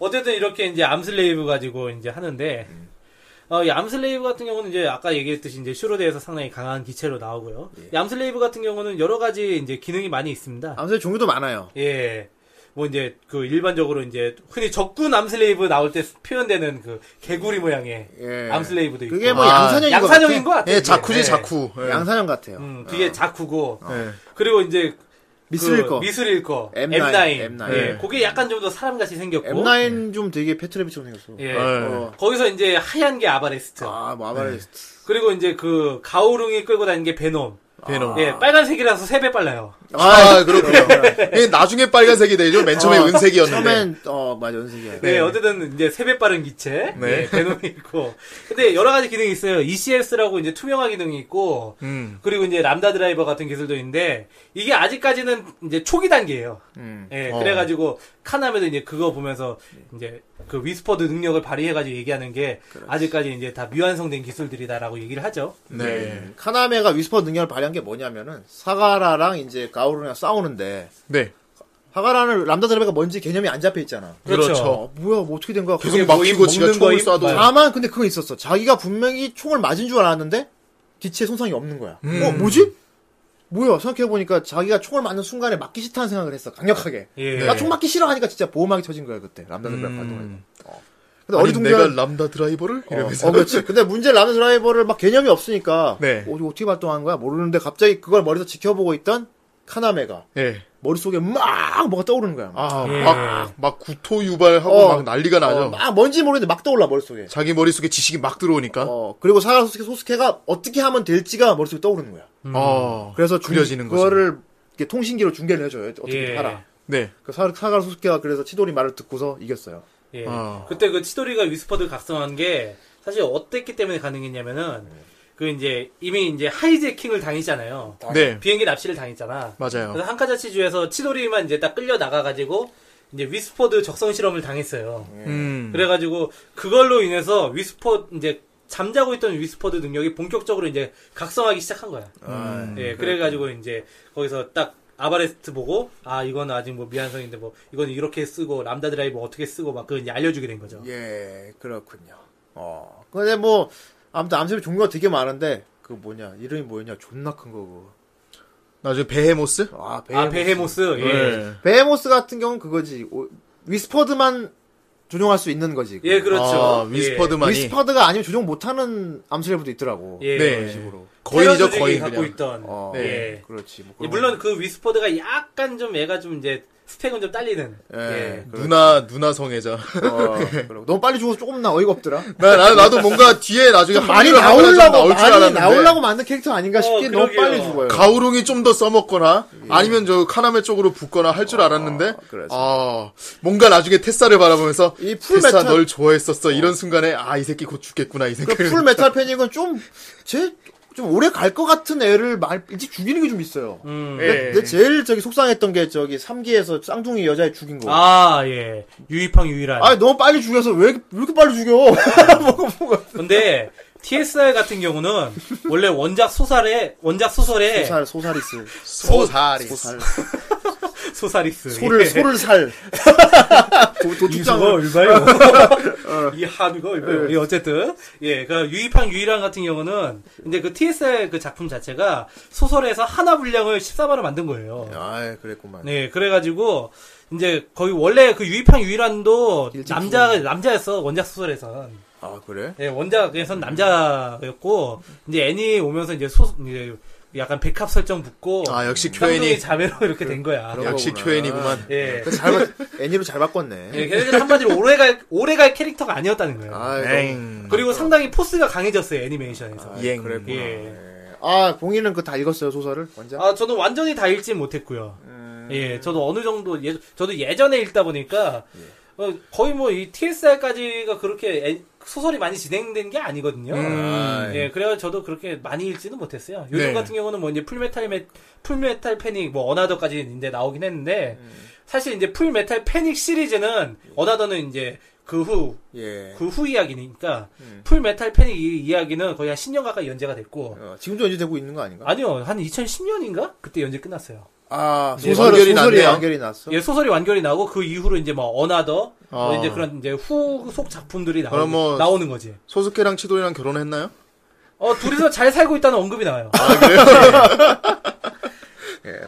D: 어쨌든 이렇게 이제 암슬레이브 가지고 이제 하는데 어, 이 암슬레이브 같은 경우는 이제 아까 얘기했듯이 이제 슈로드에서 상당히 강한 기체로 나오고요. 이 암슬레이브 같은 경우는 여러 가지 이제 기능이 많이 있습니다.
B: 암슬레이브 종류도 예. 많아요.
D: 예. 뭐 이제 그 일반적으로 이제 흔히 적군 암슬레이브 나올 때 표현되는 그 개구리 모양의
B: 예.
D: 암슬레이브도 있고.
B: 그게 뭐
E: 아,
B: 양산형인 것
D: 양산형인 것
B: 같아.
D: 같아요.
E: 예,
D: 이게.
E: 자쿠지
D: 예.
E: 자쿠. 예.
B: 양산형 같아요. 어. 네.
D: 음, 그게 자쿠고.
E: 예.
D: 그리고 이제 그
B: 미스릴 거.
D: 미스릴 거.
B: M9,
D: M9.
B: M9.
D: 예.
E: 예.
D: 그게 약간 좀 더 사람같이 생겼고.
B: M9 좀 되게 패트레비처럼 생겼어.
D: 예.
E: 뭐? 예.
D: 거기서 이제 하얀 게 아바레스트.
B: 아, 뭐
E: 네.
B: 아바레스트.
D: 그리고 이제 그 가오룽이 끌고 다니는 게 베놈.
E: 베놈.
D: 예, 빨간색이라서 세 배 빨라요.
E: 아, 그렇군요. 예, 나중에 빨간색이 되죠. 맨 처음에
B: 어,
E: 은색이었는데.
B: 처음엔 어 맞아 연습이야.
D: 네, 어쨌든 이제 세 배 빠른 기체.
E: 네.
D: 예, 베놈이 있고. 근데 여러 가지 기능이 있어요. ECS라고 이제 투명화 기능이 있고.
E: 음.
D: 그리고 이제 람다 드라이버 같은 기술도 있는데 이게 아직까지는 이제 초기 단계예요. 예, 그래가지고 카남에도 이제 그거 보면서 이제 그 위스퍼드 능력을 발휘해가지고 얘기하는 게 아직까지 이제 다 미완성된 기술들이다라고 얘기를 하죠.
E: 네.
B: 음, 카나메가 위스퍼 능력을 발휘한 게 뭐냐면은 사가라랑 이제 가오르랑 싸우는데
E: 네.
B: 사가라는 람다 드라베가 뭔지 개념이 안 잡혀 있잖아.
E: 그렇죠.
B: 어, 뭐야 뭐 어떻게 된 거야?
E: 계속
D: 뭐
E: 막히고
D: 입
E: 지가
D: 먹는
E: 총을
D: 거임?
E: 쏴도.
B: 다만 근데 그건 있었어. 자기가 분명히 총을 맞은 줄 알았는데 기체에 손상이 없는 거야.
E: 음.
B: 어 뭐지? 뭐야 생각해 보니까 자기가 총을 맞는 순간에 맞기 싫다는 생각을 했어 강력하게.
D: 예.
E: 네.
B: 나 총 맞기 싫어하니까 진짜 보호막이 터진 거야 그때 람다 드라베가 활동할 때. 어. 근데
E: 아니, 내가
B: 어리둥절한
E: 람다 음. 드라이버를? 이러면서.
B: 어, 어, 그렇지. 근데 문제 라면 드라이버를 막 개념이 없으니까
E: 네.
B: 어, 이거 어떻게 발동하는 거야 모르는데 갑자기 그걸 머리에서 지켜보고 있던 카나메가
E: 예.
B: 머릿속에 막 뭐가 떠오르는 거야. 막.
E: 아,
D: 예.
E: 막, 막 구토 유발하고
B: 어.
E: 막 난리가 나죠.
B: 어, 막 뭔지 모르는데 막 떠올라 머릿속에.
E: 자기 머릿속에 지식이 막 들어오니까. 어.
B: 어, 그리고 사가 소스케 소스케가 어떻게 하면 될지가 머릿속에 떠오르는 거야. 음. 그래서 중-
E: 음. 그려지는 아, 거죠.
B: 그거를 이렇게 통신기로 중계를 해줘요. 어떻게
D: 예.
B: 하라.
E: 네.
B: 그 사, 사가 소스케가 그래서 치돌이 말을 듣고서 이겼어요.
D: 예.
E: 아.
D: 그때 그 치도리가 위스퍼드 각성한 게 사실 어땠기 때문에 가능했냐면은 그 이제 이미 이제 하이제킹을 당했잖아요.
E: 네.
D: 비행기 납치를 당했잖아.
E: 맞아요.
D: 그래서 한카자치주에서 치도리만 이제 딱 끌려 나가가지고 이제 위스퍼드 적성 실험을 당했어요.
E: 음.
D: 그래가지고 그걸로 인해서 위스퍼 이제 잠자고 있던 위스퍼드 능력이 본격적으로 이제 각성하기 시작한 거야.
E: 아.
B: 아, 음,
D: 예, 그래가지고 이제 거기서 딱 아바레스트 보고 아 이건 아직 뭐 미완성인데 뭐 이건 이렇게 쓰고 람다 드라이브 어떻게 쓰고 막 그걸 이제 알려주게 된 거죠.
B: 예, 그렇군요. 어. 근데 뭐 아무튼 암세비 종류가 되게 많은데 그 뭐냐 이름이 뭐였냐 존나 큰 거고.
E: 나중에 베헤모스?
B: 아,
D: 아 베헤모스 예.
E: 네.
B: 베모스 같은 경우는 그거지. 오- 위스퍼드만 조종할 수 있는 거지.
D: 예, 그렇죠.
E: 아,
D: 예.
E: 위스퍼드만이.
B: 위스퍼드가 아니면 조종 못하는 암스레브도 있더라고.
D: 예.
E: 네.
B: 그런 식으로.
E: 거인이죠,
D: 테러 조직이
E: 거인.
D: 갖고
E: 그냥.
D: 있던
B: 어,
E: 네.
D: 예.
B: 그렇지. 뭐
D: 예,
B: 그런
D: 물론 그 위스퍼드가 약간 좀 얘가 좀 이제 스펙은 좀 딸리는
B: 예.
D: 예.
B: 그렇-
E: 누나, 누나 성애자.
B: 어, 그리고 너무 빨리 죽어서 조금 나 어이가 없더라.
E: 나, 나, 나도 뭔가 뒤에 나중에
B: 많이
E: 합류를 하거나 좀
B: 나오려고
E: 나올 줄
B: 많이
E: 알았는데.
B: 나오려고 만든 캐릭터 아닌가 싶긴
D: 어,
B: 너무
D: 그러게요.
B: 빨리 죽어요.
E: 가오롱이 좀 더 써먹거나 아니면 저 카나메 쪽으로 붙거나 할 줄 알았는데
B: 예. 그래서.
E: 아 뭔가 나중에 테사를 바라보면서
B: 이
E: 테사
B: 풀메탈- 그
E: 널 좋아했었어 이런 순간에 아 이 새끼 곧 죽겠구나 이 새끼
B: 풀 메탈 패닉은 좀제좀 오래 갈 것 같은 애를 말 일찍 죽이는 게 좀 있어요.
D: 음.
E: 예.
B: 근데 제일 저기 속상했던 게 저기 3기에서 쌍둥이 여자애 죽인 거.
D: 아, 예. 유이팡 유일한.
B: 아니 너무 빨리 죽여서 왜, 이렇게- 왜 이렇게 빨리 죽여?
D: 근데 TSR 같은 경우는 원래 원작 소설에 원작 네. 소설에
B: 소살 소살이스
E: 소사리
B: 소살
D: 소사리스 예.
B: 소를 소를 살 도- 도축장을
D: 얼마요? 이 한우가 얼마요? 어. 예, 어쨌든 예, 그 유이팡 유일한 같은 경우는 이제 그 TSR 그 작품 자체가 소설에서 하나 분량을 14만을 만든 거예요.
B: 아 그랬구만.
D: 네, 그래가지고 이제 거의 원래 그 유이팡 유일한도 남자 남자였어 원작 소설에선.
B: 아 그래?
D: 예, 원작에선 남자였고 이제 애니 오면서 이제 소 이제 약간 백합 설정 붙고
E: 아, 역시
D: 쌍둥이
E: 큐엔이
D: 자매로 이렇게 된 거야.
E: 역시
G: 거구나.
E: 큐엔이구만.
D: 예.
B: 잘 바- 애니로 잘 바꿨네.
D: 예, 걔네들은 한마디로 오래갈 오래갈 캐릭터가 아니었다는 거예요.
B: 아,
E: 네, 엥.
D: 그리고 상당히 포스가 강해졌어요 애니메이션에서.
E: 예.
D: 예.
B: 아, 봉이는 그 다 읽었어요, 소설을? 원작?
D: 아 저는 완전히 다 읽진 못했고요. 예, 저도 어느 정도 예, 저도 예전에 읽다 보니까 어, 거의 뭐 이 TSR까지가 그렇게 애- 소설이 많이 진행된 게 아니거든요.
E: 음.
D: 예, 그래서 저도 그렇게 많이 읽지는 못했어요. 요즘
E: 네.
D: 같은 경우는 뭐 이제 풀메탈 메, 풀메탈 패닉 뭐 어나더까지 이제 나오긴 했는데 사실 이제 풀메탈 패닉 시리즈는 어나더는 이제 그후그 후
G: 예.
D: 이야기니까
B: 음.
D: 풀메탈 패닉 이 이야기는 거의 한 10년 가까이 연재가 됐고
B: 어, 지금도 연재되고 있는 거 아닌가?
D: 아니요 한 2010년인가 그때 연재 끝났어요.
G: 아,
E: 예.
B: 소설은
E: 완결이
B: 소설이
E: 났네요.
B: 완결이 났어.
D: 예, 소설이 완결이 나고 그 이후로 이제 뭐 어나더 뭐
E: 아.
D: 이제 그런 이제 후속 작품들이 나오,
E: 그럼 뭐-
D: 나오는 거지.
E: 소스케랑 치돌이랑 결혼했나요?
D: 어 둘이서 잘 살고 있다는 언급이 나와요.
B: 아,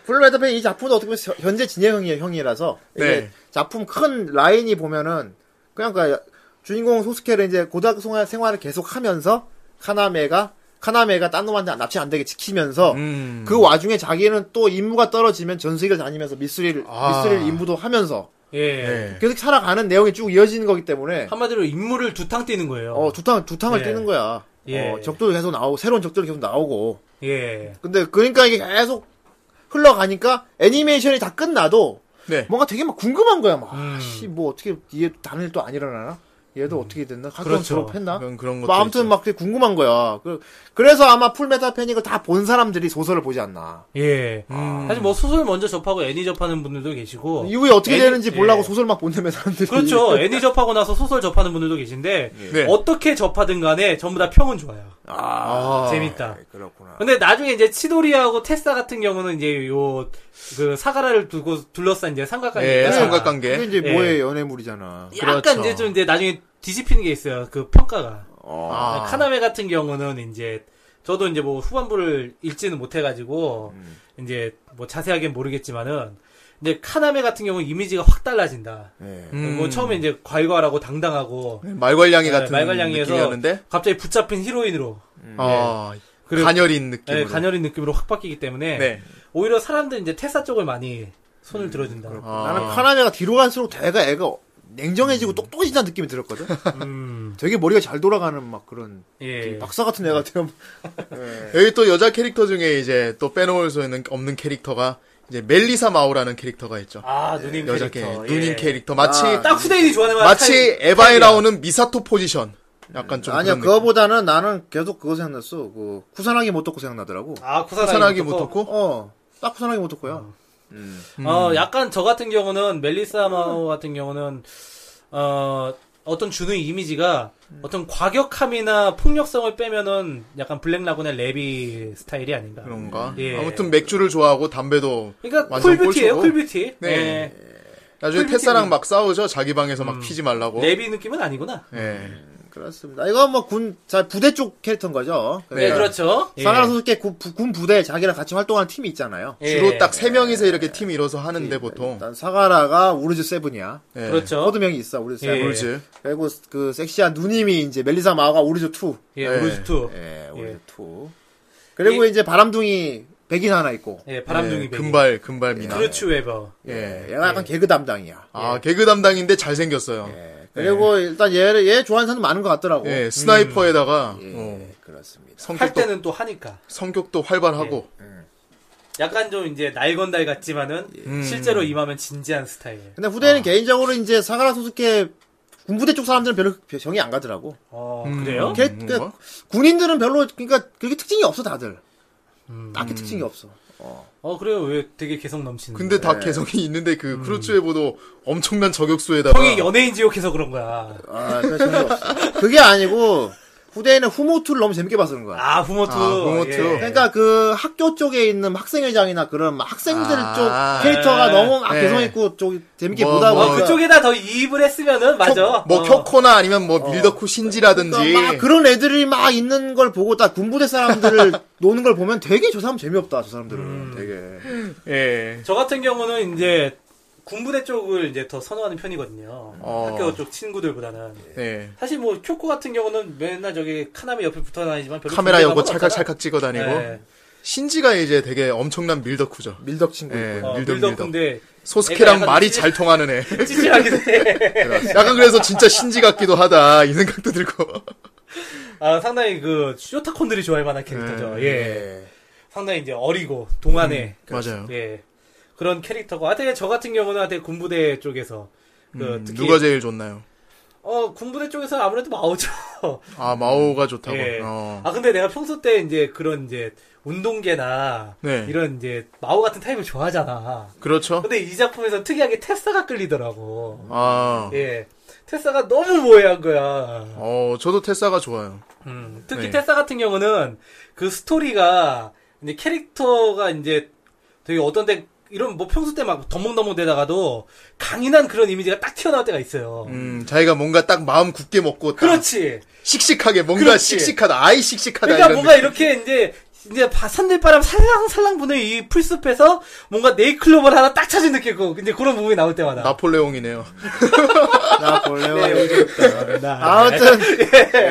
B: 풀메타팬 예, 이 작품도 어떻게 보면 서- 현재 진행형이라서 이게
E: 네.
B: 작품 큰 라인이 보면은 그냥 그 주인공 소스케를 이제 고등학교 생활- 생활을 계속하면서 카나메가 카나메가 딴 놈한테 납치 안 되게 지키면서
E: 음.
B: 그 와중에 자기는 또 임무가 떨어지면 전세계를 다니면서 미스릴
E: 아.
B: 미스릴 임무도 하면서
D: 예.
E: 네.
B: 계속 살아가는 내용이 쭉 이어지는 거기 때문에
D: 한마디로 인물을 두탕 뛰는 거예요.
B: 어 두탕 두탕을
D: 예.
B: 뛰는 거야.
D: 예.
B: 어, 적도 계속 나오고 새로운 적들이 계속 나오고
D: 예.
B: 근데 그러니까 이게 계속 흘러가니까 애니메이션이 다 끝나도
E: 네.
B: 뭔가 되게 막 궁금한 거야 막
D: 음.
B: 씨 뭐 어떻게 얘 다른 일 또 안 일어나나 얘도 어떻게 됐나 학교
D: 그렇죠.
B: 졸업했나
E: 그런 그런 것도
B: 뭐 아무튼 막 되게 궁금한 거야 그, 래서 아마 풀메타 패닉을 다 본 사람들이 소설을 보지 않나
D: 예.
E: 음.
D: 사실 뭐 소설 먼저 접하고 애니 접하는 분들도 계시고
B: 이후에 어떻게
D: 애니-
B: 되는지 보려고
D: 예.
B: 소설 막 본다며 사람들이
D: 그렇죠. 애니 접하고 나서 소설 접하는 분들도 계신데
E: 네.
D: 어떻게 접하든 간에 전부 다 평은 좋아요.
E: 어.
G: 아,
D: 재밌다.
G: 예, 그렇구나.
D: 근데 나중에 이제 치도리하고 테사 같은 경우는 이제 요 그 사가라를 두고 둘러싼 이제 삼각관계.
E: 예,
D: 있잖아.
B: 그게
E: 삼각관계.
B: 이제
D: 예.
B: 뭐의 연애물이잖아
D: 네. 약간
E: 그렇죠.
D: 이제 좀 이제 나중에 뒤집히는 게 있어요. 그 평가가. 네,
E: 아.
D: 카나메 같은 경우는 이제 저도 이제 뭐 후반부를 읽지는 못해가지고
E: 음.
D: 이제 뭐 자세하게는 모르겠지만은 이제 카나메 같은 경우는 이미지가 확 달라진다.
G: 예.
E: 음.
D: 뭐 처음에 이제 괄괄하고 당당하고
E: 말괄량이
D: 네,
E: 같은
D: 말괄량이에서
E: 느낌이었는데
D: 갑자기 붙잡힌 히로인으로
B: 음. 예.
E: 아,
D: 그리고-
E: 간열인 느낌으로.
D: 예,
B: 네,
D: 간열인 느낌으로 확 바뀌기 때문에
E: 네.
D: 오히려 사람들이 이제 테사 쪽을 많이 손을 들어준다.
E: 아.
B: 나는 카나메가 뒤로 갈수록 대가 애가 냉정해지고 똑똑해진다는 느낌이 들었거든
D: 음,
B: 되게 머리가 잘 돌아가는 막 그런
D: 예.
B: 박사 같은 애가 되면
E: 여기 또 여자 캐릭터 중에 이제 또 빼놓을 수 있는 없는 캐릭터가 이제 멜리사 마오라는 캐릭터가 있죠.
D: 아, 누님
E: 여자
D: 캐릭터.
E: 캐
D: 예.
E: 누님 캐릭터 마치
D: 딱 후대인이 좋아하는
E: 마치
D: 타입-
E: 에바에
D: 타입이야.
E: 나오는 미사토 포지션. 약간 좀
B: 아니야
E: 그런
B: 그거보다는 나는 계속 그거 생각났어 그 쿠사나기 못토고 생각나더라고
D: 아,
E: 느낌.
D: 구사나기
E: 산하기
D: 못하고.
E: 못했고
B: 어딱 쿠사나기 못토고야
E: 음.
D: 어, 약간 저 같은 경우는 멜리사 마오 같은 경우는 어, 어떤 주는 이미지가 어떤 과격함이나 폭력성을 빼면은 약간 블랙 라군의 레비 스타일이 아닌가.
E: 그런가.
D: 예.
E: 아무튼 맥주를 좋아하고 담배도
D: 그러니까
E: 완전
D: 쿨뷰티예요,
E: 꼴찌고.
D: 쿨뷰티.
E: 네.
D: 예.
E: 나중에
D: 쿨비티는- 음. 네.
E: 테사랑 막 싸우죠. 자기 방에서 막 피지 말라고.
D: 레비 느낌은 아니구나.
E: 예.
B: 그렇습니다 이거 뭐 군 자 부대 쪽 캐릭터인 거죠
D: 네,
B: 그러니까
D: 그렇죠. 예.
B: 사나라 소스케 구- 부- 군 부대 자기랑 같이 활동하는 팀이 있잖아요
D: 예.
E: 주로 딱 세 명이서 이렇게 팀 이뤄서 하는데 보통.
B: 예. 일단 사가라가 우르즈 세븐이야
E: 예.
D: 그렇죠.
B: 코드명이 있어 우르즈
D: 예.
B: 세븐
E: 울즈.
B: 그리고 그 섹시한 누님이 이제 멜리사 마오가 우르즈 2
D: 예,
E: 예.
D: 우르즈투.
G: 예, 우리 투.
B: 그리고 이제 바람둥이 백인 하나 있고
D: 예, 바람둥이
E: 예,
D: 그렇죠. 베리.
E: 금발 금발 미나.
D: 크루츠 웨버.
E: 예.
B: 얘가 약간 개그 담당이야
E: 아 개그 담당인데 잘 생겼어요. 예.
B: 그리고 일단 얘를 얘 좋아하는 사람 많은 것 같더라고 예,
E: 스나이퍼에다가 어,
G: 그렇습니다.
D: 어, 음. 예. 할
E: 성격도
D: 때는 또 하니까.
E: 성격도 활발하고.
D: 약간 좀 이제 날건달 같지만은
E: 예.
D: 음. 실제로 임하면 진지한 스타일.
B: 근데
E: 아.
B: 후대는 개인적으로 이제 사가라 소스케 군부대 쪽 사람들은 별로 그 정이 안 가더라고.
D: 어, 그래요?
B: 걔-
E: 음,
B: 그
E: 뭔가?
B: 군인들은 별로 그러니까 그렇게 특징이 없어 다들.
E: 음.
B: 딱히 특징이 없어.
D: 어, 그래요. 왜 되게 개성 넘치는.
E: 근데 다 개성이 있는데 그 크루츠웨보도 엄청난 저격수에다가
D: 형이 연예인 지옥해서 그런 거야.
B: 아, 그래서 정이 없어. 그게 아니고 후대는 후모투를 너무 재밌게 봐서 그런 거야.
D: 아, 부모투.
E: 아, 부모투.
D: 예.
B: 그러니까 그 학교 쪽에 있는 학생회장이나 그런 막 학생들
E: 아,
B: 쪽 캐릭터가
D: 네.
B: 너무 막
E: 네.
B: 개성 있고 좀 재밌게
E: 뭐,
B: 보다
E: 뭐,
D: 어,
B: 보니까
D: 그쪽에다 더 이입을 했으면은, 맞아.
E: 뭐
D: 어.
E: 켜코나 아니면 뭐 밀더쿠 신지라든지
B: 그러니까 막 그런 애들이 막 있는 걸 보고 딱 군부대 사람들을 노는 걸 보면 되게 저 사람 재미없다 저 사람들은 되게
E: 예.
D: 저 같은 경우는 이제, 군부대 쪽을 이제 더 선호하는 편이거든요.
E: 어.
D: 학교 쪽 친구들보다는.
E: 예.
D: 사실 뭐, 쿄코 같은 경우는 맨날 저기 카나미 옆에 붙어 다니지만 별로.
E: 카메라
D: 존재감은
E: 연고
D: 없잖아.
E: 찰칵찰칵 찍어 다니고
D: 예.
E: 신지가 이제 되게 엄청난 밀덕후죠.
H: 밀덕 친구.
E: 예,
D: 어,
E: 밀덕 밀덕.
D: 밀덕인데
E: 소스케랑
D: 애가 약간 네.
E: 말이
D: 찌-
E: 잘 통하는 애.
D: 찌질하긴 해.
E: 약간 그래서 진짜 신지 같기도 하다 이 생각도 들고.
D: 아, 상당히 그 쇼타콘들이 좋아할 만한
E: 네.
D: 캐릭터죠.
E: 음,
D: 예. 상당히 이제 어리고 동안에
E: 맞아요.
D: 예. 그런 캐릭터고 하여튼 저 같은 경우는 하여튼 군부대 쪽에서 그
E: 음,
D: 특히
E: 누가 제일 좋나요?
D: 어 군부대 쪽에서 아무래도 마오죠.
E: 아 마오가 좋다고.
D: 예.
E: 어.
D: 아 근데 내가 평소 때 이제 그런 이제 운동계나
E: 네.
D: 이런 이제 마오 같은 타입을 좋아하잖아.
E: 그렇죠.
D: 근데 이 작품에서 특이하게 테사가 끌리더라고.
E: 아,
D: 예. 테사가 너무 모해한 거야.
E: 어 저도 테사가 좋아요.
D: 음, 특히
E: 네.
D: 테사 같은 경우는 그 스토리가 이제 캐릭터가 이제 되게 어떤 데 이런 뭐 평소 때 막 덤벙덤벙 대다가도 강인한 그런 이미지가 딱 튀어나올 때가 있어요.
E: 음, 자기가 뭔가 딱 마음 굳게 먹고 딱
D: 그렇지.
B: 아,
E: 씩씩하게 뭔가
D: 그렇지.
E: 씩씩하다 아이 씩씩하다
D: 그러니까
E: 이런
D: 뭔가 이렇게 이제 이제 바- 산들바람 살랑살랑 부는 이 풀숲에서 뭔가 네이클럽을 하나 딱 찾은 느낌이고 이제 그런 부분이 나올 때마다
E: 나폴레옹이네요.
B: 나 네, 볼레오.
D: 나-
B: 아무튼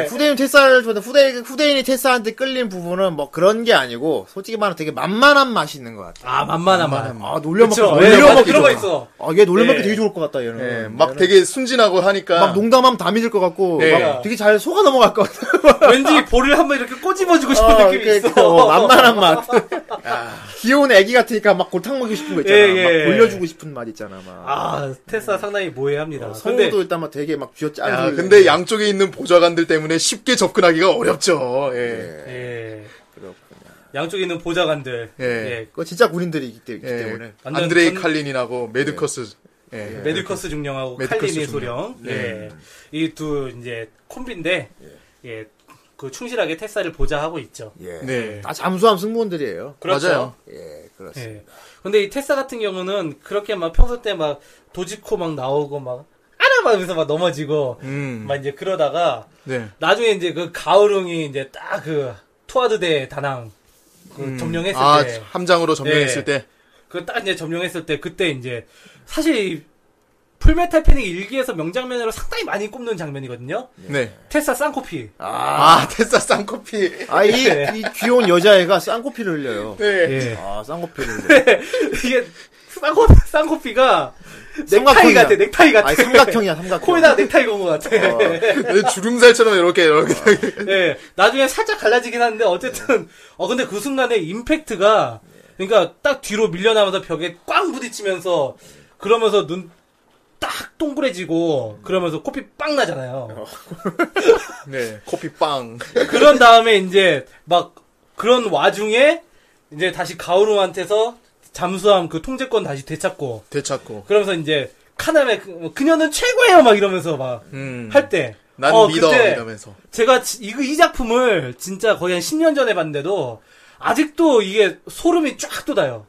B: 후대인 테사를 좋아하는데 후대 후대인이 테사한테 끌린 부분은 뭐 그런 게 아니고 솔직히 말하면 되게 만만한 맛이 있는 것 같아.
D: 아 만만한 말.
B: 아 놀려먹기
D: 그쵸. 예, 맞아, 그런 거 있어.
B: 아얘 놀려먹기
D: 예.
B: 되게 좋을 것 같다 얘는.
E: 예, 막 되게 순진하고 하니까
B: 막 농담하면 다 믿을 것 같고
E: 예.
B: 막 되게 잘 속아 넘어갈 것 같아.
D: 왠지 볼을 한번 이렇게 꼬집어주고 싶은
B: 어,
D: 느낌이
B: 그러니까
D: 있어.
B: 어, 만만한 맛. 귀여운 애기 같으니까 막 골탕 먹이고 싶은 거 있잖아.
D: 예, 예.
B: 막 돌려주고 싶은 맛 있잖아. 막.
D: 아, 테사 상당히 모해합니다.
B: 성우도
D: 근데
B: 일단 막 되게 막 쥐어 짜는.
E: 야, 근데 양쪽에 있는 보좌관들 때문에 쉽게 접근하기가 어렵죠. 예.
D: 예. 양쪽에 있는 보좌관들.
E: 예.
D: 예.
B: 그거 진짜 군인들이기 때- 있기
E: 예.
B: 때문에.
D: 완전
E: 안드레이
D: 전- 네.
E: 칼린이라고 메드커스. 예.
D: 메디커스 중령하고
E: 메디커스
D: 칼리니
E: 중령.
D: 소령. 예. 이 두 이제 콤비인데 예. 그 충실하게 테사를 보좌하고 있죠.
H: 예.
E: 네.
B: 다 잠수함 승무원들이에요.
D: 그렇죠.
E: 맞아요.
H: 예, 그렇습니다.
D: 예. 근데 이 테사 같은 경우는 그렇게 막 평소 때 막 도지코 막 나오고 막 아라 막 하면서 막 넘어지고
E: 음.
D: 막 이제 그러다가
E: 네.
D: 나중에 이제 그 가오룽이 이제 딱 그 투아드대 다낭 그 점령했을
E: 아,
D: 때
E: 함장으로 점령했을
D: 예.
E: 때.
D: 그 딱 이제 점령했을 때 그때 이제 사실 이 풀메탈 패닉 일기에서 명장면으로 상당히 많이 꼽는 장면이거든요.
E: 네.
D: 테사 쌍코피.
E: 아, 테사 쌍커피.
B: 아, 이, 이 귀여운 여자애가 쌍코피를 흘려요.
E: 예. 네.
D: 예.
B: 아, 쌍코피를
D: 네.
B: 흘려.
D: 이게 쌍코피, 쌍코피가 넥타이 같아. 넥타이 같아.
B: 네. 아니, 삼각형이야, 삼각형. 어.
D: 코에다 넥타이 건것 같아. 예.
E: 주름살처럼 이렇게 이렇게
D: 네. 나중에 살짝 갈라지긴 하는데 어쨌든
B: 네.
D: 어 근데 그 순간에 임팩트가 그러니까 딱 뒤로 밀려나면서 벽에 꽝 부딪히면서 그러면서 눈 딱 동그래지고 그러면서 코피 빵 나잖아요.
B: 어.
E: 네. 코피 빵.
D: 그런 다음에 이제 막 그런 와중에 이제 다시 가오루한테서 잠수함 그 통제권 다시 되찾고
E: 되찾고.
D: 그러면서 이제 카나메 그- 그녀는 최고예요 막 이러면서
E: 음.
D: 막 할 때.
E: 난
D: 어,
E: 믿어
D: 그때
E: 이러면서.
D: 제가 지- 이거 이 작품을 진짜 거의 한 10년 전에 봤는데도 아직도 이게 소름이 쫙 돋아요.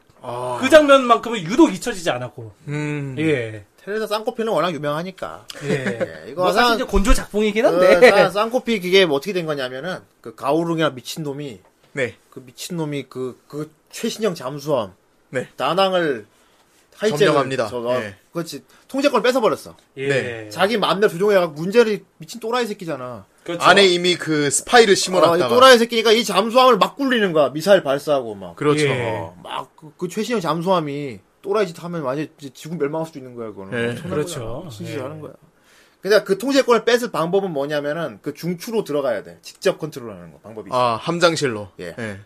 D: 그 장면만큼은 유독 잊혀지지 않았고.
E: 음.
D: 예.
B: 테레사 쌍코피는 워낙 유명하니까.
D: 예.
B: 예, 이거
D: 뭐 사실
B: 상-
D: 이제 곤조 작품이긴 한데.
E: 어,
B: 그 쌍- 쌍코피 그게 뭐 어떻게 된 거냐면은, 그 가오룽이나 미친놈이,
E: 네.
B: 그 미친놈이 그, 그 최신형 잠수함.
E: 네.
B: 다낭을 하이잭을-
E: 점령합니다.
B: 저- 어,
E: 예.
B: 그렇지. 통제권을 뺏어버렸어.
D: 예.
E: 네.
B: 자기 마음대로 조종해가지고 문제를 미친 또라이 새끼잖아.
D: 그렇죠.
E: 안에 이미 그 스파이를
B: 아, 이
E: 심어놨다가.
B: 또라이 새끼니까 이 잠수함을 막 굴리는 거야. 미사일 발사하고 막.
E: 그렇죠.
D: 예.
B: 어, 막, 그, 그 최신형 잠수함이 또라이 짓 하면 완전 이제 지구 멸망할 수도 있는 거야, 그거는.
E: 네.
B: 엄청난
D: 그렇죠.
B: 거야. 진짜
D: 예.
B: 하는 거야. 근데 그 통제권을 뺏을 방법은 뭐냐면은 그 중추로 들어가야 돼. 직접 컨트롤하는 거 방법이 있어.
E: 아, 함장실로.
B: 예.
E: 예.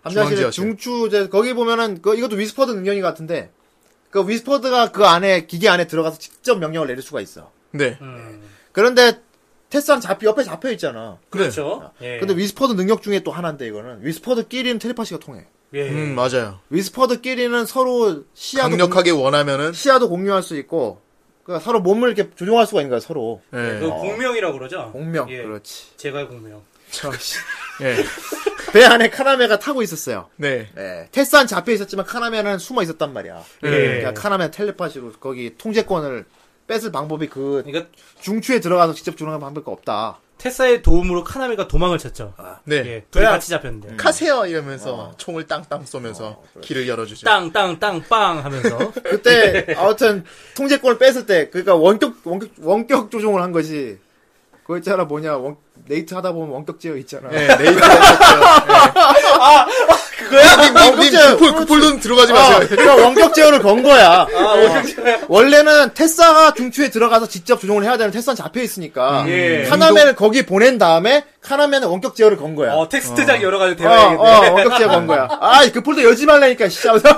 E: 중앙지하실.
B: 함장실에 중추 이제 거기 보면은 그 이것도 위스퍼드 능력이 같은데 그 위스퍼드가 그 안에 기계 안에 들어가서 직접 명령을 내릴 수가 있어.
E: 네.
D: 음,
B: 그런데 테스랑 잡히 옆에 잡혀 있잖아.
E: 그래.
D: 그렇죠. 예.
B: 네. 근데 위스퍼드 능력 중에 또 하나인데 이거는 위스퍼드끼리는 텔레파시가 통해.
D: 예.
E: 음, 맞아요.
B: 위스퍼드끼리는 서로 시야도
E: 강력하게 원하면은
B: 시야도 공유할 수 있고 그러니까 서로 몸을 이렇게 조종할 수가 있는 거야 서로 어,
E: 예.
D: 그 공명이라고 그러죠.
B: 아. 공명
D: 예.
B: 그렇지
D: 제갈 공명.
E: 예.
B: 배 안에 카나메가 타고 있었어요
E: 네.
B: 네. 테스안 잡혀 있었지만 카나메는 숨어 있었단 말이야
D: 예.
B: 그러니까 카나메 텔레파시로 거기 통제권을 뺏을 방법이 그
D: 그러니까
B: 중추에 들어가서 직접 조종하는 방법이 없다
D: 테사의 도움으로 카나미가 도망을
B: 아,
D: 쳤죠.
E: 네.
D: 예. 둘이 같이
B: 음,
D: 잡혔는데.
E: 카세요 이러면서 총을 땅땅 쏘면서
B: 아,
E: 길을
B: 그렇죠.
E: 열어주죠.
D: 땅, 땅, 땅, 빵 하면서.
B: 그때 아무튼 통제권을 뺏을 때 그러니까 원격 원격 원격 조종을 한 거지 그거 있잖아 뭐냐 원, 네이트 하다 보면 원격제어 있잖아.
E: 예, 네이트 아, 그거야? 님, 님, 님, 그폴, 그폴로는 들어가지 마세요. 아,
B: 아, 그러니까 원격 제어를 건 거야. 어. 원래는 테사가 중추에 들어가서 직접 조종을 해야 되는 테사는 잡혀
E: 음.
B: 있으니까
D: 예.
B: 카나멘을 거기 보낸 다음에 카나멘은 원격 제어를 건 거야.
D: 어, 텍스트장 여러 가지
B: 어,
D: 대화해야겠네.
B: 어, 원격 제어 건 거야. 아, 그 폴더 열지 말라니까 씨. 하면서.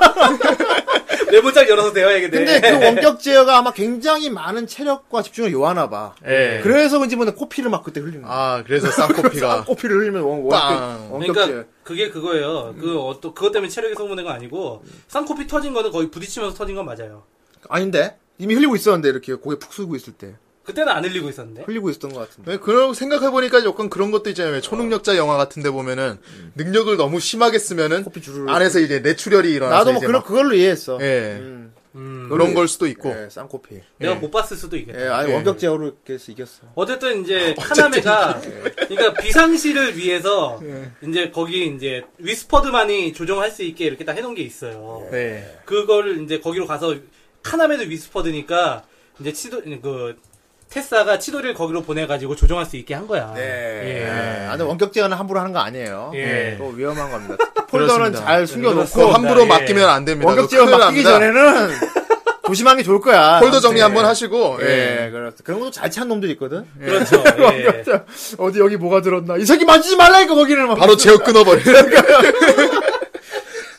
D: 메모장 열어서 대화해야겠네.
B: 근데 그 원격 제어가 아마 굉장히 많은 체력과 집중을 요하나 봐.
E: 예.
B: 그래서 그런지 모르 코피를 막 그때 흘리는 거야.
E: 아, 그래서 쌍코피가.
B: 코피를 흘리면 원,
E: 빵.
B: 원격, 원격 제어. 음.
D: 그러니까 그게 그거예요. 그 어떤 그것 때문에 체력이 소모된 건 아니고 쌍코피 터진 거는 거의 부딪히면서 터진 건 맞아요.
B: 아닌데? 이미 흘리고 있었는데 이렇게 고개 푹 숙이고 있을 때
D: 그때는 안 흘리고 있었는데.
B: 흘리고 있었던 것 같은데.
E: 왜 네, 그런 생각해보니까 약간 그런 것도 있잖아요. 왜 초능력자 영화 같은데 보면은 능력을 너무 심하게 쓰면은
B: 음. 코피 주르륵.
E: 안에서 이제 뇌출혈이 일어나서
B: 나도 뭐
E: 아, 이제
B: 그런
E: 막,
B: 그걸로 이해했어.
E: 예
B: 음,
D: 음,
E: 그런 걸 수도 있고
B: 예, 쌍코피.
D: 내가 못 봤을 수도 있겠다.
B: 예, 아니
E: 예.
B: 원격 제어로 이렇게 해서 이겼어.
D: 어쨌든 이제 카나메가 그러니까 비상시를 위해서 이제 거기 이제 위스퍼드만이 조정할 수 있게 이렇게 다 해놓은 게 있어요.
E: 네.
D: 그걸 이제 거기로 가서 카나메도 위스퍼드니까 이제 치도 그 테사가 치도를 거기로 보내가지고 조정할 수 있게 한 거야. 예.
B: 예. 아니 원격 제어는 함부로 하는 거 아니에요.
D: 예.
B: 또 위험한 겁니다. 폴더는
E: 그렇습니다.
B: 잘 숨겨놓고
E: 그거 함부로
D: 예.
E: 맡기면 안 됩니다.
B: 어, 원격
E: 그거
B: 제어
E: 큰일
B: 막기
E: 납니다.
B: 전에는 조심하는 게 좋을 거야.
E: 폴더 정리
B: 예.
E: 한번 하시고 예.
B: 예, 그렇 그런 것도 잘 찾는 놈들 있거든.
D: 그렇죠. 예.
B: 어디 여기 뭐가 들었나? 이 새끼 만지지 말라니까 거기는 막.
E: 바로 제어 끊어버리는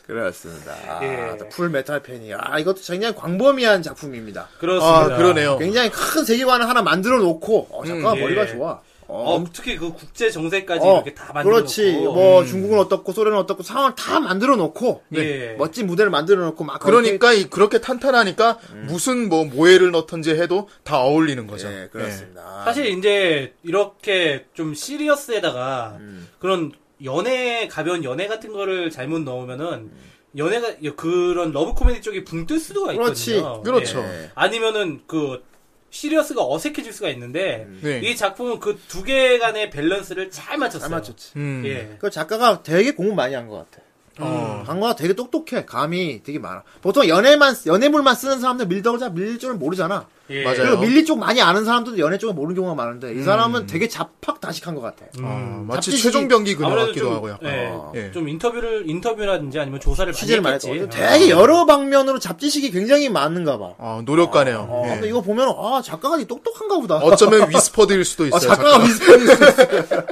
I: 그렇습니다. 아,
D: 예.
I: 또
B: 풀 메탈 팬이. 아 이것도 굉장히 광범위한 작품입니다.
D: 그렇습니다.
E: 아 그러네요.
B: 굉장히 큰 세계관을 하나 만들어 놓고 어, 잠깐
D: 음,
B: 머리가
D: 예.
B: 좋아.
D: 어, 특히 그 국제 정세까지
B: 어,
D: 이렇게 다 만들어
B: 그렇지.
D: 놓고.
B: 뭐 중국은 어떻고 소련은 어떻고 상황을 다 만들어 놓고 네,
D: 예.
B: 멋진 무대를 만들어 놓고 막
E: 그러니까 이- 그렇게 탄탄하니까 무슨 뭐 모해를 넣던지 해도 다 어울리는 거죠.
I: 예,
B: 아.
I: 그렇습니다.
D: 네. 사실 이제 이렇게 좀 시리어스에다가
B: 음.
D: 그런 연애 가벼운 연애 같은 거를 잘못 넣으면은
B: 음.
D: 연애가 그런 러브 코미디 쪽이 붕 뜰 수도가
B: 그렇지.
D: 있거든요.
E: 그렇죠.
D: 예. 아니면은 그 시리어스가 어색해질 수가 있는데
B: 음.
E: 네.
D: 이 작품은 그 두 개 간의 밸런스를 잘 맞췄어요.
B: 잘 맞췄지.
E: 음.
D: 예.
B: 그 작가가 되게 공부 많이 한 것 같아. 어, 한가 되게 똑똑해. 감이 되게 많아. 보통 연애만 연애물만 쓰는 사람들 밀덕자 밀 줄은 모르잖아.
D: 예.
E: 맞아요.
B: 그리고 밀리 쪽 많이 아는 사람들도 연애 쪽은 모르는 경우가 많은데 이 사람은 되게 잡학다식한 것 같아.
E: 아, 마치
B: 잡지식이-
E: 최종병기 그녀
D: 아무래도
E: 같기도
D: 좀,
E: 하고 약간.
D: 예,
E: 어. 예.
D: 좀 인터뷰를 인터뷰라든지 아니면 조사를 많이
B: 취재를 많이
D: 했겠지.
B: 했거든.
D: 아.
B: 되게 여러 방면으로 잡지식이 굉장히 많은가 봐.
E: 아, 노력가네요.
B: 어,
E: 예.
B: 근데 이거 보면 아 작가가 되게 똑똑한가 보다.
E: 어쩌면 위스퍼드일 수도 있어요.
B: 아, 작가가 미스터리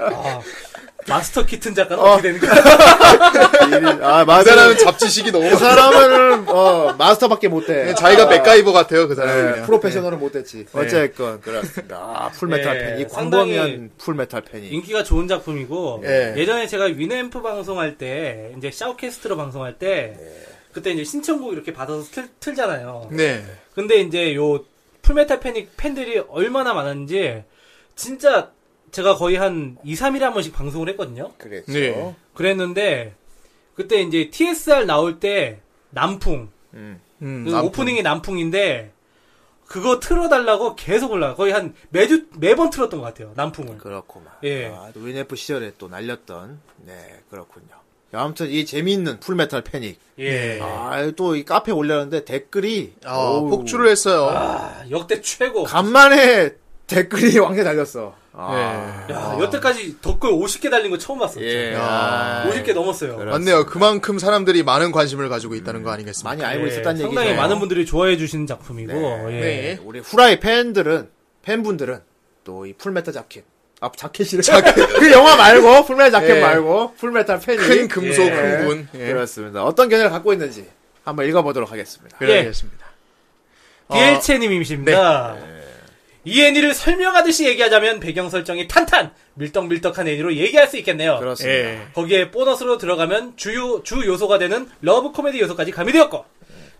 D: 아, 마스터 키튼 작가는 어. 떻게 되는 거야?
B: 아,
E: 그
B: 맞아.
E: 사람은 잡지식이 너무
B: 그 사람은 어, 마스터밖에 못 돼.
E: 예, 자기가 맥가이버 같아요, 네. 그 사람은.
B: 네,
E: 그냥.
B: 프로페셔널은 못 됐지. 어쨌건
I: 그렇습니다.
B: 아, 풀메탈
D: 예,
B: 팬이
D: 상당히
B: 광범위한 풀메탈 팬이.
D: 인기가 좋은 작품이고
E: 예.
D: 예. 전에 제가 위네앰프 방송할 때 이제 샤우캐스트로 방송할 때
E: 예.
D: 그때 이제 신청곡 이렇게 받아서 틀, 틀잖아요.
E: 네.
D: 근데 이제 요 풀메탈 패닉 팬들이 얼마나 많았는지 진짜 제가 거의 한 2, 3일에 한 번씩 방송을 했거든요.
I: 그랬죠.
E: 네.
D: 그랬는데 그때 이제 TSR 나올 때 남풍
E: 음,
D: 그
E: 남편.
D: 오프닝이 남풍인데 그거 틀어달라고 계속 올라 거의 한 매주 매번 틀었던 것 같아요 남풍을
I: 그렇구만.
D: 예.
I: 아, 또 위네프 시절에 또 날렸던. 네, 그렇군요.
B: 야, 아무튼 이 재미있는 풀메탈 패닉.
D: 예
B: 아, 또 이 카페 에 올렸는데 댓글이
E: 아,
B: 어우,
E: 폭주를 했어요.
D: 아, 역대 최고
B: 간만에 댓글이 왕게 달렸어. 아,
E: 네.
D: 야 여태까지 덕글 50개 달린 거 처음 봤어요
I: 예.
B: 아.
E: 야.
D: 50개 넘었어요
E: 맞네요. 그만큼 사람들이 많은 관심을 가지고 있다는 거 아니겠습니까?
B: 많이 알고
D: 예,
B: 있었다는 얘기죠.
D: 상당히 많은 분들이 좋아해 주시는 작품이고 예.
E: 네.
B: 우리 후라이 팬들은 팬분들은 또 이 풀메탈 자켓. 아, 자켓이래. 그 영화 말고 풀메탈 자켓
E: 예.
B: 말고 풀메탈 패닉.
E: 큰 금속,
D: 예.
E: 큰 분. 예.
B: 그렇습니다. 어떤 견해를 갖고 있는지 한번 읽어보도록 하겠습니다.
E: 예. 그래야겠습니다.
B: 어.
D: 디엘체님이십니다
B: 네.
D: 이 애니를 설명하듯이 얘기하자면 배경 설정이 탄탄 밀떡밀떡한 애니로 얘기할 수 있겠네요
B: 그렇습니다.
E: 예.
D: 거기에 보너스로 들어가면 주요 주 요소가 되는 러브 코미디 요소까지 가미되었고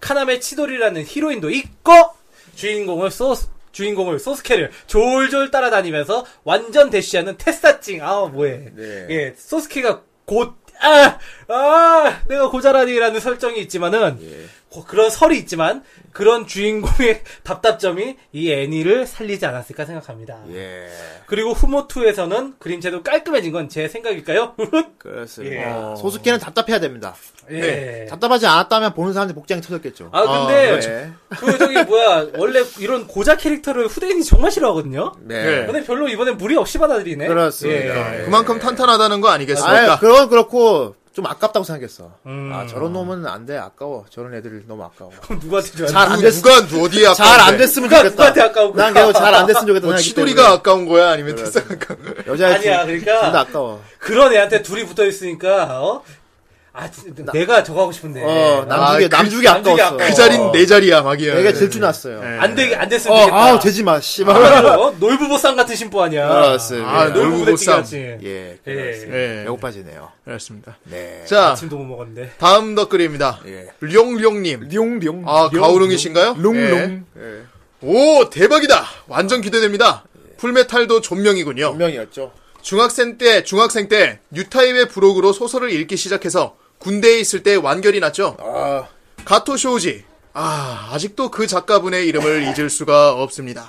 D: 카나메 치돌이라는 히로인도 있고 주인공을 소스 주인공을 소스케를 졸졸 따라다니면서 완전 대쉬하는 테사찡 아 뭐해 예 소스케가 곧 아, 아, 내가 고자라니라는 설정이 있지만은, 고- 그런 설이 있지만 그런 주인공의 답답점이 이 애니를 살리지 않았을까 생각합니다.
J: 예.
D: 그리고 후모2에서는 그림체도 깔끔해진 건 제 생각일까요?
J: 그렇습니다.
B: 어, 소수께는 답답해야 됩니다.
D: 예.
B: 답답하지 않았다면 보는 사람들 복장이 터졌겠죠.
D: 아
B: 어,
D: 근데
B: 네.
D: 그 저기 뭐야 원래 이런 고자 캐릭터를 후대인이 정말 싫어하거든요.
J: 네.
D: 근데 별로 이번엔 무리 없이 받아들이네.
B: 그렇습니다.
D: 예.
E: 그만큼 탄탄하다는 거 아니겠습니까?
B: 아, 그건 그렇고 좀 아깝다고 생각했어.
D: 음.
B: 아 저런 놈은 안 돼 아까워. 저런 애들 너무 아까워.
D: 그럼 누구한테 줘야
B: 잘 안
E: 누-
B: 됐.
E: 누가 누- 어디에
B: 잘 안
E: 네. 아까운데?
B: 됐으면
D: 누가-
B: 좋겠다.
D: 누구한테 아까워?
B: 난 결국 잘안 됐으면 좋겠다.
E: 뭐
B: 생각했기
E: 치돌이가 아까운 거야 아니면 태사가 아까운 거야?
B: 때문에. 여자애
D: 아니야,
B: 둘-
D: 그러니까.
B: 둘다 아까워.
D: 그런 애한테 둘이 붙어 있으니까 어? 아 진짜 내가 저거 하고 싶은데.
B: 어 남주기
E: 아, 그-
B: 남주기
D: 남주기
B: 아까웠어.
D: 아까워.
E: 그 네. 자린 내 자리야 막이야.
B: 내가 질투 났어요.
D: 안 되게 안 됐으면
B: 어
D: 되겠다.
B: 아우 되지 마 씨발.
D: 어? 놀부보쌈 같은 신부 아니야.
B: 그렇습니다.
E: 아,
D: 놀부
B: 어,
E: 놀부
D: 부대찌개
E: 보쌈.
D: 같이.
J: 예.
D: 예.
J: 그렇습니다.
E: 예.
B: 배고파지네요.
E: 그렇습니다.
J: 네.
E: 자
D: 아침도 못 먹었는데.
E: 다음 댓글입니다.
J: 예.
E: 룡룡님.
J: 룡룡.
E: 아 가오룡이신가요?
J: 룡룡.
E: 예. 오 대박이다. 완전 기대됩니다.
B: 예.
E: 풀메탈도 존명이군요.
B: 분명이었죠.
E: 중학생 때 중학생 때 뉴타입의 부록으로 소설을 읽기 시작해서 군대에 있을 때 완결이 났죠. 가토 쇼우지. 아 아직도 그 작가분의 이름을 잊을 수가 없습니다.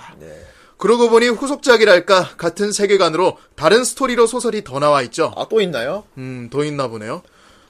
E: 그러고 보니 후속작이랄까 같은 세계관으로 다른 스토리로 소설이 더 나와 있죠.
B: 아 또 있나요?
E: 음 더 있나 보네요.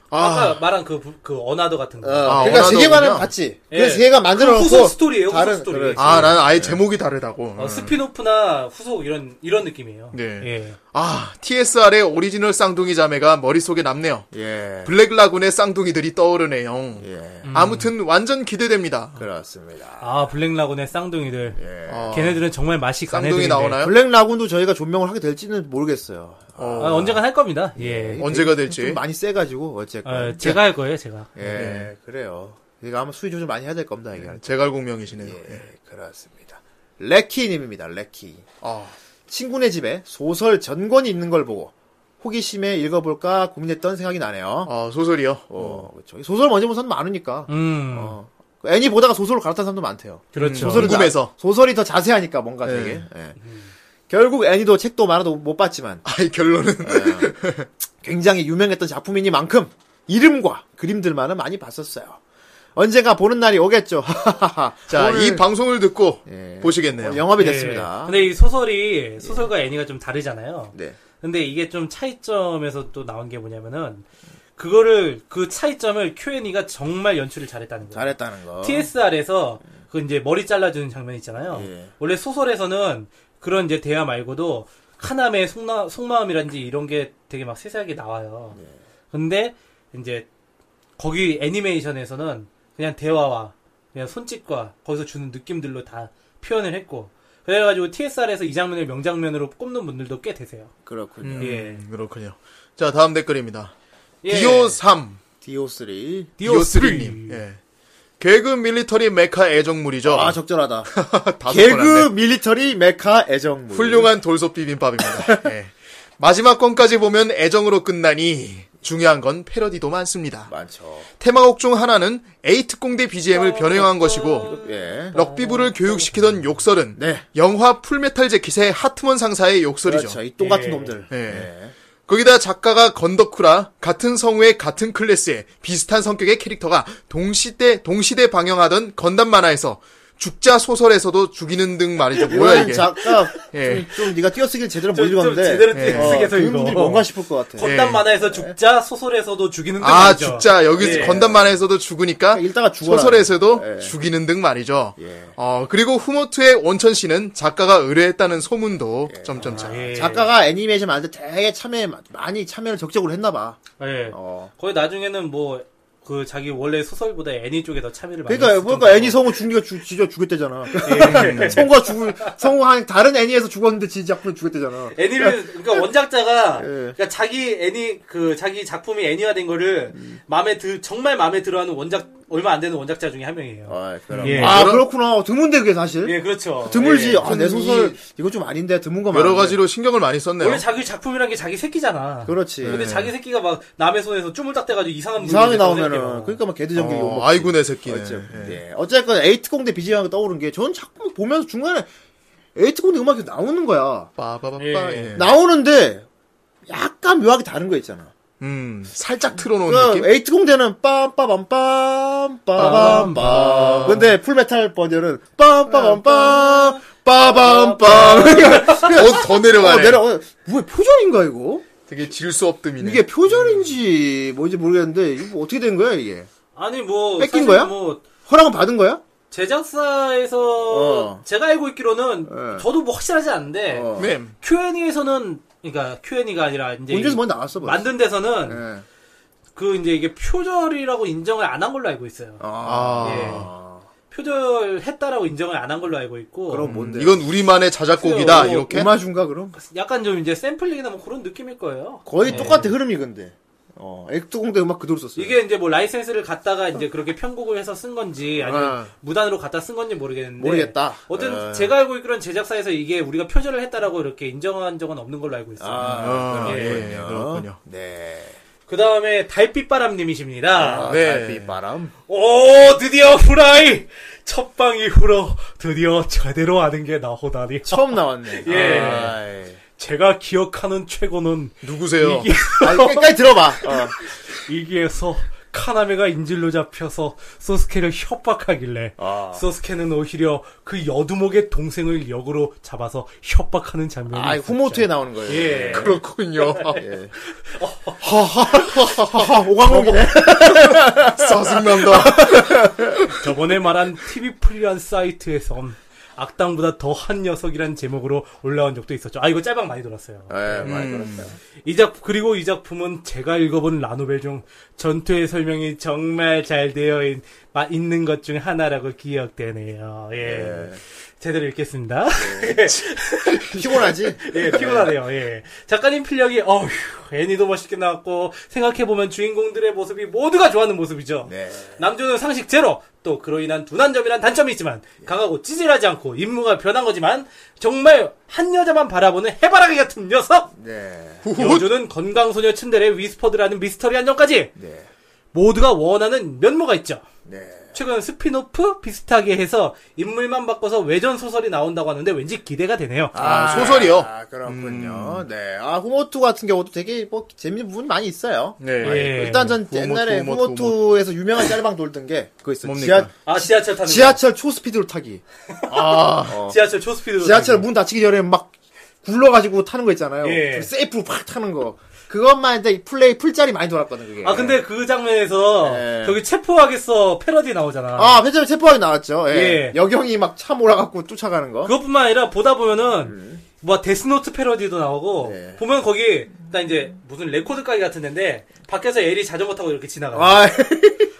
D: 아.
E: 아
D: 까 말한 그, 부- 그 어나더 같은 거.
B: 어,
E: 아,
B: 그러니까
E: 원하더군요.
B: 세계관을 봤지.
D: 예.
B: 그 세계관 만들어놓고
D: 그 후속 스토리예요,
B: 다른-
D: 후속 스토리.
B: 그래.
E: 아, 난 아예 제목이 다르다고.
D: 어, 스피노프나 후속 이런 이런 느낌이에요.
E: 네.
D: 예.
E: 아, TSR의 오리지널 쌍둥이 자매가 머릿속에 남네요.
J: 예.
E: 블랙라군의 쌍둥이들이 떠오르네요.
J: 예.
E: 아무튼 완전 기대됩니다.
D: 음.
J: 그렇습니다.
D: 아 블랙라군의 쌍둥이들.
E: 아,
D: 걔네들은 정말 맛이
E: 쌍둥이
D: 가네들인데.
E: 나오나요?
B: 블랙 라군도 저희가 존명을 하게 될지는 모르겠어요.
E: 아.
B: 아,
E: 어,
D: 아, 언젠간 할 겁니다. 예.
E: 언제가
B: 좀
E: 될지.
B: 많이 세가지고
E: 예.
B: 어쨌건
D: 어, 제가 할 거예요, 제가.
B: 예
E: 네.
B: 그래요. 그러니까 아마 수위 조절 많이 해야 될 겁니다 이게.
E: 제갈공명이시네요. 예.
B: 예 그렇습니다. 레키님입니다 레키.
E: 아,
B: 친구네 집에 소설 전권이 있는 걸 보고 호기심에 읽어볼까 고민했던 생각이 나네요.
E: 아, 소설이요.
B: 어, 그렇죠. 소설 먼저 본 사람 많으니까.
D: 음.
B: 어. 그 애니 보다가 소설로 갈아탄 사람도 많대요.
D: 그렇죠.
E: 음. 소설은- 궁금해서.
B: 나- 소설이 더 자세하니까 뭔가
E: 예.
B: 되게. 예. 결국 애니도 책도 만화도 못 봤지만
E: 아이, 결론은.
B: 예. 굉장히 유명했던 작품이니만큼 이름과 그림들만은 많이 봤었어요. 언젠가 보는 날이 오겠죠.
E: 자,
B: 오늘
E: 이 방송을 듣고
B: 예.
E: 보시겠네요.
B: 영업이
D: 예.
B: 됐습니다.
D: 근데 이 소설이 소설과
E: 예.
D: 애니가 좀 다르잖아요.
B: 네.
D: 근데 이게 좀 차이점에서 또 나온 게 뭐냐면은 그거를 그 차이점을 Q&A가 정말 연출을 잘했다는 거예요.
B: 잘했다는 거.
D: TSR에서 그 이제 머리 잘라주는 장면 있잖아요.
E: 예.
B: 예,
D: 원래 소설에서는 그런 이제 대화 말고도 카남의 속나, 속마음이란지 이런 게 되게 막 세세하게 나와요.
B: 네.
D: 근데 이제 거기 애니메이션에서는 그냥 대화와 그냥 손짓과 거기서 주는 느낌들로 다 표현을 했고 그래가지고 TSR에서 이 장면을 명장면으로 꼽는 분들도 꽤 되세요.
B: 그렇군요.
E: 음,
D: 예.
E: 그렇군요. 자, 다음 댓글입니다.
D: 예.
E: 디오3.
B: DO3.
E: 디오3님. 예. 개그 밀리터리 메카 애정물이죠.
B: 아, 적절하다.
E: 다섯 번
B: 개그
E: 왔네.
B: 밀리터리 메카 애정물.
E: 훌륭한 돌솥 비빔밥입니다. 예. 마지막 건까지 보면 애정으로 끝나니 중요한 건 패러디도 많습니다.
J: 많죠.
E: 테마곡 중 하나는 에이트공대 BGM을 변형한
B: 아,
E: 것이고
J: 예.
E: 럭비부를 교육시키던 욕설은
B: 네.
E: 영화 풀메탈 재킷의 하트먼 상사의 욕설이죠.
B: 그렇죠. 이 똥 같은 놈들.
E: 예.
B: 예.
E: 거기다 작가가 건덕후라 같은 성우의 같은 클래스에 비슷한 성격의 캐릭터가 동시대 동시대 방영하던 건담 만화에서 죽자 소설에서도 죽이는 등 말이죠. 뭐야
B: 이런
E: 이게?
B: 작가
E: 예.
B: 좀, 좀 네가 띄어쓰기를 제대로 못
D: 좀- 좀
B: 읽었는데
D: 제대로
B: 어,
D: 띄어쓰기 해서
B: 그
D: 읽어.
B: 분들이 뭔가 싶을 것 같아.
D: 건담 예.
B: 네.
D: 만화에서 죽자 소설에서도 죽이는 듯
E: 아
D: 말이죠.
E: 죽자 여기
D: 예.
E: 건담 만화에서도 죽으니까
B: 읽다가 죽어라.
E: 소설에서도
B: 예.
E: 죽이는 등 말이죠. 어 그리고 후모트의 원천 씨는 작가가 의뢰했다는 소문도 점점점.
D: 예.
B: 작가가 애니메이션 만들 때 되게 참여 많이 참여를 적극적으로 했나 봐.
D: 예.
B: 어.
D: 거의 나중에는 뭐 그 자기 원래 소설보다 애니 쪽에 더 참여를 많이
B: 그러니까
D: 했을
B: 그러니까
D: 정도로.
B: 애니 성우 죽니가 죽 진짜 죽였대잖아. 성우가 죽을 성우 한 다른 애니에서 죽었는데 지 작품 죽였대잖아.
D: 애니를 그러니까 원작자가
B: 예.
D: 그러니까 자기 애니 그 자기 작품이 애니화된 거를 마음에 들 정말 마음에 들어하는 원작 얼마 안 되는 원작자 중에 한 명이에요.
J: 아, 그럼.
D: 예.
B: 아 그렇구나. 드문데 그게 사실.
D: 예, 그렇죠.
B: 드물지.
D: 예.
B: 아, 내 소설 이거 좀 아닌데 드문 거
E: 여러
B: 많은데.
E: 가지로 신경을 많이 썼네요.
D: 원래 자기 작품이란 게 자기 새끼잖아.
B: 그렇지. 예.
D: 근데 자기 새끼가 막 남의 손에서 쪼물딱 돼가지고 이상한
B: 이상하게
D: 물건이
B: 나오면은
D: 생겨요.
B: 그러니까 막 개드 전기
E: 어, 아이고 내 새끼네. 예.
B: 예. 어쨌건 에이트공대 BGM이 떠오른 게 저는 자꾸 보면서 중간에 에이트공대 음악이 나오는 거야.
E: 빠바바빠.
D: 예.
E: 예.
B: 네. 나오는데 약간 묘하게 다른 거 있잖아.
E: 음 살짝 틀어놓은
B: 그러니까
E: 느낌.
B: 에이트공대는 빰빠밤빰 빰, 빠밤, 빰. 근데 풀메탈 번열은 빰, 빠밤, 빰, 빠밤, 빰.
E: 어더
B: 어,
E: 내려가네.
B: 내려, 어, 뭐야, 표절인가, 이거?
E: 되게 질 수 없음이네.
B: 이게 표절인지 뭔지 모르겠는데, 이거 뭐 어떻게 된 거야, 이게?
D: 아니 뭐
B: 뺏긴
D: 사실
B: 거야?
D: 뭐
B: 허락은 받은 거야?
D: 제작사에서
B: 어.
D: 제가 알고 있기로는
B: 네.
D: 저도 뭐 확실하지 않은데
B: 어.
E: 네.
D: Q&A에서는 그러니까 Q&A가 아니라 이제
B: 언제서 먼저 나왔어, 벌써.
D: 만든 데서는
B: 예.
D: 그 이제 이게 표절이라고 인정을 안 한 걸로 알고 있어요. 아, 예.
B: 아.
D: 표절했다라고 인정을 안 한 걸로 알고 있고
B: 그럼 뭔데?
E: 이건 우리만의 자작곡이다.
D: 그래요.
E: 이렇게.
B: 오마주인가, 그럼?
D: 약간 좀 이제 샘플링이나 뭐 그런 느낌일 거예요.
B: 거의
D: 예.
B: 똑같아, 흐름이 근데. 어, 액트공대 음악 그대로 썼어요.
D: 이게 이제 뭐 라이센스를 갖다가 이제 그렇게 편곡을 해서 쓴 건지 아니면
B: 아.
D: 무단으로 갖다 쓴 건지 모르겠는데
B: 모르겠다.
D: 어쨌든
B: 예.
D: 제가 알고 있기로는 제작사에서 이게 우리가 표절을 했다라고 이렇게 인정한 적은 없는 걸로 알고 있어요.
E: 아,
D: 예.
E: 예, 그렇군요.
K: 네.
D: 그 다음에 달빛바람님이십니다.
E: 네.
K: 바람.
D: 오 드디어 후라이 첫 방이 후러 드디어 제대로 아는 게 나오다니.
B: 처음 나왔네.
D: 예.
B: 아이.
D: 제가 기억하는 최고는
E: 누구세요?
B: 아니, 끝까지 들어봐. 어.
D: 이기에서 카나메가 인질로 잡혀서 소스케를 협박하길래
B: 아.
D: 소스케는 오히려 그 여두목의 동생을 역으로 잡아서 협박하는 장면이
B: 아,
D: 있었죠.
B: 후모토에 나오는 거예요.
D: 예.
E: 네. 그렇군요.
B: 하하하하, 오광록이네.
E: 짜증난다.
D: 저번에 말한 TV 프리한 사이트에선 악당보다 더 한 녀석이란 제목으로 올라온 적도 있었죠. 아 이거 짤방 많이 돌았어요.
K: 네, 많이
E: 음.
K: 들었어요.
D: 이 작, 그리고 이 작품은 제가 읽어본 라노벨 중 전투의 설명이 정말 잘 되어 있, 마- 있는 것 중 하나라고 기억되네요. 예. 제대로 읽겠습니다.
B: 피곤하지?
D: 예, 피곤하네요. 예. 작가님 필력이 어휴, 애니도 멋있게 나왔고 생각해 보면 주인공들의 모습이 모두가 좋아하는 모습이죠.
K: 네.
D: 남주는 상식 제로, 또 그로 인한 둔한 점이란 단점이 있지만
K: 예.
D: 강하고 찌질하지 않고 임무가 변한 거지만 정말 한 여자만 바라보는 해바라기 같은 녀석.
K: 네.
D: 여주는 건강소녀 츤데레 위스퍼드라는 미스터리한 점까지
K: 네.
D: 모두가 원하는 면모가 있죠.
K: 네.
D: 최근 스피노프 비슷하게 해서 인물만 바꿔서 외전 소설이 나온다고 하는데 왠지 기대가 되네요.
E: 아, 소설이요?
K: 아, 그렇군요. 네. 아,
B: 아, 후모토 같은 경우도 되게 뭐 재밌는 부분이 많이 있어요.
E: 네.
D: 예.
B: 일단 전
E: 후모토,
B: 옛날에
E: 후모토,
B: 후모토에서 유명한 짤방 돌던 게 그거 있어요.
E: 뭡니까?
D: 아 지하철 타는
B: 지하, 철 초스피드로 타기.
D: 거. 지하철 초스피드로
B: 지하철
D: 타는
B: 문 닫히기 전에 막 굴러가지고 타는 거 있잖아요.
D: 예.
B: 그 세이프로 팍 타는 거. 그것만 이제 플레이 풀짤이 많이 돌았거든 그게.
D: 거. 아 근데 그 장면에서
B: 예.
D: 저기 체포하겠어 패러디 나오잖아.
B: 아, 맨 처음에 체포하기 나왔죠.
D: 예.
B: 예. 여경이 막 차 몰아갖고 쫓아가는 거.
D: 그것뿐만 아니라 보다 보면은 뭐 데스노트 패러디도 나오고
B: 음. 네.
D: 보면 거기 나 이제 무슨 레코드 가게 같은 데인데 밖에서 엘이 자전거 타고 이렇게 지나가. 요
B: 아,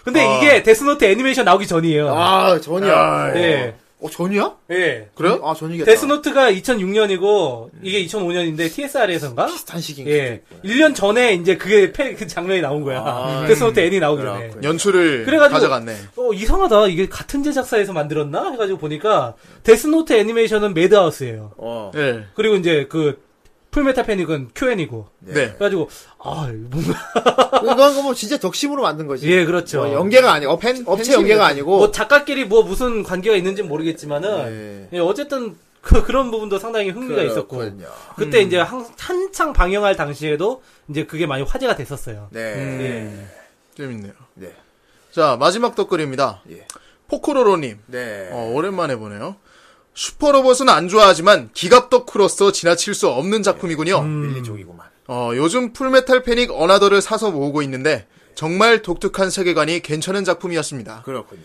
D: 근데 이게 데스노트 애니메이션 나오기 전이에요.
B: 아, 전이야.
D: 예.
B: 어, 전이야?
D: 예.
B: 그래요? 아, 전이겠다.
D: 데스노트가 2006년이고 이게 2005년인데 TSR에서인가?
B: 비슷한 시기인
D: 예. 1년 전에 이제 그게 패- 그 장면이 나온 거야.
B: 아.
D: 데스노트 애니 나오기 전에.
E: 연출을
D: 그래가지고-
E: 가져갔네.
D: 어, 이상하다. 이게 같은 제작사에서 만들었나? 해가지고 보니까, 데스노트 애니메이션은 매드하우스예요
B: 어.
E: 네.
D: 그리고 이제 그, 풀메타 패닉은 QN이고.
E: 네.
D: 그래가지고, 아, 뭔가.
B: 그건 뭐 진짜 덕심으로 만든 거지.
D: 예, 그렇죠.
B: 뭐 연계가 아니고 어, 팬 업체 연계가 아니고
D: 뭐 작가끼리 뭐 무슨 관계가 있는지 는 모르겠지만은, 예, 어쨌든, 그, 그런 부분도 상당히 흥미가 있었고.
K: 그렇군요.
D: 그때 이제 한, 한창 방영할 당시에도 이제 그게 많이 화제가 됐었어요.
K: 네.
D: 음.
E: 재밌네요.
K: 네.
E: 자, 마지막 덧글입니다.
K: 예.
E: 포코로로님.
K: 네.
E: 어, 오랜만에 보네요. 슈퍼로봇은 안 좋아하지만 기갑덕후로서 지나칠 수 없는
K: 예.
E: 작품이군요.
D: 음.
K: 음. 밀리족이구만.
E: 어, 요즘 풀메탈 패닉 어나더를 사서 모으고 있는데 정말 독특한 세계관이 괜찮은 작품이었습니다.
K: 그렇군요.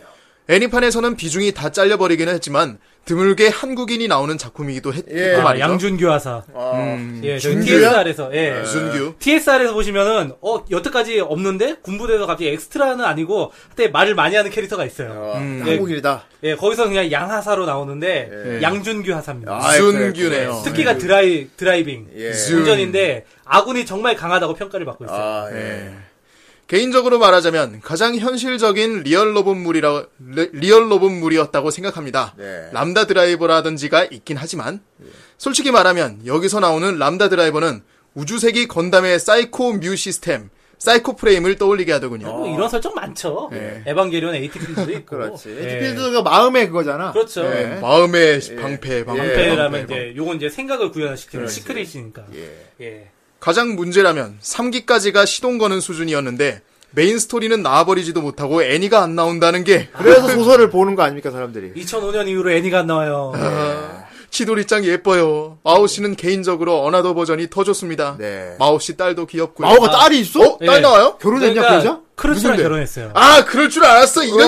E: 애니판에서는 비중이 다 잘려버리기는 했지만 드물게 한국인이 나오는 작품이기도 했,
K: 예.
E: 고
D: 아,
E: 네. 말이죠.
D: 양준교화사.
B: 어.
D: 예, 저희
B: 준규야?
D: TSR에서. 예.
E: 준규.
D: TSR에서 보시면은 어 여태까지 없는데 군부대에서 갑자기 엑스트라는 아니고 그때 말을 많이 하는 캐릭터가
B: 아.
D: 있어요.
B: 한국인이다.
D: 예, 거기서 그냥 양하사로 나오는데 양준규 하사입니다.
K: 아,
E: 준규네요.
K: 그래,
D: 특기가 드라이 드라이빙
K: 예.
D: 운전인데 아군이 정말 강하다고 평가를 받고
B: 네.
D: 있어요.
K: 아, 예.
E: 개인적으로 말하자면 가장 현실적인 리얼 로봇물이라 리- 리얼 로봇물이었다고 생각합니다.
K: 네.
E: 람다 드라이버라든지가 있긴 하지만
B: 네.
E: 솔직히 말하면 여기서 나오는 람다 드라이버는 우주세기 건담의 사이코 뮤 시스템, 사이코 프레임을 떠올리게 하더군요.
B: 어,
D: 뭐 이런 설정 많죠.
E: 예.
D: 에반게리온 에이티필드도 있고.
B: 그렇지.
D: 예.
B: 에티필드가 마음의 그거잖아.
D: 그렇죠.
E: 네. 마음의
B: 예.
E: 방패, 방패,
D: 방패라면
E: 방패, 방패.
D: 이제 요건 이제 생각을 구현시키는 시크릿이니까. 예.
E: 가장 문제라면 3기까지가 시동 거는 수준이었는데 메인 스토리는 나와버리지도 못하고 애니가 안 나온다는 게
B: 그래서 소설을 보는 거 아닙니까 사람들이
D: 2005년 이후로 애니가 안 나와요.
E: 치돌이짱 예뻐요. 마오 씨는 개인적으로 어나더 버전이 더 좋습니다.
L: 네.
E: 마오 씨 딸도 귀엽고요.
B: 마오가 딸이 있어?
E: 어? 딸
D: 예.
E: 나와요?
B: 결혼했냐 그 여자?
D: 크루스랑
E: 누군데?
D: 결혼했어요.
E: 아 그럴 줄 알았어. 이건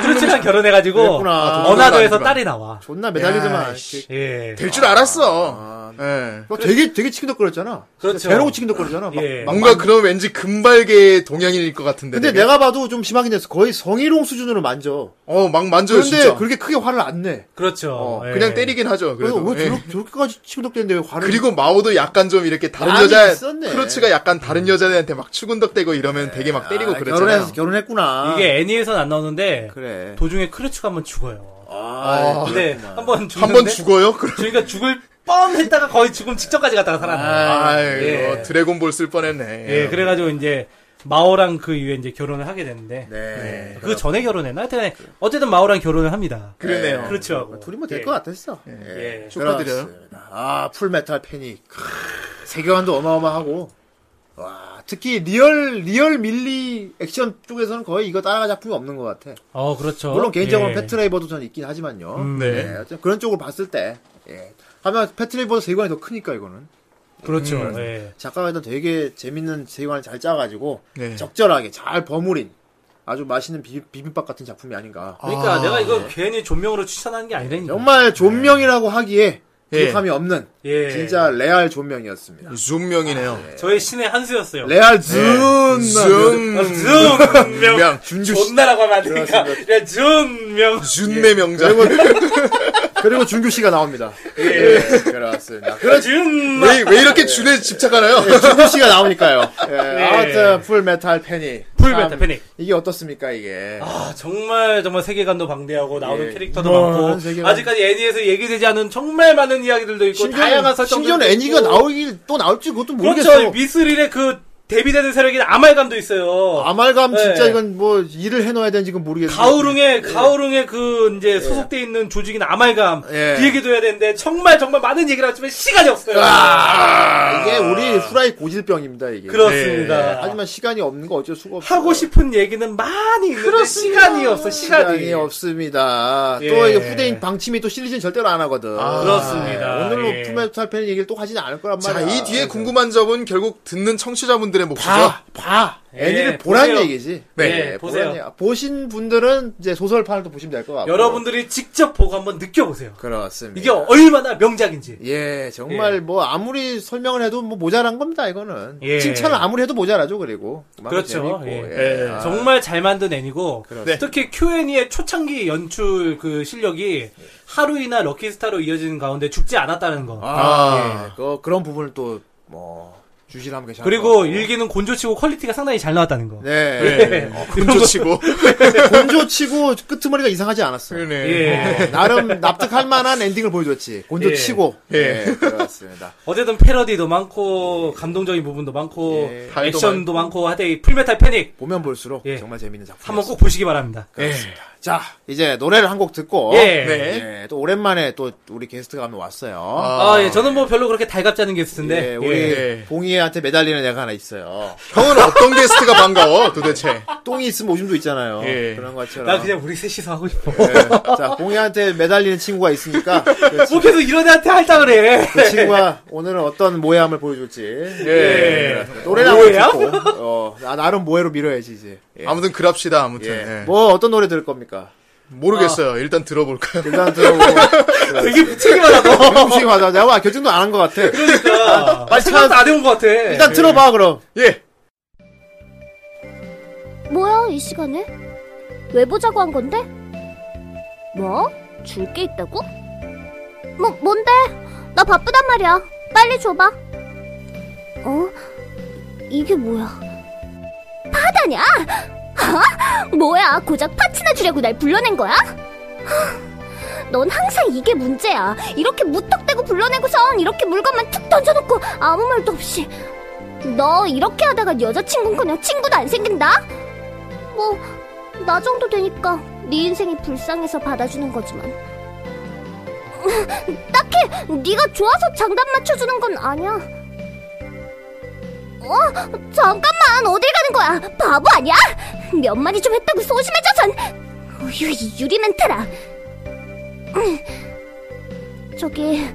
D: 크루스랑 결혼해가지고
B: 그랬구나.
D: 어나더에서
E: 아니구나.
D: 딸이 나와.
B: 존나 매달리더만
D: 예.
E: 될 줄
B: 아,
E: 알았어. 예.
B: 그거 되게 되게 치킨덕거렸잖아
D: 그렇죠.
B: 대놓고 치킨덕거렸잖아 막-
D: 예.
B: 막-
E: 뭔가 그런 왠지 금발계의 동양인일 것 같은데.
B: 근데
E: 되게.
B: 내가 봐도 좀 심하긴 했어 거의 성희롱 수준으로 만져
E: 어, 막 만져요,
B: 그런데
E: 진짜.
B: 그렇게 크게 화를 안내
D: 그렇죠.
E: 어,
D: 예.
E: 그냥 때리긴 하죠.
B: 그래서
E: 그래도.
B: 왜
E: 예.
B: 저렇게, 저렇게까지 치킨덕대는데 왜 화를
E: 그리고 마오도 약간 좀 이렇게 다른
B: 마음이
E: 여자
B: 있었네. 음.
E: 크루츠가 약간 다른 여자들한테 막 추근덕대고 이러면 되게 막 때리고
L: 아,
E: 그랬잖아요.
B: 결혼해서 결혼했구나
D: 이게 애니에서는 안 나오는데
L: 그래.
D: 도중에 네. 크루츠가 한번 죽어요.
L: 아,
D: 근데 한번 죽는데
E: 한번 죽어요? 그럼
D: 저희가 죽을 뻔했다가 거의 죽음 직전까지 갔다가 살아나.
E: 아,
D: 예.
E: 이거 드래곤볼 쓸 뻔했네.
D: 예, 그래가지고 이제 마오랑 그 이후에 이제 결혼을 하게 되는데
L: 네.
D: 그 전에 결혼했나? 하여튼 어쨌든 마오랑 결혼을 합니다.
E: 그러네요.
D: 그렇죠. 하고.
B: 둘이 뭐 될
D: 예.
B: 것 같았어
D: 예.
E: 축하드려요.
L: 그렇습니다.
B: 아 풀메탈 패닉 크, 세계관도 어마어마하고 와 특히 리얼 리얼 밀리 액션 쪽에서는 거의 이거 따라가 작품이 없는 것 같아
D: 어, 그렇죠.
B: 물론 개인적으로
D: 예.
B: 는 패트레이버도 전 있긴 하지만요
D: 음,
B: 네.
D: 네.
B: 어쨌든 그런 쪽으로 봤을 때 예. 하면 패트레이버도 세계관이 더 크니까 이거는
D: 그렇죠.
E: 음.
D: 예.
B: 작가가 일단 되게 재밌는 세계관을 잘 짜가지고
E: 네.
B: 적절하게 잘 버무린 아주 맛있는 비, 빔밥 같은 작품이 아닌가
D: 그러니까 내가 이거 괜히 존명으로 추천하는 게 아니라니까.
B: 정말 존명이라고 하기에
E: 예.
B: 부족함이 없는
D: 예.
B: 진짜 레알 존명이었습니다
E: 줌명이네요.
D: 저의 신의 한수였어요. 아,
B: 레알 준
E: 음.
D: 존명.
B: 그
E: 명.
D: 존나라고 하면 안 되니까. 야, 존명.
E: 준내 명작.
B: 그리고 준규 씨가 나옵니다
L: 예, 그렇습니다.
D: 그존
E: 왜, 왜 이렇게 준에 집착하나요?
B: 예, 준규 씨가 나오니까요 예, 아무튼 풀메탈 패닉
D: 풀메탈
B: 참,
D: 패닉.
B: 이게 어떻습니까 이게
D: 아, 정말 정말 세계관도 방대하고 나오는 캐릭터도
B: 뭐,
D: 많고
B: 세계관.
D: 아직까지 애니에서 얘기되지 않은 정말 많은 이야기들도 있고 다양한 설정도
B: 심지어는 애니가 나오길 또 나올지 그것도 모르겠어
D: 그렇죠. 미스릴의 그 대비되는 세력인 아말감도 있어요.
B: 아말감 진짜
D: 네.
B: 이건 뭐 일을 해놓아야 되는지 그건 모르겠는데 예.
D: 가오릉의 가오릉의 그 이제 소속돼 있는 조직인 아말감
L: 예.
D: 그 얘기도 해야 되는데 정말 정말 많은 얘기를 하지만 시간이 없어요.
B: 아, 이게 우리 후라이 고질병입니다 이게
D: 아. 그렇습니다.
B: 네, 하지만 시간이 없는 거 어쩔 수가 없어요
D: 하고 싶은 얘기는 많이 있는데 시간이 없어 시간이,
B: 시간이 없습니다.
D: 예. 아,
B: 또 이게 후대인 방침이 또 시리즈는 절대로 안 하거든.
D: 그렇습니다.
B: 오늘 뭐
D: 예.
B: 풀메탈 팬 얘기를 또 하지는 않을 거란
E: 자, 네.
B: 말이야. 예.
E: 이 뒤에 궁금한 점은 결국 듣는 청취자분들의 몫이죠.
B: 봐, 봐.
D: 예,
B: 애니를 보란
D: 보세요.
B: 얘기지.
E: 네.
D: 예, 보세요.
B: 보란 얘기. 보신 분들은 이제 소설판을 또 보시면 될 것 같고.
D: 여러분들이 직접 보고 한번 느껴보세요.
L: 그렇습니다.
D: 이게 얼마나 명작인지.
L: 예, 정말.
B: 정말 뭐 아무리 설명을 해도 뭐 모자란 겁니다 이거는.
D: 예.
B: 칭찬을 아무리 해도 모자라죠 그리고. 음악은
D: 그렇죠.
B: 재밌고,
D: 예.
B: 예.
D: 아.
B: 아,
D: 정말 잘 만든 애니고
E: 네.
D: 특히 Q&A의 초창기 연출 그 실력이 하루이나 럭키스타로 이어지는 가운데 죽지 않았다는 거.
E: 아.
B: 예.
L: 그, 그런 부분을 또, 뭐,
B: 주시를 하면 괜찮아.
D: 예. 그리고 일기는 곤조치고 퀄리티가 상당히 잘 나왔다는 거.
B: 네.
D: 예.
E: 네. 어, 군조치고.
B: 곤조치고 끝머리가 이상하지 않았어. 요
E: 그러네.
D: 예.
B: 나름 납득할 만한 엔딩을 보여줬지. 곤조치고.
E: 예.
L: 예, 그렇습니다.
D: 어쨌든 패러디도 많고 감동적인 부분도 많고
B: 예.
E: 다행도
D: 액션도 많고 하되 풀메탈 패닉
B: 보면 볼수록
D: 예.
B: 정말 재밌는 작품.
D: 한번 꼭 보시기 바랍니다.
B: 자, 이제 노래를 한 곡 듣고.
D: 예.
E: 네.
B: 예, 또 오랜만에 또 우리 게스트가 한번 왔어요.
D: 아, 예. 저는 뭐 별로 그렇게 달갑지 않은 게스트인데.
B: 예, 우리
D: 예.
E: 예.
B: 봉이한테 매달리는 애가 하나 있어요.
E: 형은 어떤 게스트가 반가워, 도대체?
B: 똥이 있으면 오줌도 있잖아요.
E: 예.
B: 그런 것처럼.
D: 나 그냥 우리 셋이서 하고 싶어.
B: 예, 자, 봉이한테 매달리는 친구가 있으니까 그,
D: 뭐 계속 이런 애한테 할다 그래.
B: 그 친구가 오늘은 어떤 모해함을 보여줄지.
E: 예.
B: 노래를 한번 듣고. 어, 나, 나름 모해로 밀어야지 이제. 예.
E: 아무튼 그럽시다, 아무튼.
B: 예.
E: 예. 아.
B: 뭐 어떤 노래 들을 겁니까?
E: 모르겠어요. 일단 들어볼까요?
B: 일단 들어보고.
D: 되게 부책이하다 너.
B: 음식 맞아. 내가 봐, 결정도 안 한 것 같아.
D: 그러니까.
B: 빨리
D: 생각도 안 해본 것 같아.
B: 일단 들어봐 그럼.
E: 예.
C: 뭐야 이 시간에? 왜 보자고 한 건데? 뭐? 줄 게 있다고? 뭐 뭔데? 나 바쁘단 말이야. 빨리 줘봐. 어? 이게 뭐야? 파다냐? 어? 뭐야? 고작 파츠나 주려고 날 불러낸 거야? 하, 넌 항상 이게 문제야. 이렇게 무턱대고 불러내고선 이렇게 물건만 툭 던져놓고 아무 말도 없이. 너 이렇게 하다가 여자친구는 그냥 친구도 안 생긴다? 뭐, 나 정도 되니까 네 인생이 불쌍해서 받아주는 거지만. 딱히 네가 좋아서 장단 맞춰주는 건 아니야. 어? 잠깐만, 어딜 가는 거야? 거야. 바보 아니야? 몇 마디 좀 했다고 소심해져선. 어휴, 이 유리 멘탈아. 음. 저기,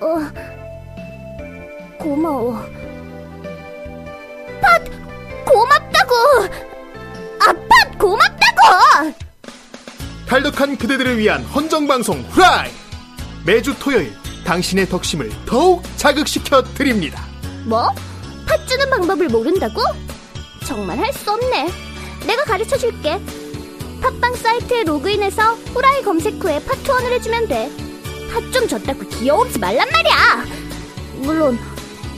C: 어, 고마워. 팟, 고맙다고! 아, 팟, 고맙다고!
E: 탈덕한 그대들을 위한 헌정방송 후라이! 매주 토요일 당신의 덕심을 더욱 자극시켜 드립니다.
C: 뭐? 팥 주는 방법을 모른다고? 정말 할 수 없네. 내가 가르쳐 줄게. 팟빵 사이트에 로그인해서 후라이 검색 후에 팟 투원을 해주면 돼. 팥좀 줬다고 귀여우지 말란 말이야. 물론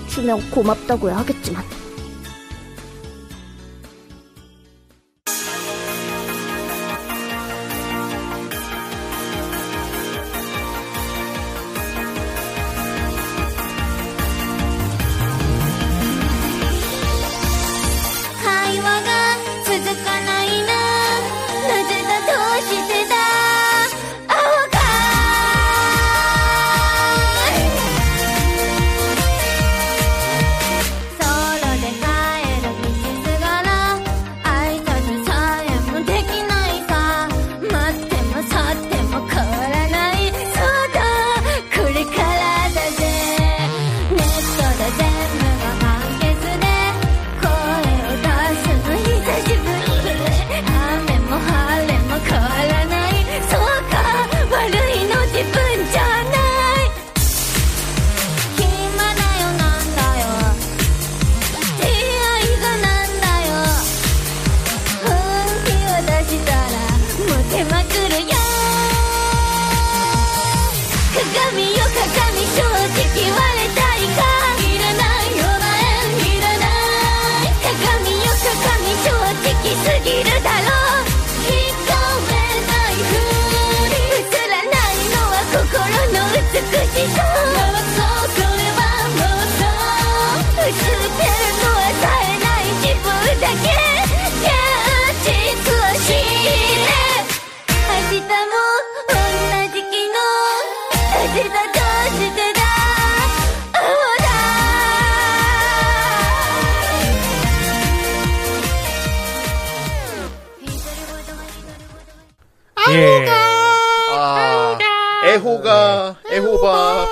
C: 주면 고맙다고 야 하겠지만.
F: 会話が続かないななぜだどうしてだあわかソロで帰る道すがら挨拶さえもできないさ待っても去っても変わらないそうだこれからだぜネットで全部が完結で声を出すの久しぶり雨も晴れも変わらないそうか悪いの自分じゃない暇だよなんだよ出会いがなんだよ本気を出したらモテまくるよ鏡よ鏡正直言われたいかいらないよな縁いらない鏡よ鏡正直すぎるだろう控えないふり映らないのは心の美しさ回そうそれは回そう映ってるのは冴えない自分だけキャッチをして明日も同じ昨日明日どうしてだほら
D: 예.
E: 아, 애호가,
B: 네.
E: 애호바.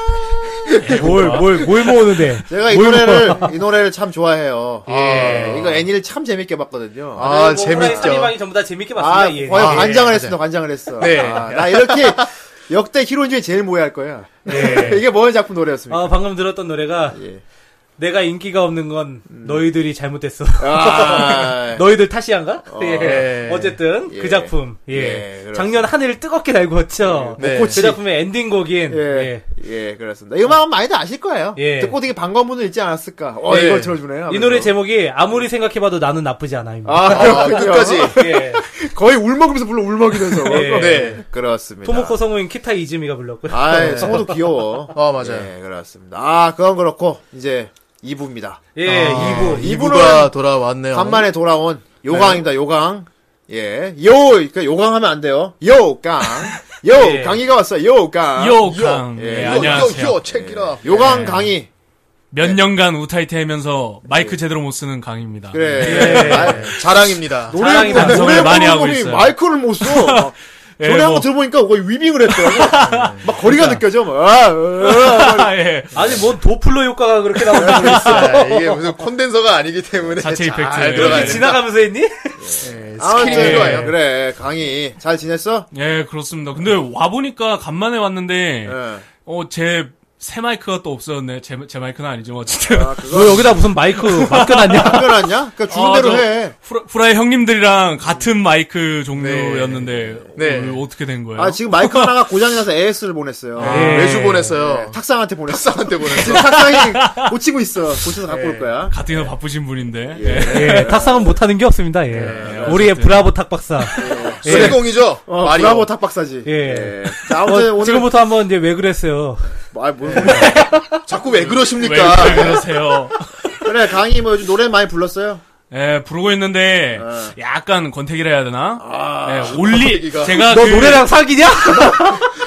D: 뭘, 뭘, 뭘 모으는데.
B: 제가 이
D: 뭘 모아.
B: 노래를 이 노래를 참 좋아해요. 예. 이거 애니를 참 재밌게 봤거든요.
D: 네,
B: 아,
E: 아,
D: 상대방이
E: 재밌죠.
D: 뭐 전부 다 재밌게 봤습니다.
B: 아
D: 예.
B: 거의
E: 아,
B: 관장을
E: 예,
B: 했습니다. 관장을 했어.
E: 네.
B: 아, 나 이렇게 역대 히로인 중에 제일 모해할 거야. 이게 뭐의 작품 노래였습니까?
D: 어, 방금 들었던 노래가
B: 예.
D: 내가 인기가 없는 건 너희들이 잘못됐어.
B: 아,
D: 너희들 탓이한가? 예.
E: 예.
D: 어쨌든
B: 어. 예.
D: 그 작품.
B: 예,
D: 예.
B: 그렇습니다.
D: 작년 하늘을 뜨겁게 달구었죠.
E: 네.
D: 그 작품의 엔딩곡인
B: 예.
D: 예.
B: 예, 그렇습니다. 이 음악은 많이들 아실 거예요.
D: 예.
B: 듣고 되게 반가운 분들 있지 않았을까. 어,
E: 예.
B: 이걸 들어주네요.
D: 이 노래 제목이 아무리 생각해봐도 나는 나쁘지 않아입니다.
B: 그렇죠. 아,
E: 아, 끝까지.
D: 예.
B: 거의 울먹으면서 불러 울먹이면서.
D: 예.
E: 네.
B: 그렇습니다.
D: 토모코 성우인 키타 이즈미가 불렀고요.
B: 아, 성호도 귀여워.
E: 아, 맞아요.
B: 예, 그렇습니다. 아, 그건 그렇고 이제 2부입니다.
D: 예,
E: 아,
D: 2부.
E: 2부가 돌아왔네요.
B: 간만에 돌아온 요강입니다. 요강. 예. 요, 그러니까 요강하면 안 돼요. 요강. 요,
D: 예.
B: 강의가 왔어요. 요강.
M: 요강.
B: 요, 예,
E: 어,
M: 네,
B: 요,
M: 안녕하세요.
E: 요, 요, 챙기라.
B: 요강 강의.
E: 네.
M: 몇 년간 우타이티 하면서 마이크 제대로 못 쓰는 강입니다.
E: 네. 예.
B: 그래. 아,
E: 자랑입니다.
B: 노래,
D: 자랑이
B: 부르-
M: 방송을
B: 노래
M: 많이
B: 부르는
M: 하고
B: 놈이
M: 있어요.
B: 마이크를 못 써. 막
M: 예,
B: 전에 한거
M: 뭐. 그러니까.
B: 들어보니까 거의 위빙을 했더라고. 막 거리가 느껴져. 막. 아, 아, 아.
M: 예.
D: 아니, 뭔 도플러 효과가 그렇게 나오는지 모르겠어.
E: 아, 이게 무슨 콘덴서가 아니기 때문에 잘
M: 자체 이펙트.
E: 들어가야
D: 그렇게
E: 돼.
D: 지나가면서 했니?
B: 아무튼 네.
E: 스킬이 좋아요.
B: 그래. 강의. 잘 지냈어?
M: 예, 그렇습니다. 근데 와보니까 간만에 왔는데,
E: 네.
B: 예.
M: 어, 제, 새 마이크가 또 없었네. 제, 제 마이크는 아니죠. 뭐 어쨌든.
D: 너 여기다 무슨 마이크 맡겨놨냐?
B: 해결하냐? 그러니까 주는
M: 아,
B: 대로
M: 저-
B: 해.
M: 후라, 후라이 형님들이랑 같은 마이크 종류였는데,
E: 네.
M: 오늘 어떻게 된 거예요?
B: 아, 지금 마이크 하나가 고장나서 AS를 보냈어요. 예.
E: 아, 외주 보냈어요.
B: 탁상한테 보냈어. 예.
E: 탁상한테 보냈어.
B: 지금 탁상이 고치고 있어. 고쳐서 갖고 올 거야.
M: 가뜩이나 바쁘신 분인데.
B: 네.
D: 예, 탁상은 못하는 게 없습니다. 예. 우리의 브라보 탁박사.
E: 수리공이죠?
B: 어,
E: 마리오.
B: 브라보 탁박사지.
D: 예.
B: 예. 자,
D: 어,
B: 아무튼 오늘
D: 지금부터 한번 이제 왜 그랬어요?
B: 아, 뭔 소리야.
E: 자꾸 왜
M: 왜,
E: 그러십니까?
M: 왜 그러세요?
B: 그래, 강의 뭐 요즘 노래 많이 불렀어요?
M: 예, 부르고 있는데, 약간 권태기라 해야 되나? 예, 올리,
E: 네. 아, 권태기가.
M: 제가
D: 너
M: 그,
D: 노래랑 사귀냐?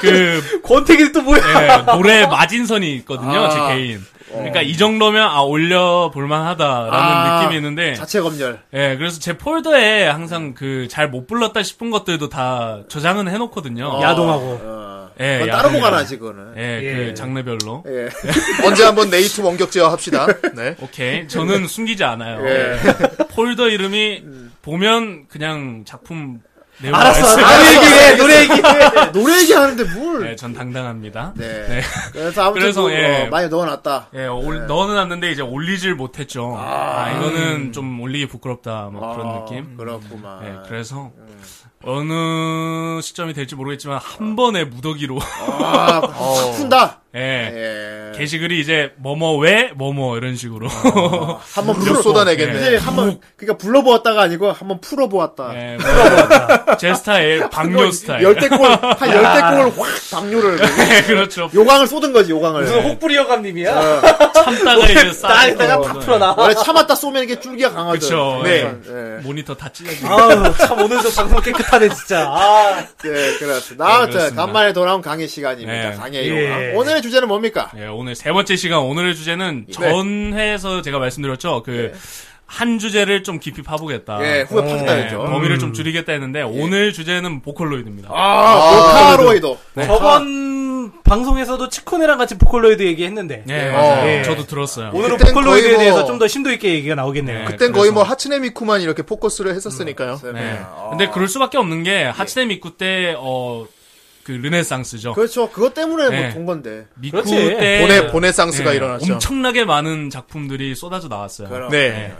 M: 그
D: 권태기 또 뭐야?
B: 네.
M: 예, 노래 마진선이 있거든요,
D: 아.
M: 제 개인. 그러니까 이 정도면 아 올려 볼만하다라는
B: 아.
M: 느낌이 있는데,
B: 자체 검열.
M: 예, 그래서 제 폴더에 항상 그 잘 못 불렀다 싶은 것들도 다 저장은 해놓거든요.
D: 야동하고.
B: 어.
M: 예,
B: 그건 따로
M: 야동이랑.
B: 보관하지 그거는.
M: 예,
D: 예.
M: 그 장르별로.
B: 예.
E: 언제 한번 네이트 원격제어 합시다. 네.
M: 오케이, 저는 숨기지 않아요.
B: 예. 음.
M: 폴더 이름이 보면 그냥 작품 내용
D: 아, 알았어.
M: 알수 있-
D: 노래 얘기해. 노래 얘기.
B: 예, 노래 얘기하는데 뭘?
M: 예, 전 당당합니다.
B: 네.
M: 네.
B: 그래서 아무튼
M: 그래서,
B: 뭐, 어,
M: 예.
B: 많이 넣어놨다.
M: 예, 올,
B: 네.
M: 넣어놨는데 이제 올리질 못했죠. 아, 이거는 좀 올리기 부끄럽다, 뭐 그런
B: 음. 아, 음.
M: 느낌.
B: 그렇구만.
M: 예, 그래서 어느 시점이 될지 모르겠지만 한 번에 무더기로
B: 아, 확 푼다.
M: 예,
B: 예.
M: 게시글이 이제 뭐뭐 왜 뭐뭐 이런 식으로
B: 어.
M: 음,
B: 한번
E: 쭉
B: 풀어.
E: 쏟아내겠네.
B: 예, 한번 그러니까 불러보았다가 아니고 한번 풀어보았다.
M: 예, 뭐, 제 스타일
B: 뭐,
M: 방뇨 스타일
B: 열대 골, 한 열대 골을 확 당뇨를.
M: 예, 그렇죠
B: 요강을 쏟은 거지, 요강을.
D: 무슨 혹부리 여감님이야?
B: 뭐,
M: 참다가 네, 이제
D: 나
M: 쌓이고
D: 이따가 팍 풀어놔.
B: 원래 참았다 쏘면 이게 줄기가 강하죠.
M: 그쵸. 예.
B: 네.
M: 모니터 다 찢어지고
D: 아우 참 오늘 저 방송 깨끗하네 진짜. 아,
B: 예, 그렇습니다. 아무튼,
M: 네, 그렇습니다.
B: 간만에 돌아온 강의 시간입니다.
M: 예.
B: 강의
D: 예.
B: 요강. 오늘의 주제는 뭡니까?
M: 예, 오늘 세 번째 시간 오늘의
B: 네.
M: 주제는 전회에서 제가 말씀드렸죠 그 한 주제를 좀 깊이 파보겠다
B: 예, 후에 파겠다
M: 네,
B: 했죠. 예.
M: 범위를 좀 줄이겠다 했는데 오늘 주제는 보컬로이드입니다.
E: 뭐,
B: 아, 보카로이도.
M: 네.
D: 저번 방송에서도 치코네랑 같이 보컬로이드 얘기했는데
M: 네,
E: 어.
M: 맞아요.
D: 예.
M: 저도 들었어요.
D: 오늘은
E: 그땐
D: 보컬로이드에
E: 거의 뭐-
D: 대해서 좀 더 심도 있게 얘기가 나오겠네요.
M: 네.
E: 그땐 거의
M: 그래서-
E: 뭐 하츠네 미쿠만 이렇게 포커스를
B: 음,
E: 했었으니까요.
M: 네. 근데 그럴 수밖에 없는 게 하츠네 미쿠 때 어. 그 르네상스죠.
B: 그렇죠. 그것 때문에
M: 네.
B: 뭐돈 건데.
M: 미쿠
D: 그렇지.
M: 때
E: 보네 보네 쌍스가
M: 예,
E: 일어났죠.
M: 엄청나게 많은 작품들이 쏟아져 나왔어요.
B: 그럼.
E: 네.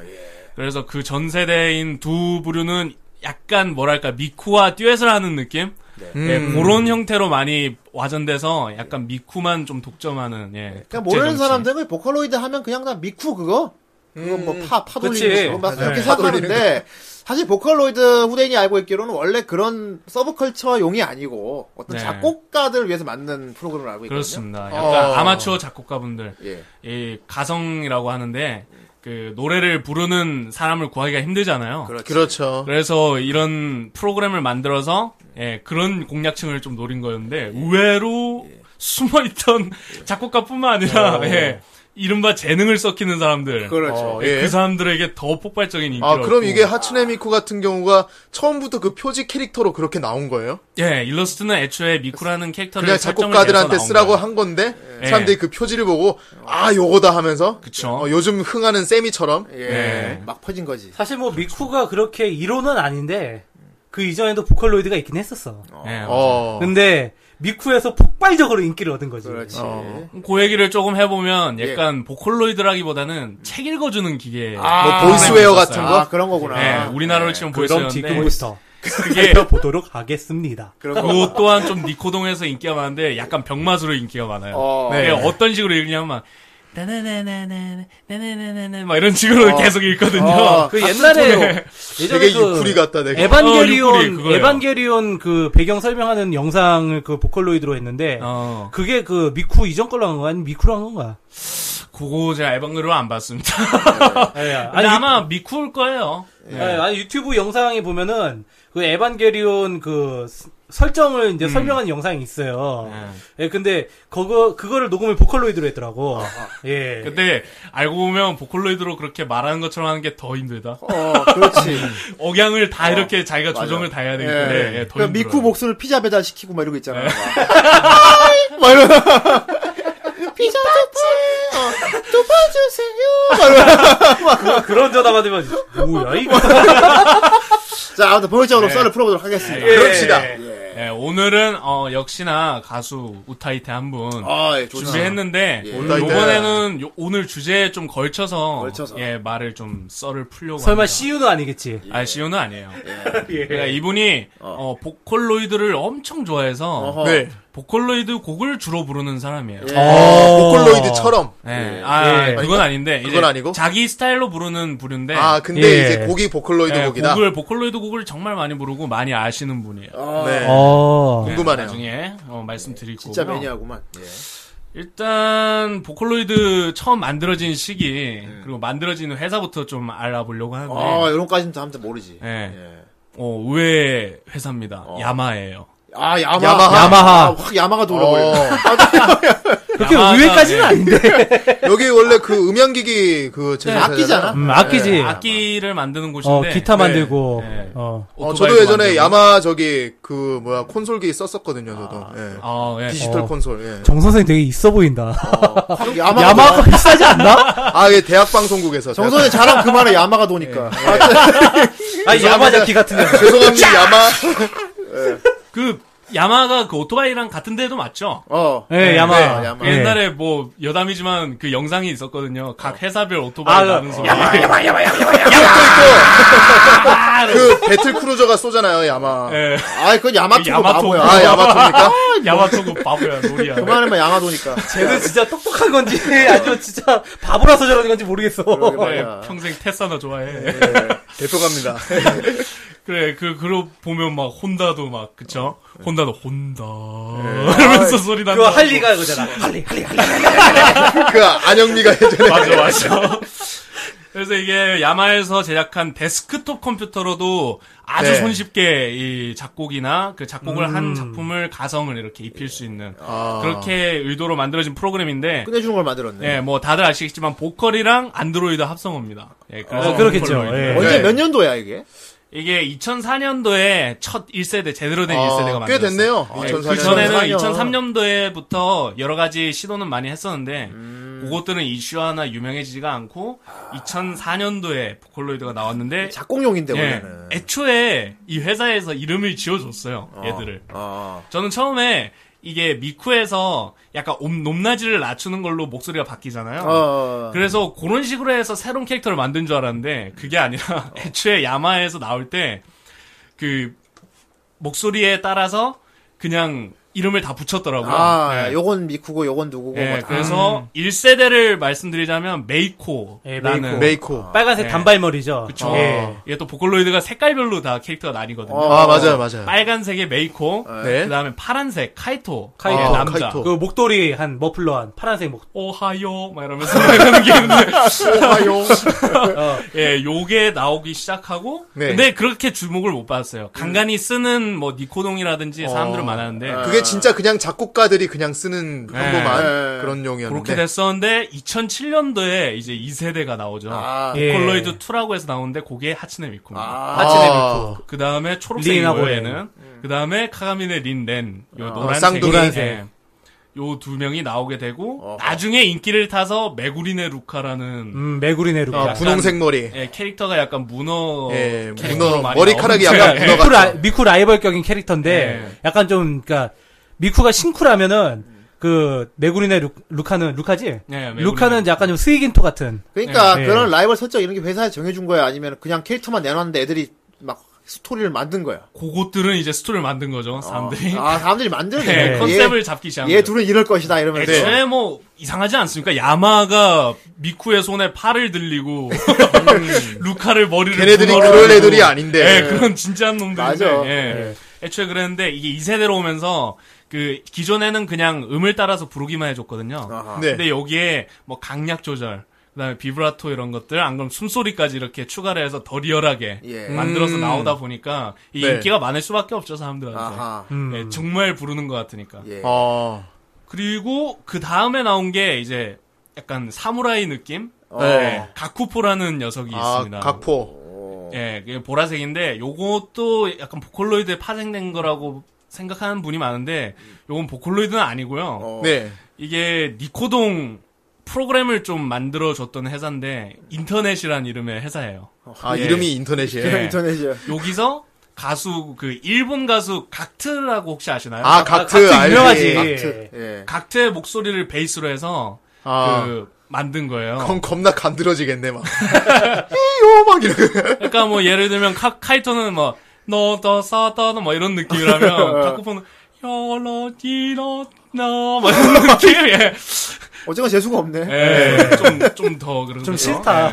M: 그래서 그 전 세대인 두 부류는 약간 뭐랄까 미쿠와 듀엣을 하는 느낌? 예, 그런 형태로 많이 와전돼서 약간 미쿠만 좀 독점하는 예. 독재
B: 그냥 그러니까 모르는
M: 정치.
B: 사람들은 그 보컬로이드 하면 그냥 나 미쿠 그거? 그거
E: 음,
B: 뭐 파, 파
D: 그치.
B: 돌리는 거, 막
M: 네.
B: 이렇게
E: 파 돌리는
B: 생각하는데, 사실 보컬로이드 후대인이 알고 있기로는 원래 그런 서브컬처 용이 아니고, 어떤
M: 네.
B: 작곡가들을 위해서 만든 프로그램을 알고 있거든요.
M: 그렇습니다. 약간
E: 어.
M: 아마추어 작곡가분들
B: 예.
M: 이 가성이라고 하는데 그 노래를 부르는 사람을 구하기가 힘들잖아요.
B: 그렇지.
E: 그렇죠.
M: 그래서 이런 프로그램을 만들어서 예, 그런 공략층을 좀 노린
E: 예.
M: 거였는데 의외로 숨어있던 작곡가뿐만 아니라 예, 이른바 재능을 썩히는 사람들
B: 그렇죠.
E: 어,
M: 예,
E: 예.
M: 그 사람들에게 더 폭발적인 인기를
E: 아 그럼
M: 얻고.
E: 이게 하츠네 미쿠 같은 경우가 처음부터 그 표지 캐릭터로 그렇게 나온 거예요?
M: 예 일러스트는 애초에 미쿠라는 캐릭터를
E: 그냥
M: 설정을
E: 작곡가들한테
M: 내서 나온
E: 쓰라고
M: 거예요.
E: 한 건데
M: 예.
E: 사람들이 그 표지를 보고 아 요거다 하면서
M: 그쵸.
E: 어, 요즘 흥하는 세미처럼
B: 예.
M: 네.
B: 막 퍼진 거지.
D: 사실 뭐 미쿠가 그렇게 이론은 아닌데 그 이전에도 보컬로이드가 있긴 했었어.
M: 예,
E: 어.
D: 근데 미쿠에서 폭발적으로 인기를 얻은 거지.
B: 그렇지.
E: 어.
M: 그 얘기를 조금 해보면 약간 보컬로이드라기보다는 책 읽어주는 기계
E: 뭐 보이스웨어 같은
M: 있었어요.
E: 거
B: 아, 그런 거구나.
M: 예, 우리나라로 치면
D: 그럼
M: 보이스웨어인데 예.
D: 지금부터
M: 그게
D: 보도록 하겠습니다.
B: 그런 거.
M: 그것 또한 좀 니코동에서 인기가 많은데 약간 병맛으로 인기가 많아요.
B: 어.
M: 네. 어떤 식으로 읽냐면 막 네, 나나나나나 나나나나나 네, 막 이런 식으로 계속 읽거든요.
B: 어.
D: 그 옛날에 예전에
E: 되게
D: 그
E: 유쿠리 같다 되게
M: 어, 유쿠리,
D: 에반게리온
M: 그거예요.
D: 에반게리온 그 배경 설명하는 영상을 그 보컬로이드로 했는데
M: 어,
D: 그게 그 미쿠 이전 걸로 한 거야? 아니면 미쿠로 한 건가?
M: 그거 제가 알방으로 안 봤습니다.
D: 아니, 그
M: 근데 아마 미쿠일 거예요.
D: 유, 아니 유튜브 영상에 보면은 그 에반게리온 그 스- 설정을 이제 설명하는 영상이 있어요. 예, 근데 그거 그거를 녹음을 보컬로이드로 했더라고. 예.
M: 근데 알고 보면 보컬로이드로 그렇게 말하는 것처럼 하는 게 더 힘들다.
B: 어, 그렇지.
M: 억양을 다 이렇게 자기가 조정을 다 해야 되기 때문에
B: 예.
M: 예, 더
B: 그러니까
M: 힘들어요.
B: 미쿠 목숨을 피자 배달시키고 막 이러고 있잖아요. 막. 막 이러고. 피자 배달. 어, 또 봐주세요. 막 이러고.
D: 그런 전화 받으면 뭐야 이거?
B: 자, 아무튼 본격적으로
M: 네.
B: 썰을 풀어보도록 하겠습니다.
M: 예.
E: 그럽시다.
M: 예, 오늘은 어, 역시나 가수 우타이테 한분
B: 아, 예, 좋다.
M: 준비했는데
B: 예.
M: 오늘
E: 오늘도
M: 이번에는 요- 오늘 주제에 좀 걸쳐서,
B: 걸쳐서.
M: 예 말을 좀 썰을 풀려고
D: 설마
M: 합니다.
D: CU는 아니겠지?
M: 아 시오는 아니에요. 그러니까 이분이 어, 보컬로이드를 엄청 좋아해서
B: 어허.
E: 네
M: 보컬로이드 곡을 주로 부르는 사람이에요.
B: 예.
M: 어.
E: 어. 보컬로이드처럼
M: 예. 아
D: 예.
M: 그건 아닌데 이제
E: 그건 아니고?
M: 자기 스타일로 부르는 부류인데
E: 아 근데
D: 예.
E: 이제 곡이 보컬로이드
M: 네. 예,
E: 곡이다
M: 곡을 보컬로이드 곡을 정말 많이 부르고 많이 아시는 분이에요.
E: 네.
D: 어.
M: 네,
E: 궁금하네요.
M: 나중에 어, 말씀드릴
B: 진짜
M: 거고요.
B: 매니아구만. 예.
M: 일단 보컬로이드 처음 만들어진 시기
E: 네.
M: 그리고 만들어진 회사부터 좀 알아보려고 하는데
B: 아, 이런까지는 아무튼 모르지.
M: 예.
B: 예.
E: 어.
M: 어, 의외의 회사입니다. 야마예요.
B: 아, 야마.
E: 야마하.
N: 야마하. 아, 확 야마가 돌아버려.
E: 어.
D: 그렇게
M: 야마다,
D: 의외까지는
M: 예.
D: 아닌데.
E: 여기 원래 그 음향기기 그 제조사잖아.
N: 아끼잖아.
D: 음, 악기지.
M: 악기를
D: 어,
M: 만드는 곳인데
D: 기타
E: 네.
D: 만들고.
M: 네.
D: 어.
E: 어,
M: 오토바이도
E: 저도 예전에
M: 만들고.
E: 야마 저기 그 뭐야 콘솔기 썼었거든요 저도 예.
M: 어, 예.
E: 디지털
D: 어.
E: 콘솔 예.
D: 정 선생 되게 있어 보인다.
N: 확 야마가.
D: 야마가 비싸지 않나?
E: 아예 대학 방송국에서
N: 정선의 자랑 그만해 야마가 도니까.
D: 아, 야마 자키 같은 거.
E: 대학- 죄송합니다 야마
M: 그 야마가 그 오토바이랑 같은 데도 맞죠?
E: 어
D: 예, 야마.
E: 네, 야마.
M: 그 옛날에 뭐 여담이지만 그 영상이 있었거든요.
E: 어.
M: 각 회사별 오토바이
D: 아,
M: 나는 소리.
E: 그 배틀 크루저가 쏘잖아요 야마
M: 예.
N: 아이 그건 야마토고
M: 야마토. 네.
N: 바보야.
E: 아 야마토입니까
M: 야마토고 바보야 놀이야.
N: 그만하면 양아도니까.
D: 쟤는 진짜 똑똑한 건지, 아니면 진짜 바보라서 저러는 건지 모르겠어.
M: 네,
N: 뭐야.
M: 평생 테사나 좋아해.
E: 대표 갑니다
M: 그래 그 그룹 보면 막 혼다도 막 그쵸? 혼다도 혼다 이러면서 소리 난다.
D: 네. 아, 그거 할리가 그거잖아. 할리, 할리, 할리.
E: 그 안영미가 예전에
M: 맞아 맞아. 그래서 이게 야마에서 제작한 데스크톱 컴퓨터로도 아주
E: 네.
M: 손쉽게 이 작곡이나 그 작곡을
D: 음.
M: 한 작품을 가성을 이렇게 입힐 수 있는
E: 아.
M: 그렇게 의도로 만들어진 프로그램인데
N: 끝내주는 걸 만들었네.
M: 예, 뭐 다들 아시겠지만 보컬이랑 안드로이드 합성어입니다. 예, 그래서
D: 어, 그렇겠죠.
M: 보컬로
D: 예.
N: 언제
E: 네.
N: 몇 년도야 이게?
M: 이게 2004년도에 첫 1세대 제대로 된
E: 아,
M: 1세대가 만들었어요.
E: 꽤 됐네요.
M: 예,
E: 2004년.
M: 그 전에는
N: 2004년.
M: 2003년도에부터 여러 가지 시도는 많이 했었는데
E: 음.
M: 그것들은 이슈화나 유명해지지가 않고 2004년도에 보컬로이드가 나왔는데
N: 작곡용인데
M: 예,
N: 원래는.
M: 애초에 이 회사에서 이름을 지어줬어요. 얘들을.
N: 어.
M: 저는 처음에 이게 미쿠에서 약간 옴- 높낮이를 낮추는 걸로 목소리가 바뀌잖아요.
N: 어.
M: 그래서 그런 식으로 해서 새로운 캐릭터를 만든 줄 알았는데 그게 아니라 애초에 야마에서 나올 때 그 목소리에 따라서 그냥 이름을 다 붙였더라고요.
N: 아,
M: 예.
N: 요건 미쿠고 요건 누구고
M: 예,
N: 뭐 다.
M: 그래서 1세대를 말씀드리자면
D: 예,
M: 메이코라는
D: 메이코. 네.
E: 메이코
D: 빨간색
M: 예.
D: 단발머리죠.
M: 그쵸.
D: 예.
M: 이게 또 보컬로이드가 색깔별로 다 캐릭터가 나뉘거든요.
N: 어.
E: 아 맞아요 맞아요
M: 빨간색의 메이코,
E: 네.
M: 그다음에 파란색 카이토,
D: 카이토,
M: 예, 남자.
E: 카이토.
D: 그 목도리 한 머플러 한 파란색 목.
M: 오하요 막 이러면서 하는 게 있는데
E: 오하요
M: 예, 요게 나오기 시작하고
E: 네.
M: 근데 그렇게 주목을 못 받았어요.
N: 음.
M: 간간히 쓰는 뭐
N: 어.
M: 니코동이라든지 사람들은 많았는데
N: 아,
E: 그게 진짜 그냥 작곡가들이 그냥 쓰는 평범한
N: 네.
E: 그런
M: 그렇게
E: 용이었는데
M: 됐었는데 2007년도에 이제 2세대가 나오죠.
N: 아,
D: 예.
M: 콜로이드 2라고 해서 나오는데 그게 하츠네 미코.
N: 아,
D: 하츠네
E: 아.
D: 미코.
M: 그 다음에 초록색
D: 린하고
M: 요에는 그 다음에 카가미네 린렌
N: 아.
M: 요
E: 예. 쌍둥이.
M: 노란색 예.
E: 노란색.
M: 요두 명이 나오게 되고
N: 어.
M: 나중에 인기를 타서 메구리네 루카라는
D: 음, 메구리네 루카.
E: 어, 분홍색 머리
M: 예, 캐릭터가 약간 문어
E: 예,
M: 캐릭터로
E: 문어,
M: 많이
E: 머리카락이
M: 나오는데
E: 약간
M: 예.
E: 문어가-
D: 그러니까 미쿠, 라, 미쿠 라이벌격인 캐릭터인데
M: 예.
D: 약간 좀 그러니까 미쿠가 신쿠라면은 그 메구리네 루, 루카는 루카지?
M: 네, 메구리네.
D: 루카는 약간 좀 스이긴토 같은.
N: 그러니까
M: 네.
D: 예.
N: 그런 라이벌 설정 이런 게 회사에 정해준 거야 아니면 그냥 캐릭터만 내놨는데 애들이 막 스토리를 만든 거야.
M: 그것들은 이제 스토리를 만든 거죠, 사람들이.
N: 아 사람들이 만드는
M: 예,
N: 거야.
M: 컨셉을 잡기 시작한
N: 얘, 얘
M: 거죠.
N: 둘은 이럴 것이다 이러면서.
M: 애초에
E: 네.
M: 뭐 이상하지 않습니까? 야마가 미쿠의 손에 팔을 들리고 음, 루카를 머리를
E: 걔네들이
M: 문어로
E: 그럴
M: 들고.
E: 애들이 아닌데 네.
M: 예, 그런 진지한 놈들인데.
N: 맞아.
M: 예. 애초에 그랬는데 이게 2세대로 오면서 그 기존에는 그냥 음을 따라서 부르기만 해줬거든요.
B: 아,
E: 네.
M: 근데 여기에 뭐 강약 조절, 그다음에 비브라토 이런 것들, 안 그럼 숨소리까지 이렇게 추가를 해서 더 리얼하게
N: 예.
M: 만들어서
E: 음.
M: 나오다 보니까 이
E: 네.
M: 인기가 많을 수밖에 없죠 사람들한테.
N: 아하.
D: 음.
M: 예, 정말 부르는 것 같으니까.
N: 예.
E: 어.
M: 그리고 그 다음에 나온 게 이제 약간 사무라이 느낌.
E: 네.
M: 예, 가쿠포라는 녀석이
E: 아,
M: 있습니다.
E: 각포.
M: 예, 그게 보라색인데 요것도 약간 보컬로이드에 파생된 거라고 생각하는 분이 많은데 요건 보컬로이드는 아니고요.
B: 어.
N: 어.
E: 네.
M: 이게 니코동 프로그램을 좀 만들어줬던 회사인데 인터넷이란 이름의 회사예요.
E: 아,
M: 예.
E: 이름이 인터넷이에요.
M: 예.
N: 인터넷이야.
M: 여기서 가수 그 일본 가수 각트라고 혹시 아시나요?
E: 아, 각트,
D: 각트
E: 알지.
D: 유명하지.
E: 아,
N: 예. 예.
M: 각트의 목소리를 베이스로 해서
E: 아.
M: 그 만든 거예요.
E: 그건 겁나 간드러지겠네, 막. 이요, 막 이러고.
M: 그러니까 뭐 예를 들면 카, 카이토는 뭐 너더 사다는 뭐 이런
D: 네.
M: 느낌이라면 가쿠폰은 여러지러 나뭐 이런 느낌 예.
N: 어쨌건 재수가 없네.
M: 예. 좀좀 더 예. 그런
D: 좀
M: 거죠.
D: 싫다.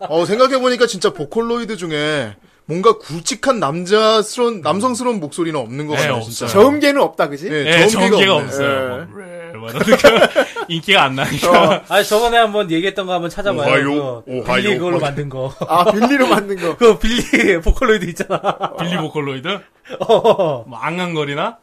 E: 어, 생각해보니까 진짜 보컬로이드 중에 뭔가 굵직한 남자스러운, 남성스러운 목소리는 없는 것
M: 네,
E: 같아요,
M: 없어요.
E: 진짜.
N: 저음계는 없다 그지?
E: 네,
M: 예,
E: 저음기가
M: 전개가
E: 없네.
M: 없어요.
N: 예.
M: 뭐, 막 이런 느낌. 인기가 안
E: 어.
M: 나니까.
D: 아 저번에 한번 얘기했던 거 한번 찾아봐요.
E: 오하요,
D: 그거
E: 오하요.
D: 빌리 그걸로 만든 거.
N: 아, 빌리로 만든 거.
D: 그 빌리 보컬로이드 있잖아.
M: 빌리 보컬로이드?
D: 어.
M: 뭐 앙앙거리나?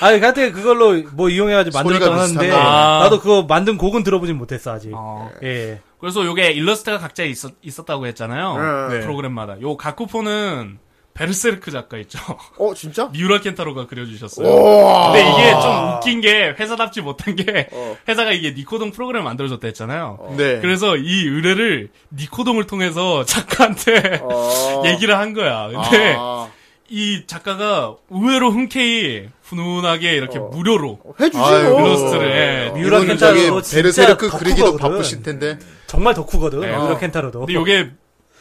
D: 아니 하여튼 그걸로 뭐 이용해가지고 만들었던
E: 소리가 비슷한
D: 하는데
E: 거.
M: 아.
D: 나도 그거 만든 곡은 들어보진 못했어 아직.
M: 어.
D: 예.
M: 그래서 요게 일러스트가 각자 있었, 있었다고 했잖아요.
E: 네.
M: 프로그램마다. 요 가쿠포는 베르세르크 작가 있죠.
N: 어, 진짜?
M: 미우라 켄타로가 그려주셨어요. 근데 이게 좀 웃긴 게 회사답지 못한 게
E: 어.
M: 회사가 이게 니코동 프로그램 을 만들어줬다 했잖아요.
E: 네.
M: 그래서 이 의뢰를 니코동을 통해서 작가한테
N: 어.
M: 얘기를 한 거야. 근데
E: 어. 아.
M: 이 작가가 의외로 흔쾌히 훈훈하게 이렇게
E: 어.
M: 무료로
N: 해주지,
E: 아유,
N: 뭐.
M: 일러스트를 예.
D: 미우라
E: 이거는
D: 켄타로로
E: 저기
D: 진짜
E: 베르세르크
D: 덕후거든.
E: 그리기도 바쁘실 텐데.
D: 정말 덕후거든.
M: 네.
D: 유라
M: 어.
D: 켄타로도.
M: 근데 요게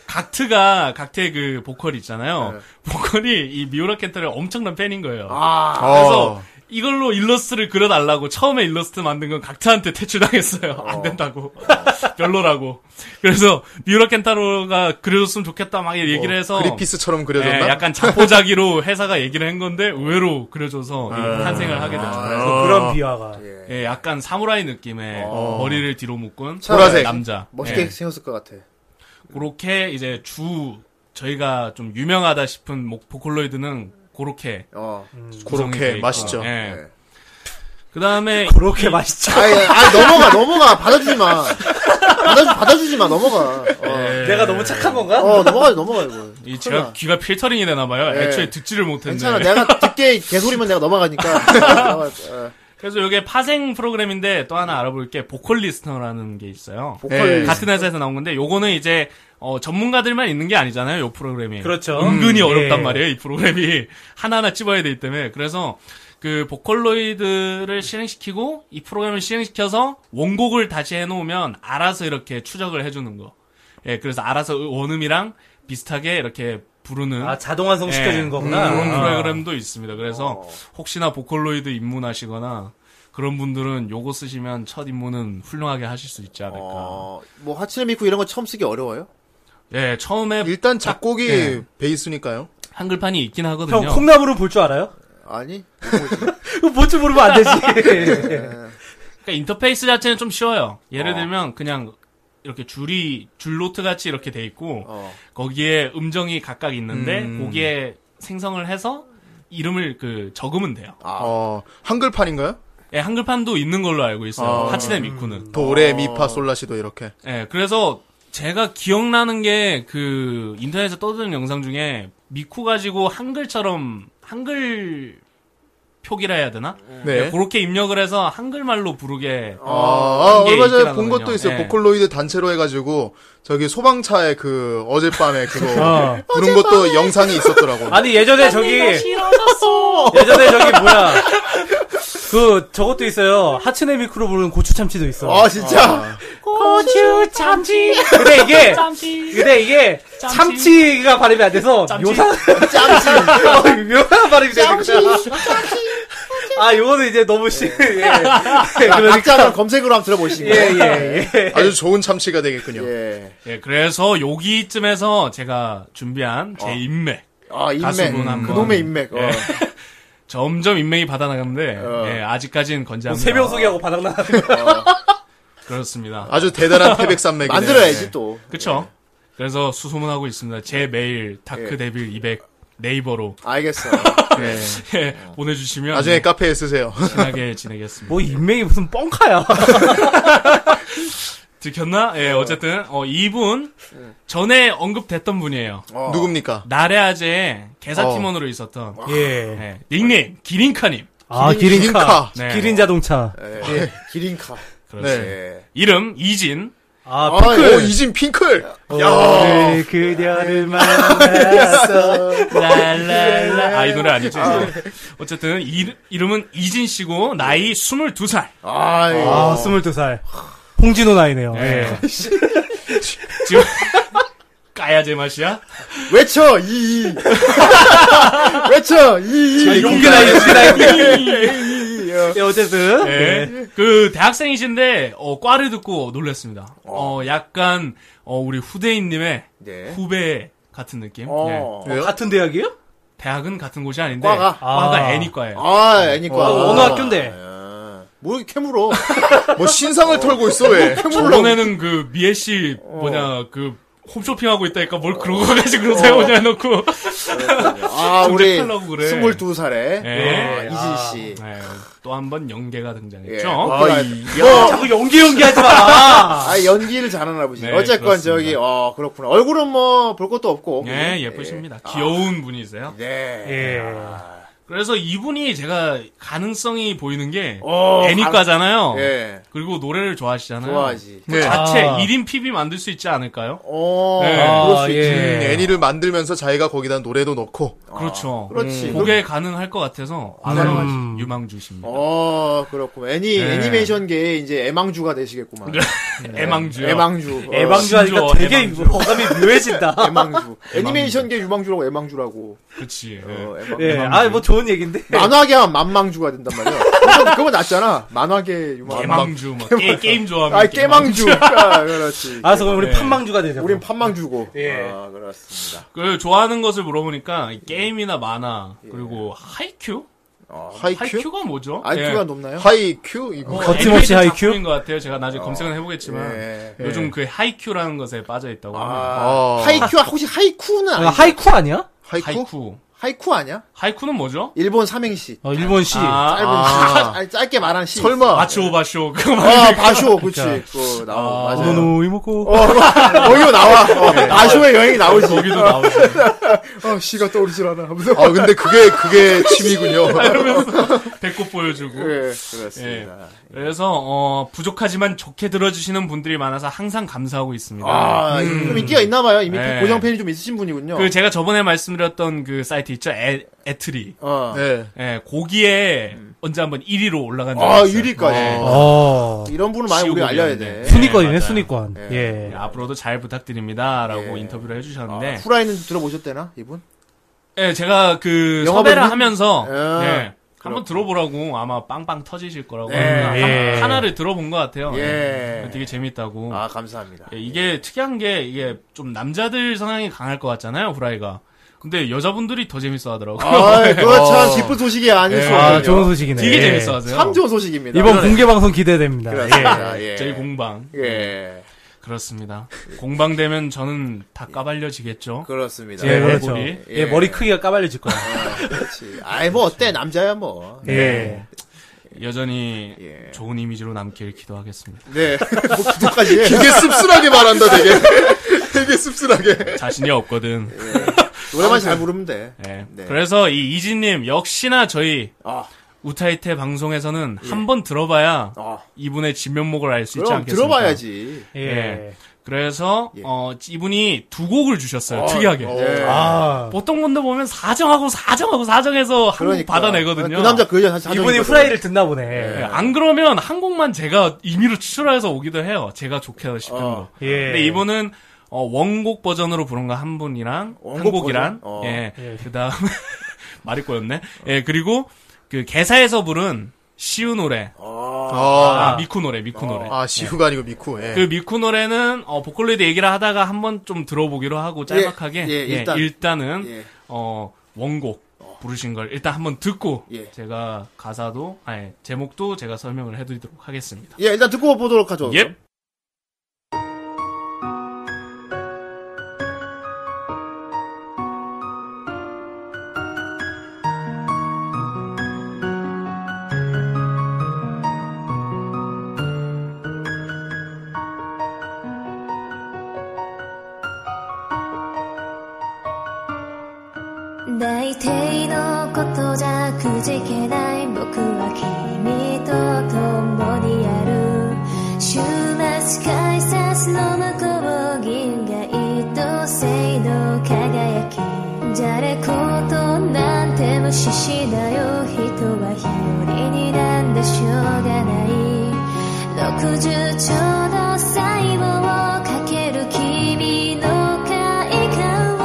M: 각트가 각트의 그 보컬 있잖아요.
E: 네.
M: 보컬이 이 미오라 켄타를 엄청난 팬인 거예요.
E: 아.
M: 그래서
E: 어.
M: 이걸로 일러스트를 그려달라고 처음에 일러스트 만든 건 각트한테 퇴출당했어요. 안 된다고. 별로라고. 그래서 미오라 켄타로가 그려줬으면 좋겠다 막 얘기를 해서
E: 어, 그리피스처럼
M: 예,
E: 그려졌나?
M: 약간 자포자기로 회사가 얘기를 한 건데 의외로 그려줘서
E: 아.
M: 이 탄생을 하게 됐죠. 그래서
D: 그런 비화가.
M: 예, 약간 사무라이 느낌의 머리를 뒤로 묶은
E: 보라색.
M: 남자.
N: 멋있게
M: 예.
N: 생겼을 것 같아.
M: 그렇게 이제 주 저희가 좀 유명하다 싶은 목- 보컬로이드는 그렇게
B: 어.
M: 구성이
E: 그렇게
M: 돼 있고.
E: 맛있죠.
M: 예.
B: 네.
M: 그다음에
D: 그렇게 맛있죠.
N: 아이, 예. 아이, 넘어가, 넘어가. 받아주지 마. 받아주, 받아주지 마, 넘어가. 어,
D: 내가 너무 착한 건가?
N: 어 넘어가지, 넘어가, 이거.
M: 이 제가 귀가 필터링이 되나 봐요.
N: 예.
M: 애초에 듣지를 못했네.
N: 괜찮아. 내가 듣게 개소리면 내가 넘어가니까. 어,
M: 그래서 이게 파생 프로그램인데 또 하나 알아볼 게 보컬 리스너라는 게 있어요. 네.
E: 보컬
M: 같은 회사에서 나온 건데 요거는 이제 어, 전문가들만 있는 게 아니잖아요. 요 프로그램이.
D: 그렇죠.
M: 은근히
D: 음,
M: 어렵단
D: 예.
M: 말이에요. 이 프로그램이 하나하나 찝어야 되기 때문에 그래서 그 보컬로이드를 실행시키고 이 프로그램을 실행시켜서 원곡을 다시 해놓으면 알아서 이렇게 추적을 해주는 거. 예, 그래서 알아서 원음이랑 비슷하게 이렇게 부르는
D: 아 자동완성 시켜주는
M: 예,
D: 거구나.
M: 그런
D: 아.
M: 프로그램도 있습니다. 그래서 혹시나 보컬로이드 입문하시거나 그런 분들은 요거 쓰시면 첫 입문은 훌륭하게 하실 수 있지 않을까.
N: 어, 뭐, 하치네 미쿠 이런 거 처음 쓰기 어려워요?
M: 예, 처음에
E: 일단 작곡이
M: 예. 베이스니까요.
E: 베이스니까요.
M: 한글판이 있긴 하거든요.
D: 형 콩나물은 볼 줄 알아요?
N: 아니?
D: 이거 볼줄 모르면 안 되지.
M: 그러니까 인터페이스 자체는 좀 쉬워요. 예를 들면 그냥 이렇게 줄이 줄노트 같이 이렇게 돼 있고
N: 어.
M: 거기에 음정이 각각 있는데
E: 음.
M: 거기에 생성을 해서 이름을 그 적으면 돼요.
E: 어, 한글판인가요?
M: 예, 한글판도 있는 걸로 알고 있어요.
E: 아.
M: 하치네 미쿠는.
E: 도레 미파 솔라시도 이렇게.
M: 예, 그래서 제가 기억나는 게 그 인터넷에 떠드는 영상 중에 미쿠 가지고 한글처럼 한글 표기라 해야 되나? 예,
E: 네.
M: 그렇게 입력을 해서 한글말로 부르게
E: 아, 아,
M: 그런 게
E: 얼마 전에
M: 있더라고요.
E: 본 것도 있어요.
M: 예.
E: 보컬로이드 단체로 해가지고 저기 소방차에 그 어젯밤에 그거
M: 아.
D: 어.
E: 부른 것도 영상이 있었더라고.
D: 아니 예전에 저기 예전에 저기 뭐야 그 저것도 있어요 하츠네 미쿠로 부르는 고추 참치도 있어
N: 아, 진짜?
D: 고추 참치 근데 이게 근데 이게 참치가 발음이 안 돼서 묘사 참치 묘한 발음이 되는 거야 아 요거는 이제 너무 심 예.
N: 각자 한번 검색으로 한번 들어보시고.
D: 그러니까. 예, 예, 예.
E: 아주 좋은 참치가 되겠군요.
N: 예.
M: 예, 그래서 여기쯤에서 제가 준비한 제 인맥.
N: 아, 인맥.
M: 가수분 한번.
N: 그놈의 인맥. 어.
M: 점점 인맥이 받아나가는데,
E: 어.
M: 예, 아직까지는
E: 뭐
D: 뭐
M: 건재합니다.
D: 세명 소개하고 바닥 나
M: 그렇습니다.
E: 아주 대단한 태백산맥이네요. 예.
N: 만들어야지, 또.
M: 그쵸?
E: 네.
M: 그래서 수소문하고 있습니다. 제 메일, 다크데빌
E: 예.
M: 200 네이버로
N: 알겠어.
M: 예, 보내주시면
E: 어. 나중에 카페에 쓰세요.
M: 친하게 지내겠습니다.
D: 뭐 인맥이 무슨 뻥카야
M: 들켰나? 예, 어쨌든, 어, 이분, 전에 언급됐던 분이에요.
E: 누굽니까?
M: 나레아제의 개사팀원으로 있었던,
D: 예.
M: 예, 닉네임, 기린카님.
D: 아 기린카
E: 기린카.
M: 네.
D: 기린 자동차
N: 기린카.
M: 그렇습니다.
B: 예.
M: 네. 이름, 이진.
D: 아
E: 아, 오, 이진 핑클.
D: 오늘 네, 그녀를 만났어.
M: 랄랄라. 아, 이 노래 아니죠. 어쨌든, 이, 이름은 이진 씨고, 나이 22살.
N: 아, 예.
D: 아, 22살. 홍진호 나이네요. 예.
M: 아, 지금, 까야 제맛이야?
N: 외쳐, 이, 이. 외쳐, 이, 이.
M: 용기 나이, 용기 나이.
D: 예, 어쨌든.
M: 네. 그 대학생이신데 어, 과를 듣고 놀랐습니다. 어, 약간 어, 우리 후대인님의
B: 네.
M: 후배 같은 느낌.
N: 어.
M: 예.
D: 어, 같은 대학이에요?
M: 대학은 같은 곳이 아닌데
N: 과가?
M: 과가
D: 아.
M: 애니과예요.
N: 아, 애니까.
D: 어, 어느 학교인데?
N: 아.
B: 뭐 이렇게 캐물어.
E: 뭐 신상을 털고 있어 왜?
M: 저번에는 그 미애 씨 뭐냐 그 홈쇼핑하고 있다니까 뭘 그런 거 가지고 그런 사용 뭐냐 해놓고
E: 아 우리
M: 팔라고 그래.
E: 22살에
M: 예.
B: 아, 이진 씨. 예.
M: 또 한 번 연계가 등장했죠. 네,
E: 아, 이- 야.
B: 네.
D: 자꾸 어, 연기 연기하지 마.
B: 뭐, 아 연기를 잘하는 아버지.
M: 네,
B: 어쨌건
M: 그렇습니다.
B: 저기 어 그렇구나. 얼굴은 뭐 볼 것도 없고.
M: 예, 예쁘십니다. 귀여운 분이세요.
O: 네.
D: 예.
M: 그래서 이분이 제가 가능성이 보이는 게
B: 어,
M: 애니과잖아요.
B: 예.
M: 그리고 노래를 좋아하시잖아요.
B: 좋아하지.
M: 그
E: 네.
M: 자체
D: 아.
M: 1인 PB 만들 수 있지 않을까요?
B: 어.
M: 네.
B: 그럴 수
D: 아,
B: 있지.
E: 음, 애니를 만들면서 자기가 거기다 노래도 넣고
M: 그렇죠.
B: 아, 그렇지.
M: 그게 가능할 것 같아서
B: 안
M: 오늘은
D: 가능하지.
M: 유망주십니다.
B: 어 그렇구나. 애니
M: 네.
B: 애니메이션계의 이제 애망주가 되시겠구만. 네.
M: 애망주요.
B: 애망주. 어,
D: 애방주 하니까
M: 신조어,
D: 되게
M: 애방주.
D: 어감이 묘해진다.
B: 애망주. 애니메이션계 유망주라고 애망주라고.
M: 그렇지.
B: 어, 애망-
D: 예. 아 뭐 좋은 얘기인데.
B: 만화계 하면 만망주가 된단 말이야. 그건, 그건 낫잖아. 만화계 유망주.
M: 개망주, 뭐 게, 게임 좋아하면
B: 아, 깨망주. 아, 그렇지.
D: 알았어 그럼 우리
M: 네.
D: 판망주가 되자.
B: 우린 판망주고.
D: 예.
B: 아, 그렇습니다.
M: 그 좋아하는 것을 물어보니까 이 게임이나 만화 그리고 하이큐?
E: 하이큐?
M: 하이큐가 뭐죠?
B: IQ가
M: 예. 뭐
B: 높나요? 어,
E: 하이큐 이거
D: 거침없이
M: 애니메이션
D: 하이큐?
M: 작품인 것 같아요. 제가 나중에 검색은 해보겠지만
E: 예.
M: 요즘 그 하이큐라는 것에 빠져 있다고 합니다.
E: 아.
B: 어. 하이큐, 혹시 하이쿠는
D: 아,
B: 아니야?
D: 하이쿠 아니야?
E: 하이쿠?
M: 하이쿠.
B: 하이쿠 아니야?
M: 하이쿠는 뭐죠?
B: 일본 삼행시.
D: 어, 일본 시.
M: 아,
B: 짧은
E: 아.
B: 시. 아니, 짧게 말한 시.
E: 설마
M: 아쇼바쇼 그거 말-
B: 아, 바쇼. 그치. 그, 나와.
D: 네.
B: 맞아. 요
D: 노노 이모코.
B: 거기도 나와. 어, 바쇼의 여행이 나오지.
M: 거기도 나오죠.
B: 어, 시가 떠오르질 않아. 하면서.
E: 아 근데 그게 그게 취미군요.
M: 네, 배꼽 보여주고.
B: 예, 그렇습니다.
M: 그래서 어, 부족하지만 좋게 들어주시는 분들이 많아서 항상 감사하고 있습니다.
B: 아, 좀 인기가 있나봐요. 이미 그
M: 예.
B: 고정 팬이 좀 있으신 분이군요.
M: 그 제가 저번에 말씀드렸던 그 사이트 있죠, 애, 애트리.
B: 어.
E: 네.
M: 예, 거기에 언제 한번 1위로 올라간 적이
B: 음. 아,
M: 있어요.
B: 유리까지.
M: 예.
D: 어.
B: 이런 분은 많이 우리 가
M: 지옥이었네.
B: 알려야 돼.
D: 순위권이네
M: 맞아요.
D: 순위권.
M: 예,
D: 예.
M: 앞으로도 잘 부탁드립니다라고
B: 예. 아,
M: 인터뷰를 해주셨는데,
B: 후라이는 들어보셨대나 이분?
M: 예, 제가 그
B: 영화
M: 섭외를
B: 보는-
M: 하면서
B: 아,
M: 예, 한번 들어보라고 아마 빵빵 터지실 거라고
B: 예,
M: 합니다.
D: 예.
M: 하- 하나를 들어본 것 같아요.
B: 예.
M: 되게 재밌다고.
B: 아 감사합니다.
M: 어. 예, 이게 특이한 게 이게 좀 남자들 성향이 강할 것 같잖아요, 후라이가. 근데 여자분들이 더 재밌어 하더라고요.
B: 아, 그거 참
E: 어.
B: 기쁜 소식이 아닐
M: 예.
B: 수
D: 아
B: 없네요.
D: 좋은 소식이네.
M: 되게
D: 예.
M: 재밌어 하세요.
B: 참 좋은 소식입니다.
D: 이번 공개 방송 기대됩니다.
B: 그렇습니다. 예.
M: 저희 공방.
B: 예.
M: 그렇습니다. 공방되면 저는 다 까발려지겠죠.
O: 그렇습니다.
M: 네,
D: 예, 그렇죠.
M: 머리.
D: 머리. 예, 머리 크기가 까발려질 거야.
B: 어, 그렇지. 아이 뭐 어때 남자야 뭐.
D: 예.
M: 여전히
O: 예.
M: 좋은 이미지로 남길 기도하겠습니다.
B: 네. 뭐 기도까지 해.
E: 되게 씁쓸하게 말한다 되게. 되게 씁쓸하게.
M: 자신이 없거든.
N: 네.
B: 노래만 잘 부르면 돼.
M: 예.
B: 네.
M: 그래서 이 이진님 역시나 저희
B: 아.
M: 우타이테 방송에서는 한 번 들어봐야
B: 아.
M: 이분의 진면목을 알 수 있지
B: 예. 그럼
M: 않겠습니까?
B: 들어봐야지.
D: 예.
M: 예. 그래서 어, 이분이 두 곡을 주셨어요. 특이하게.
B: 예.
D: 아.
M: 보통 분들 보면 사정하고 사정하고 사정해서 한국
B: 그러니까.
M: 받아내거든요.
B: 그 남자 그 여자 사정이거든.
D: 이분이 후라이를 듣나 보네.
M: 뭐 예,
D: 예.
M: 안 그러면 한국만 제가 임의로 추출해서 오기도 해요. 제가 좋게 싶은
B: 어.
M: 거. 근데 이분은 어, 원곡 버전으로 부른 거 한 분이랑
B: 원곡
M: 한곡이랑
B: 버전? 어.
M: 예,
D: 예.
M: 그다음 말이 꼬였네. 예 그리고 그 개사에서 부른 시우 노래,
E: 아,
M: 아, 미쿠 노래, 미쿠 노래.
B: 어,
E: 아 시후가 아니고 미쿠.
B: 네.
E: 예.
M: 그 미쿠 노래는 어, 보컬로이드 얘기를 하다가 한번 좀 들어보기로 하고 짤막하게
B: 예, 예, 일단.
M: 은
B: 예.
M: 어, 원곡 부르신 걸 일단 한번 듣고
B: 예.
M: 제가 가사도 아니 제목도 제가 설명을 해드리도록 하겠습니다.
B: 예, 일단 듣고 보도록 하죠.
M: 예.
F: 大抵のことじゃくじけない僕は君と共にやる週末改札の向こう銀河一星の輝きじゃれことなんて無視しだよ人は日和になんでしょうがない60兆の細胞をかける君の快感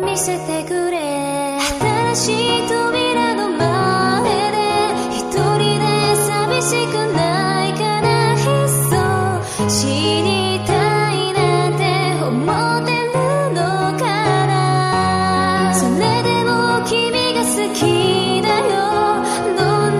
F: を見せてくれ新しい扉の前で一人で寂しくないかないっそ死にたいなんて思ってるのかなそれでも君が好きだよどん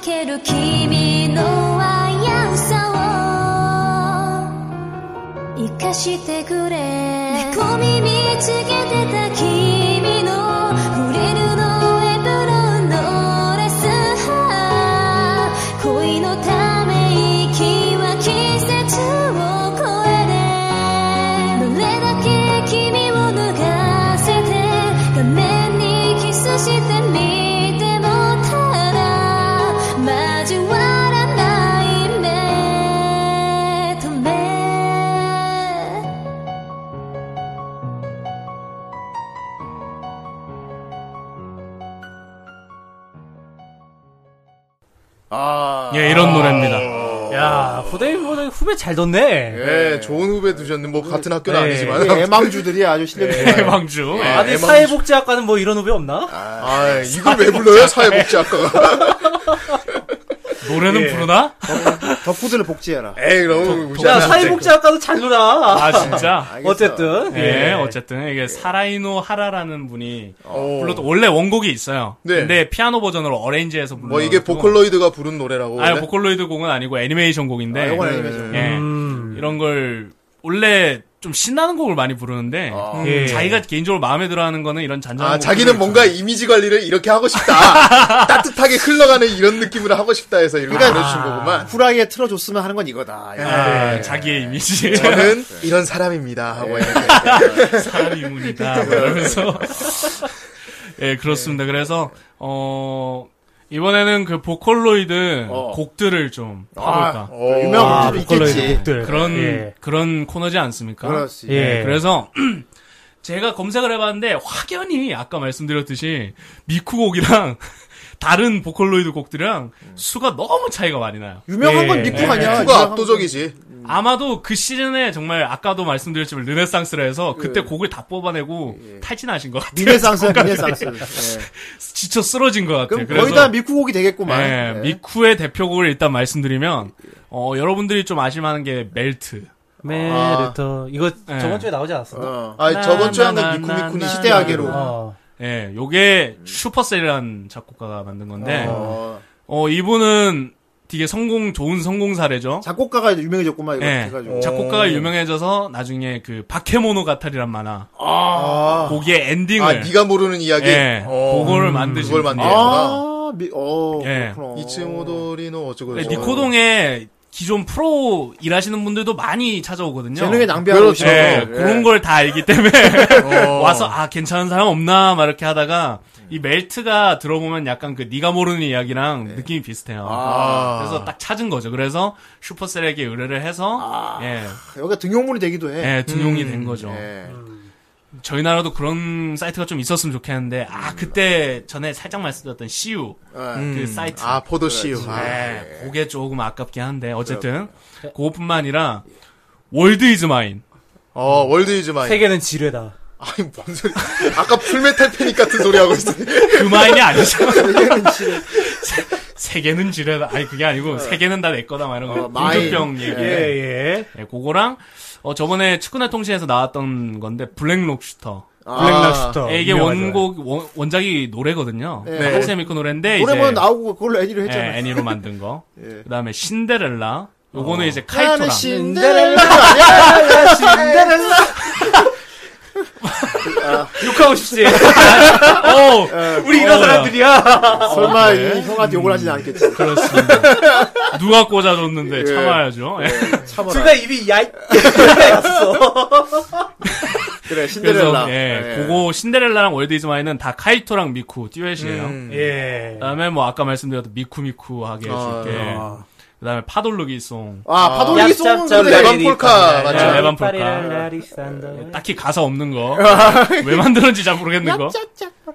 F: 君の危うさを生かしてくれ猫耳つけてた君のフリルのエプロンのレスハー恋のため息は季節を越えて胸だけ君を脱がせて画面にキスしてみてもただ交わらない目と目
B: 아.
M: 예, 이런 노래입니다.
D: 야, 후대 후배, 후배 잘 뒀네.
E: 예, 좋은 후배 두셨네. 뭐 같은 학교는
D: 네.
E: 아니지만.
N: 이게 예, 애망주들이 아주 실력이 좋아요.
M: 해방주. 예.
D: 아니,
E: 애망주.
D: 사회복지학과는 뭐 이런 후배 없나?
E: 아,
D: 네.
E: 이걸 왜 불러요? 사회복지학과가.
M: 노래는 부르나?
N: 덕후들을 복지해라.
E: 에이, 그럼
D: 야,
E: 무시하면 안 돼.
D: 사회복지학과도 잘 놀아.
M: 아, 진짜?
N: 알겠어.
D: 어쨌든.
M: 예, 어쨌든 이게 사라이노 하라라는 분이
E: 어.
M: 불렀던 원래 원곡이 있어요.
E: 네.
M: 근데 피아노 버전으로 어레인지해서 불러.
E: 뭐 이게 보컬로이드가 부른 노래라고.
M: 아,
E: 원래?
M: 보컬로이드 곡은 아니고 애니메이션 곡인데.
D: 네,
N: 아, 요건 애니메이션.
M: 예.
D: 음.
M: 이런 걸 원래 좀 신나는 곡을 많이 부르는데 음,
D: 예.
M: 자기가 개인적으로 마음에 들어하는 거는 이런 잔잔한
E: 아,
M: 곡들을
E: 자기는 뭔가 이미지 관리를 이렇게 하고 싶다. 따뜻하게 흘러가는 이런 느낌으로 하고 싶다 해서 이렇게
M: 그러니까
E: 보내주신 거구만.
N: 후라이에 틀어줬으면 하는 건 이거다.
M: 좀- 아, 자기의 이미지
E: 예. 저는
M: 예.
E: 이런 사람입니다. 하고 이렇게.
M: 사람 이문이다 그러면서 예 그렇습니다 그래서 어 이번에는 그 보컬로이드 곡들을 좀
B: 아.
M: 해볼까
N: 아,
B: 어.
N: 어,
M: 아,
N: 유명한 분들
D: 아, 보컬로이드
N: 있겠지.
D: 곡들.
M: 그런
D: 예.
M: 그런 코너지 않습니까?
N: 그렇지.
D: 예.
M: 그래서 제가 검색을 해봤는데 확연히 아까 말씀드렸듯이 미쿠곡이랑 다른 보컬로이드 곡들이랑 수가 너무 차이가 많이 나요.
N: 유명한 건
D: 예.
N: 미쿠
M: 예.
N: 아니야.
E: 누가 압도적이지.
M: 아마도 그 시즌에 정말 아까도 말씀드렸지만 르네상스라해서 그때 곡을 다 뽑아내고 탈진하신 것 같아요.
N: 미네상스야,
M: 곡까지.
N: 미네상스. 예.
M: 지쳐 쓰러진 것 같아요.
N: 그럼 거의 다 미쿠곡이
M: 예,
N: 되겠구만. 예.
M: 미쿠의 대표곡을 일단 말씀드리면 어, 여러분들이 좀 아실만한 게 멜트.
D: 메르터. 이거
M: 아. 예.
D: 저번 주에 나오지 않았어?
N: 어.
E: 아, 저번 주에 한건
M: 나나나나나.
E: 미쿠미쿠니
N: 시대하게로.
D: 어.
M: 예, 요게 슈퍼셀이라는 작곡가가 만든 건데, 어,
E: 어.
M: 이분은 되게 성공, 좋은 성공 사례죠.
N: 작곡가가 유명해졌구만, 이거
M: 예,
N: 해가지고.
M: 작곡가가 유명해져서 나중에 그 바케모노 가타리란 만화,
E: 아,
M: 거기에 엔딩을,
E: 아, 네가 모르는 이야기.
M: 예,
E: 어.
M: 그거를 만드신
E: 그걸
M: 분이에요.
E: 만들었구나.
N: 아, 미, 어,
M: 예.
N: 그렇구나.
E: 이츠모도리노 어쩌고
M: 네,
E: 저쩌고.
M: 니코동에 기존 프로 일하시는 분들도 많이 찾아오거든요.
N: 재능의 낭비하고
E: 그렇죠.
N: 오시는
M: 예,
E: 예.
M: 그런 걸 다 알기 때문에
E: 어.
M: 와서 아 괜찮은 사람 없나 막 이렇게 하다가 이 멜트가 들어보면 약간 그 네가 모르는 이야기랑 느낌이 비슷해요.
E: 아.
M: 그래서 딱 찾은 거죠. 그래서 슈퍼셀에게 의뢰를 해서 예,
N: 거. 음. 여기가 등용문이 되기도 해.
M: 예, 등용이 된 거죠.
E: 아. 예.
M: 저희 나라도 그런 사이트가 좀 있었으면 좋겠는데
E: 음.
M: 아 그때 전에 살짝 말씀드렸던 CU 그 사이트
E: 예. 아, 포도씨유. 아,
M: 네, 그게 조금 아깝긴 한데 어쨌든 그것뿐만 아니라 월드 이즈 마인
E: 어, 월드 이즈 마인.
D: 세계는 지뢰다.
E: 아니, 뭔 소리. 아까 풀메탈 패닉 같은 소리 하고 있었는데.
M: 그 마인이 아니죠. 세- 세계는 지뢰다. 아니 그게 아니고 세계는 다 내 거다 막 이런 거.
N: 마인.
M: 공주병 얘기.
D: 예,
M: 예.
D: 예.
M: 예, 그거랑 어, 저번에 축구나 통신에서 나왔던 건데 블랙록슈터.
N: 아.
D: 블랙락스터.
M: 예, 이게 원곡 원, 원작이 노래거든요.
N: 네.
M: 네. 세미코 노래인데 이제
N: 노래만 나오고 그걸로 애니를 했잖아.
M: 예, 애니로 만든 거. 그다음에 신데렐라. 요거는 이제
N: 나는
M: 카이토랑
N: 신데렐라.
D: 욕하고 싶지.
M: 어,
D: 우리 이런
M: 어.
D: 사람들이야.
N: 설마 이 형한테 욕을 하진 않겠지.
M: 그렇습니다. 누가 꽂아줬는데 참아야죠. 예.
N: 참아라.
D: 둘다 입이 야, 어
N: 그래,
M: 그래서
N: 신데렐라.
M: 예, 그거 신데렐라랑 월드 이즈 마인은 다 카이토랑 미쿠 듀엣이에요.
D: 예.
M: 그다음에 뭐 아까 말씀드렸던 미쿠미쿠하게 해줄게.
E: 음. 아.
M: 그다음에 파돌루기 송.
N: 아, 파도르기 송은
D: 얍짭짭
N: 근데
E: 레반
D: 레리리
E: 폴카
M: 예,
E: 맞죠?
M: 레반 폴카.
D: 예,
M: 딱히 가사 없는 거.
E: 아, 예.
M: 왜 만들었는지 잘 모르겠는 거.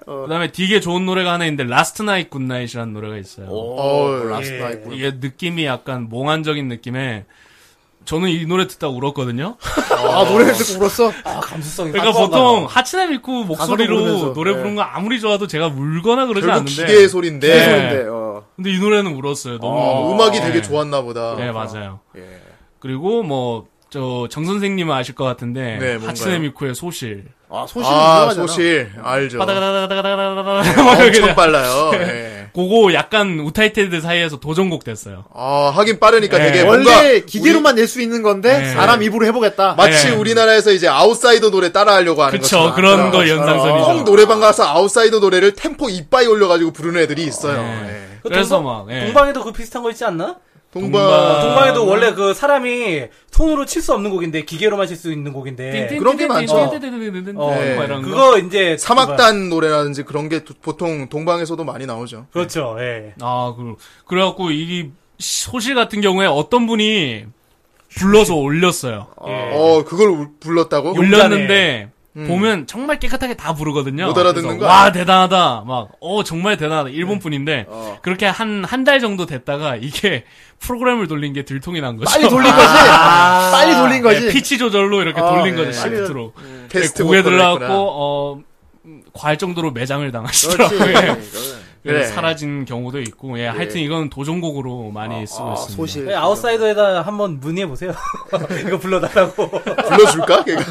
E: 어.
M: 그다음에 되게 좋은 노래가 하나 있는데 라스트 나잇 굿나잇이라는 노래가 있어요.
E: 어, 라스트
D: 예.
E: 나이프.
M: 이게 느낌이 약간 몽환적인 느낌에 저는 이 노래 듣다 가 울었거든요.
N: 아, 노래를 듣고 울었어?
D: 감수성이.
M: 그러니까 보통 하치나 미쿠 목소리로
N: 부르면서,
M: 노래
N: 예.
M: 부르는 거 아무리 좋아도 제가 울거나 그러지
E: 결국
M: 않는데
E: 기계의 소리인데.
M: 네.
N: 근데, 어.
M: 근데 이 노래는 울었어요. 너무
E: 어, 음악이
M: 네.
E: 되게 좋았나 보다.
M: 네 맞아요. 그리고 뭐 저 정 선생님은 아실 것 같은데
E: 네, 뭔가요?
M: 하츠네 미쿠의 소실
N: 아, 소실은
E: 아,
N: 들어가잖아.
E: 소실. 알죠.
M: 바다가다다다다다다다 막 이렇게
E: 엄청
M: 그냥
E: 빨라요. 예.
M: 그거 약간 우타이테드 사이에서 도전곡 됐어요.
E: 아, 하긴 빠르니까
M: 예.
E: 되게 뭔가
N: 원래 기계로만 낼 수 있는 건데
M: 네.
N: 사람 입으로 해보겠다.
E: 마치
M: 예.
E: 우리나라에서 이제 아웃사이더 노래 따라하려고 하는
M: 그쵸
E: 것처럼
M: 그런 거
E: 형
M: 연상선이죠.
E: 노래방 가서 아웃사이더 노래를 템포 이빠이 올려가지고 부르는 애들이 있어요.
M: 예.
E: 예.
M: 그래서
D: 동방-
M: 막 예. 아, 뭐.
D: 동방에도 그 비슷한 거 있지 않나? 어,
E: 동방
D: 동방에도 원래 그 사람이 손으로 칠 수 없는 곡인데 기계로만 칠 수 있는 곡인데
E: 그런 게 많죠.
D: 어,
E: 예.
M: 뭐 이런 거.
D: 그거 이제
E: 사막단 노래라든지 그런 게 도- 보통 동방에서도 많이 나오죠.
D: 그렇죠. 예.
M: 아, 그, 그래갖고 이 소실 같은 경우에 어떤 분이 불러서 올렸어요.
D: 예.
E: 어, 그걸 울- 불렀다고?
M: 올렸는데 보면 정말 깨끗하게 다 부르거든요.
E: 음. 못 알아듣는
M: 그래서
E: 거
M: 와
E: 아니야? 네.
M: 대단하다. 막 어 정말 대단하다. 일본 분인데
E: 어.
M: 그렇게 한 한 달 정도 됐다가 이게 프로그램을 돌린 게 들통이 난 거죠.
N: 빨리 돌린 거지. 빨리 돌린 거지.
M: 네, 피치 조절로 이렇게
N: 아,
M: 돌린
E: 네.
M: 거죠
N: 빨리
M: 시프트로. 네,
E: 테스트
M: 고개
E: 못 걸렸구나.
M: 들라갖고 어 음, 과할 정도로 매장을
N: 그렇지. 그러니까, 네.
M: 당하시더라고요. 예.
E: 그래.
M: 사라진 경우도 있고, 예, 하여튼 이건 도전곡으로 많이 쓰고
N: 아,
M: 있습니다.
N: 소실.
D: 예, 아웃사이더에다 한번 문의해 보세요. 이거 불러달라고.
E: 불러줄까? 걔가?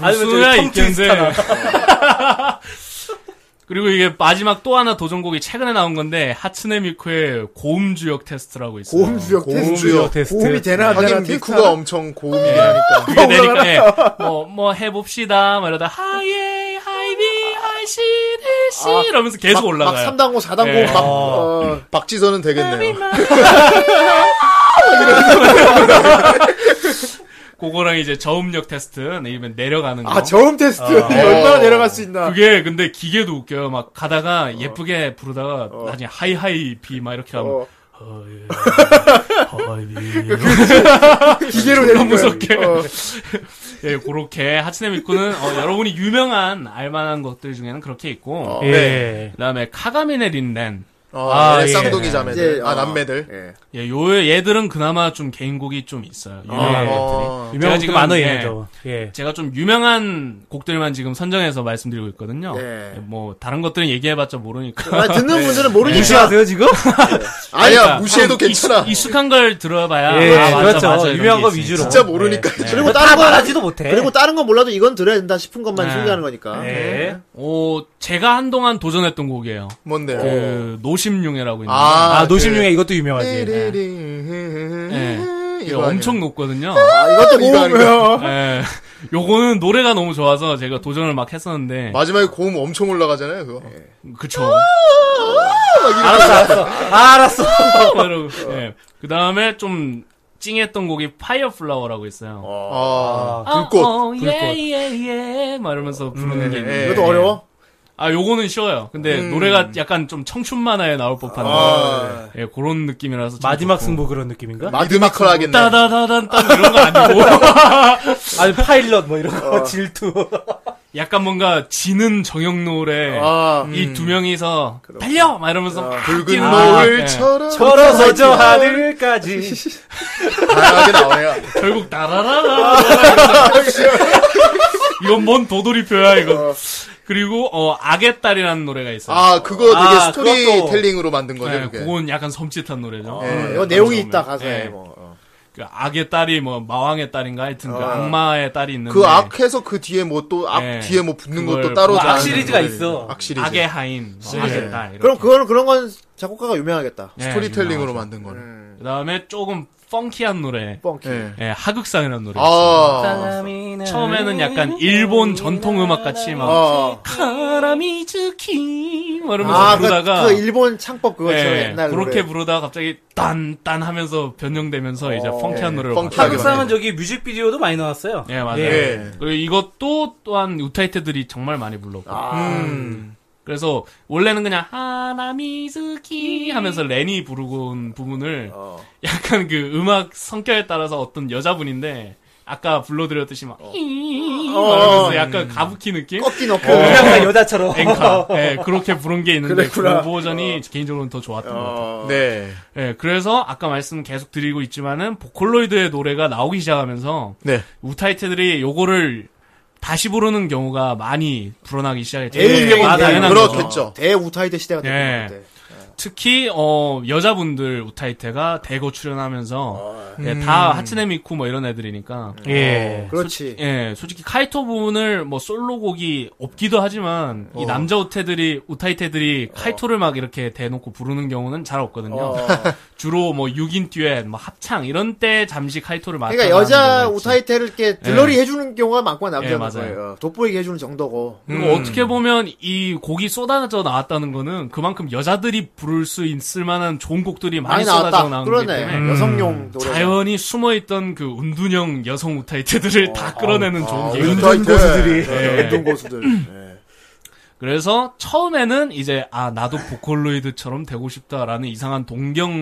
D: 아니면
M: 수야
D: 저기
M: 있겠는데. 그리고 이게 마지막 또 하나 도전곡이 최근에 나온 건데 하츠네 미코의 고음 주역 테스트라고 있어요.
N: 네, 고음 주역
E: 주역
N: 테스트.
D: 테스트.
N: 고음이 되나 안 되나
E: 하긴
N: 테스트하나?
E: 미쿠가 엄청 고음이긴 하니까.
M: 그게
N: 어,
M: 되니까 예. 뭐, 뭐 해봅시다 막 이러다 하예 하이비 하이시 대시
N: 아,
M: 이러면서 계속
N: 막
M: 올라가요.
N: 3단고, 4단고,
M: 예.
N: 막, 어,
E: 박지선은 되겠네요.
M: 그거랑 이제 저음력 테스트 아니면 내려가는 거.
N: 아, 저음 테스트. 이거 얼마나 내려갈 수 있나.
M: 그게 근데 기계도 웃겨요. 막
N: 어.
M: 가다가 예쁘게 부르다가 나중에 하이하이 비 막 이렇게 하면
N: 어,
D: 하이비.
N: 기계로 내는 거야.
M: 무섭게.
N: 어,
M: 예, 그렇게 하츠네 미쿠는 어, 여러분이 유명한 알만한 것들 중에는 그렇게 있고
D: 예.
M: 그다음에 카가미네 린넨
E: 어,
D: 아,
E: 예,
D: 예.
E: 쌍둥이 자매들.
N: 이제,
E: 아,
N: 어,
E: 남매들.
B: 예.
M: 예, 요 얘들은 그나마 좀 개인곡이 좀 있어요. 유명한
D: 아,
M: 곡들이.
E: 어,
M: 제가
D: 유명한
M: 지금,
D: 지금 많아
M: 예.
D: 얘네도. 예.
M: 제가 좀 유명한 곡들만 지금 선정해서 말씀드리고 있거든요.
B: 예.
M: 예, 뭐 다른 것들은 얘기해봤자 모르니까.
N: 아, 듣는 분들은 모르니까.
D: 무시하세요 지금?
E: 아니야, 무시해도 괜찮아.
M: 익숙, 한걸 들어봐야.
D: 예,
M: 아, 맞아,
D: 그렇죠.
M: 맞아, 이런
D: 유명한
M: 게
D: 거
M: 있으니까.
D: 위주로. 뭐
E: 진짜 모르니까.
M: 예.
N: 그리고
D: 다
N: 다른 건,
D: 말하지도 못해.
N: 그리고 다른 건 몰라도 이건 들어야 된다 싶은 것만
M: 네.
N: 소개하는
B: 아,
N: 거니까.
D: 예.
M: 어, 제가 한동안 도전했던 곡이에요.
E: 뭔데요?
M: 그 노심융해라고 있는데.
D: 아,
E: 그-
D: 노심융에 이것도 유명하지.
E: 네,
M: 예.
E: 예.
M: 이게 엄청 높거든요.
N: 아, 이것도
E: 이거 아니야.
N: 모으면.
M: 예. 요거는 노래가 너무 좋아서 제가 도전을 막 했었는데.
E: 마지막에 고음 엄청 올라가잖아요, 그거.
M: 그쵸.
D: 알았어, 알았어. 아, 알았어.
M: 여러분. 예. 그 다음에 좀 찡했던 곡이 파이어플라워라고 있어요. 어, 예,
E: 아,
D: 아.
E: 불꽃.
N: 어.
M: 예예예 막 이러면서 부르는
E: 음,
M: 게
E: 예.
M: 있는데.
N: 이것도 어려워.
M: 아 요거는 쉬워요. 근데
E: 음.
M: 노래가 약간 좀 청춘 만화에 나올 법한
E: 아.
M: 예, 그런 느낌이라서 좀
D: 마지막
M: 좋고.
D: 승부 그런 느낌인가?
E: 미드미컬하겠네.
M: 따다다단 딴 이런 거 아니고
D: 아니, 파일럿 뭐 이런 거, 질투.
M: 약간 뭔가 지는 정형 노래
N: 아,
M: 이
E: 음.
M: 두 명이서 달려 막 이러면서 막
E: 붉은
M: 뛰는 거.
E: 노을처럼
D: 걸어서 저 하늘까지.
E: 다양하게 나오네요.
M: 예, 결국
N: 아,
M: 따라라라 이건 뭔
N: 아.
M: 도돌이표야 이거 그리고 어 악의 딸이라는 노래가 있어요.
E: 아, 그거 되게
D: 아,
E: 스토리텔링으로 만든 거죠,
M: 네,
E: 그게.
M: 그건 약간 섬찟한 노래죠.
E: 예.
N: 이거 아, 네, 내용이
M: 그렇죠.
N: 있다, 가사에.
M: 예.
N: 뭐. 어.
M: 그 악의 딸이 뭐 마왕의 딸인가 하여튼
N: 아.
M: 그 악마의 딸이 있는데
E: 그 악해서 그 뒤에 뭐 또 악
M: 예.
E: 뒤에 뭐 붙는 것도
M: 그걸
E: 따로
M: 뭐
E: 다
D: 악 시리즈가
E: 는
D: 있어.
E: 악 시리즈.
M: 의 하인, 뭐 악의 딸. 이렇게.
N: 네. 그럼 그거는 그런 건 작곡가가 유명하겠다.
M: 예,
E: 네, 스토리텔링으로
M: 유명하죠.
E: 만든 거를.
M: 그다음에 조금 펑키한 노래,
N: 뻥키.
E: 예.
M: 예, 하극상이라는 노래. 있어요.
E: 아.
M: 처음에는 약간 일본 전통 음악 같이 막
E: 어.
M: 카라미즈키 막뭐 이러면서
N: 아, 그,
M: 부르다가
N: 그 일본 창법 그거처럼
M: 예,
N: 옛날
M: 그렇게
N: 노래.
M: 부르다가 갑자기 딴딴 하면서 변형되면서 이제
N: 어, 예.
M: 펑키한 노래로
E: 펑키.
M: 바뀌어요.
D: 하극상은 저기 뮤직비디오도 많이 나왔어요.
M: 예, 맞아요.
N: 네.
E: 예.
M: 그리고 이것도 또한 우타이트들이 정말 많이 불렀고.
N: 아.
E: 음.
M: 그래서 원래는 그냥
N: 음.
M: 하나미즈키 하면서 렌이 부르고 온 부분을
N: 어.
M: 약간 그 음악 성격에 따라서 어떤 여자분인데 아까 불러드렸듯이 막
N: 어.
M: 그래서 약간 가부키 느낌?
N: 꺾기 넣고.
B: 어.
D: 그냥 다 여자처럼.
M: 앵카. 예, 그렇게 부른 게 있는데
N: 그랬구나. 어.
M: 그 버전이 개인적으로는 더 좋았던 것 같아요.
E: 네.
M: 예, 그래서 아까 말씀 계속 드리고 있지만은 보컬로이드의 노래가 나오기 시작하면서
E: 네.
M: 우타이트들이 요거를 다시 부르는 경우가 많이 불어나기 시작했죠.
N: 에이,
M: 이게
N: 아,
M: 예. 당연한 거죠.
E: 그렇겠죠.
N: 대우타이드 시대가 됐던
M: 예.
N: 것 같아.
M: 특히 어, 여자분들 우타이테가 대거 출연하면서 예, 다 하츠네 미쿠 뭐 이런 애들이니까
D: 예.
N: 그렇지.
M: 예, 솔직히 카이토분을 뭐 솔로곡이 없기도 하지만
N: 어.
M: 이 남자 우태들이 우타이테들이 카이토를 막 이렇게 대놓고 부르는 경우는 잘 없거든요.
N: 어.
M: 주로 뭐 6인 듀엣, 뭐 합창 이런 때 잠시 카이토를 맡아
N: 그러니까 여자 우타이테를 이렇게 들러리 해주는 경우가 많고
M: 예,
N: 남자는
M: 맞아요. 음,
N: 거예요. 돋보이게 해주는 정도고.
M: 그리고 어떻게 보면 이 곡이 쏟아져 나왔다는 거는 그만큼 여자들이 부를 수 있을 만한 좋은 곡들이 많이,
N: 많이
M: 쏟아져
N: 나왔다.
M: 나온 거기
N: 그러네. 음.
M: 때문에 음,
N: 여성용 노래.
M: 자연히 숨어있던 그 운둔형 여성 우타이테들을 다
N: 아,
M: 끌어내는
E: 음,
M: 좋은 기회.
N: 운동 고수들이.
E: 네.
M: 예.
N: 운동 고수들. 예.
M: 그래서 처음에는 이제 아 나도 보컬로이드처럼 되고 싶다라는 이상한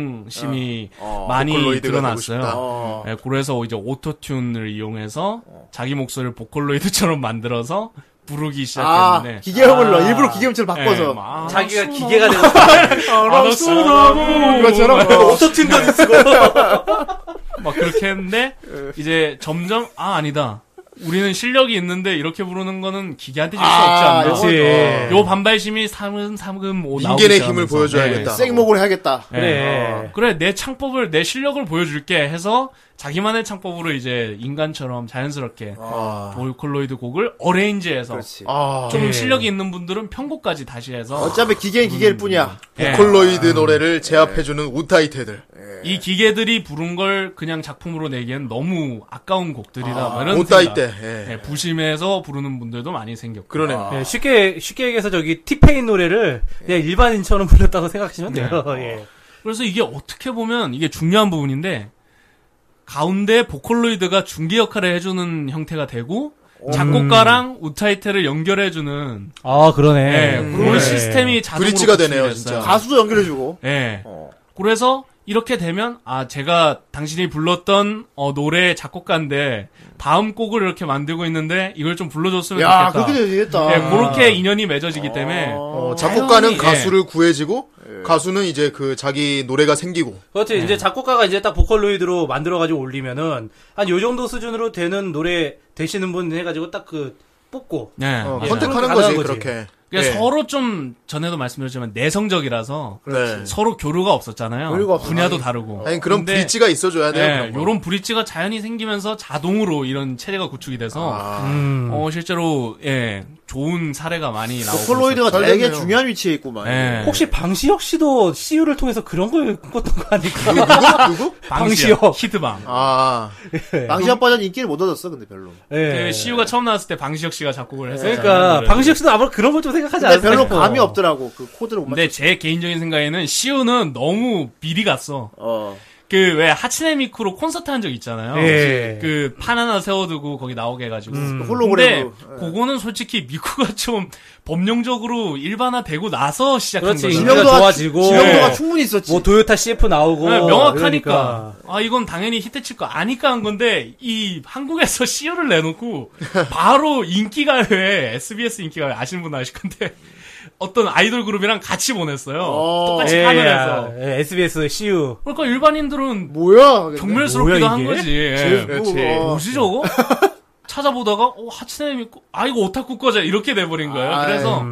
M: 동경심이 많이
E: 어, 보컬로이드가 되고 싶다.
M: 드러났어요. 예, 그래서 이제 오토튠을 이용해서
E: 어.
M: 자기 목소리를 보컬로이드처럼 만들어서 부르기
N: 아,
M: 시작했는데
N: 기계음을로 일부러 기계음치를 바꿔서.
M: 예, 막
D: 자기가 기계가 되고 싶어.
M: 아, 알았어
N: 이것처럼
D: 오토튠까지 쓰고.
M: 막 그렇게 했는데
E: 예.
M: 이제 점점 아 아니다 우리는 실력이 있는데 이렇게 부르는 거는 기계한테 줄 수
N: 아,
M: 없지 않나
D: 그렇지.
M: 요 반발심이 삼은 삼금 오 나오기
E: 인간의 힘을
M: 시작하면서.
E: 보여줘야겠다.
N: 생목을 해야겠다.
M: 예.
D: 그래.
M: 어. 그래 내 창법을 내 실력을 보여줄게 해서 자기만의 창법으로 이제 인간처럼 자연스럽게
N: 아.
M: 보컬로이드 곡을 어레인지해서
E: 아,
M: 좀
D: 예.
M: 실력이 있는 분들은 편곡까지 다시 해서
N: 어차피 기계는 기계일 뿐이야.
M: 예.
E: 보컬로이드
N: 네.
E: 노래를 제압해주는 우타이테들.
M: 이 기계들이 부른 걸 그냥 작품으로 내기엔 너무 아까운 곡들이다 뭐 이런
E: 우타이테.
M: 생각. 예, 부심해서 부르는 분들도 많이 생겼고
E: 그러네요.
D: 예, 쉽게 쉽게 얘기해서 저기 티페인 노래를
M: 예.
D: 그냥 일반인처럼 불렀다고 생각하시면 돼요.
M: 네.
D: 예.
M: 그래서 이게 어떻게 보면 이게 중요한 부분인데 가운데 보컬로이드가 중개 역할을 해주는 형태가 되고
E: 음.
M: 작곡가랑 우타이테를 연결해주는
D: 아 그러네.
M: 예, 그런
D: 예.
M: 시스템이 자동으로
E: 브릿지가
M: 구축이
E: 되네요,
M: 됐어요.
E: 진짜. 어.
N: 가수도 연결해주고.
M: 예. 그래서 이렇게 되면 아 제가 당신이 불렀던 어, 노래 작곡가인데 다음 곡을 이렇게 만들고 있는데 이걸 좀 불러줬으면
N: 야,
M: 음. 좋겠다.
N: 그렇게 되겠다.
M: 예, 그렇게 인연이 맺어지기 때문에 네.
E: 어, 작곡가는
M: 자연히,
E: 가수를 구해지고
N: 예.
E: 가수는 이제 그 자기 노래가 생기고
D: 그렇지 그렇죠. 이제
M: 네.
D: 작곡가가 이제 딱 보컬로이드로 만들어가지고 올리면은 한 요 정도 수준으로 되는 노래 되시는 분 해가지고 딱 그 뽑고
M: 예,
E: 어,
M: 맞아요.
E: 선택하는
D: 그런
E: 거지,
D: 거지.
E: 그렇게.
M: 그러니까
E: 예.
M: 서로 좀 전에도 말씀드렸지만 내성적이라서
E: 네.
M: 서로 교류가 없었잖아요.
N: 교류가 없어.
M: 분야도 다르고.
E: 아니 그런
M: 근데,
E: 브릿지가 있어줘야 돼요.
M: 예,
E: 그런 거.
M: 요런 브릿지가 자연히 생기면서 자동으로 이런 체제가 구축이 돼서 어, 실제로 예, 좋은 사례가
B: 그
M: 많이 나오고
N: 보컬로이드가
E: 잘
N: 되게
E: 됐네요.
N: 중요한 위치에 있구만.
M: 있었죠. 예.
D: 혹시 방시혁 씨도 CU를 통해서 그런 걸 꿨던 거 아닐까?
E: 누구?
M: 방시혁
D: 방시혁.
M: 히트방.
E: 아
N: 망시합 예. 버전 인기를 못 얻었어, 근데 별로.
D: 예.
M: 그 시우가 처음 나왔을 때 방시혁 씨가 작곡을 했어요.
D: 그러니까
M: 네.
D: 방시혁 씨도 아마 그런 걸 좀 생각하지
N: 근데
D: 않았을까?
N: 별로 감이 없더라고. 그 코드를 못 맞.
M: 근데 제 개인적인 생각에는 시우는 너무 미리 갔어.
N: 어.
M: 그 왜 하츠네 미쿠로 콘서트 한 적 있잖아요.
D: 예.
M: 그 판 하나 세워두고 거기 나오게 해가지고.
B: 음.
D: 음.
N: 홀로그램으로. 예.
M: 근데 그거는 솔직히 미쿠가 좀 범용적으로 일반화되고 나서 시작한
D: 그렇지
M: 거잖아요.
D: 인기가
N: 지명도가
D: 좋아지고
N: 지명도가
M: 예.
N: 충분히 있었지.
D: 뭐 도요타 CF 나오고 그러니까.
M: 네, 명확하니까
D: 이러니까.
M: 아 이건 당연히 히트칠 거 아니까 한 건데 이 한국에서 CEO를 내놓고 바로 인기가요에 SBS 인기가요 아시는 분 아실 건데 어떤 아이돌 그룹이랑 같이 보냈어요 똑같이
D: 예,
M: 하면에서
D: 예, SBS CU
M: 그러니까 일반인들은
N: 뭐야?
M: 경멸스럽기도
D: 뭐야,
M: 한
D: 이게?
M: 거지 예.
N: 그렇지.
M: 뭐지 저거 찾아보다가 어, 하츠네미 있고 아 이거 오타쿠 거자 이렇게 돼버린 거예요 그래서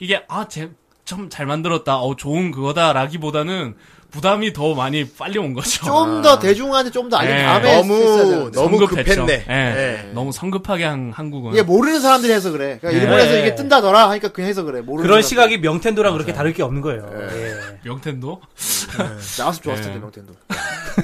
M: 이게 아좀 잘 만들었다 어 좋은 그거다라기보다는 부담이 더 많이 빨리 온 거죠.
N: 좀 더 대중한테 좀 더 알린
M: 예.
N: 다음에 했어야
E: 아. 너무
N: 되는데.
E: 너무
M: 성급했죠.
E: 급했네.
M: 예.
E: 예.
M: 너무 성급하게 한 한국은.
B: 뭐-
N: 이게 모르는 사람들이 해서 그래. 그러니까 일본에서
D: 예.
N: 이게 뜬다더라 하니까 그냥 해서 그래. 모르는
D: 그런
N: 사람들.
D: 시각이 명텐도랑 그렇게 다를 게 없는 거예요. 예.
M: 명텐도
N: 예. 나왔으면 좋았을 텐데 명태도.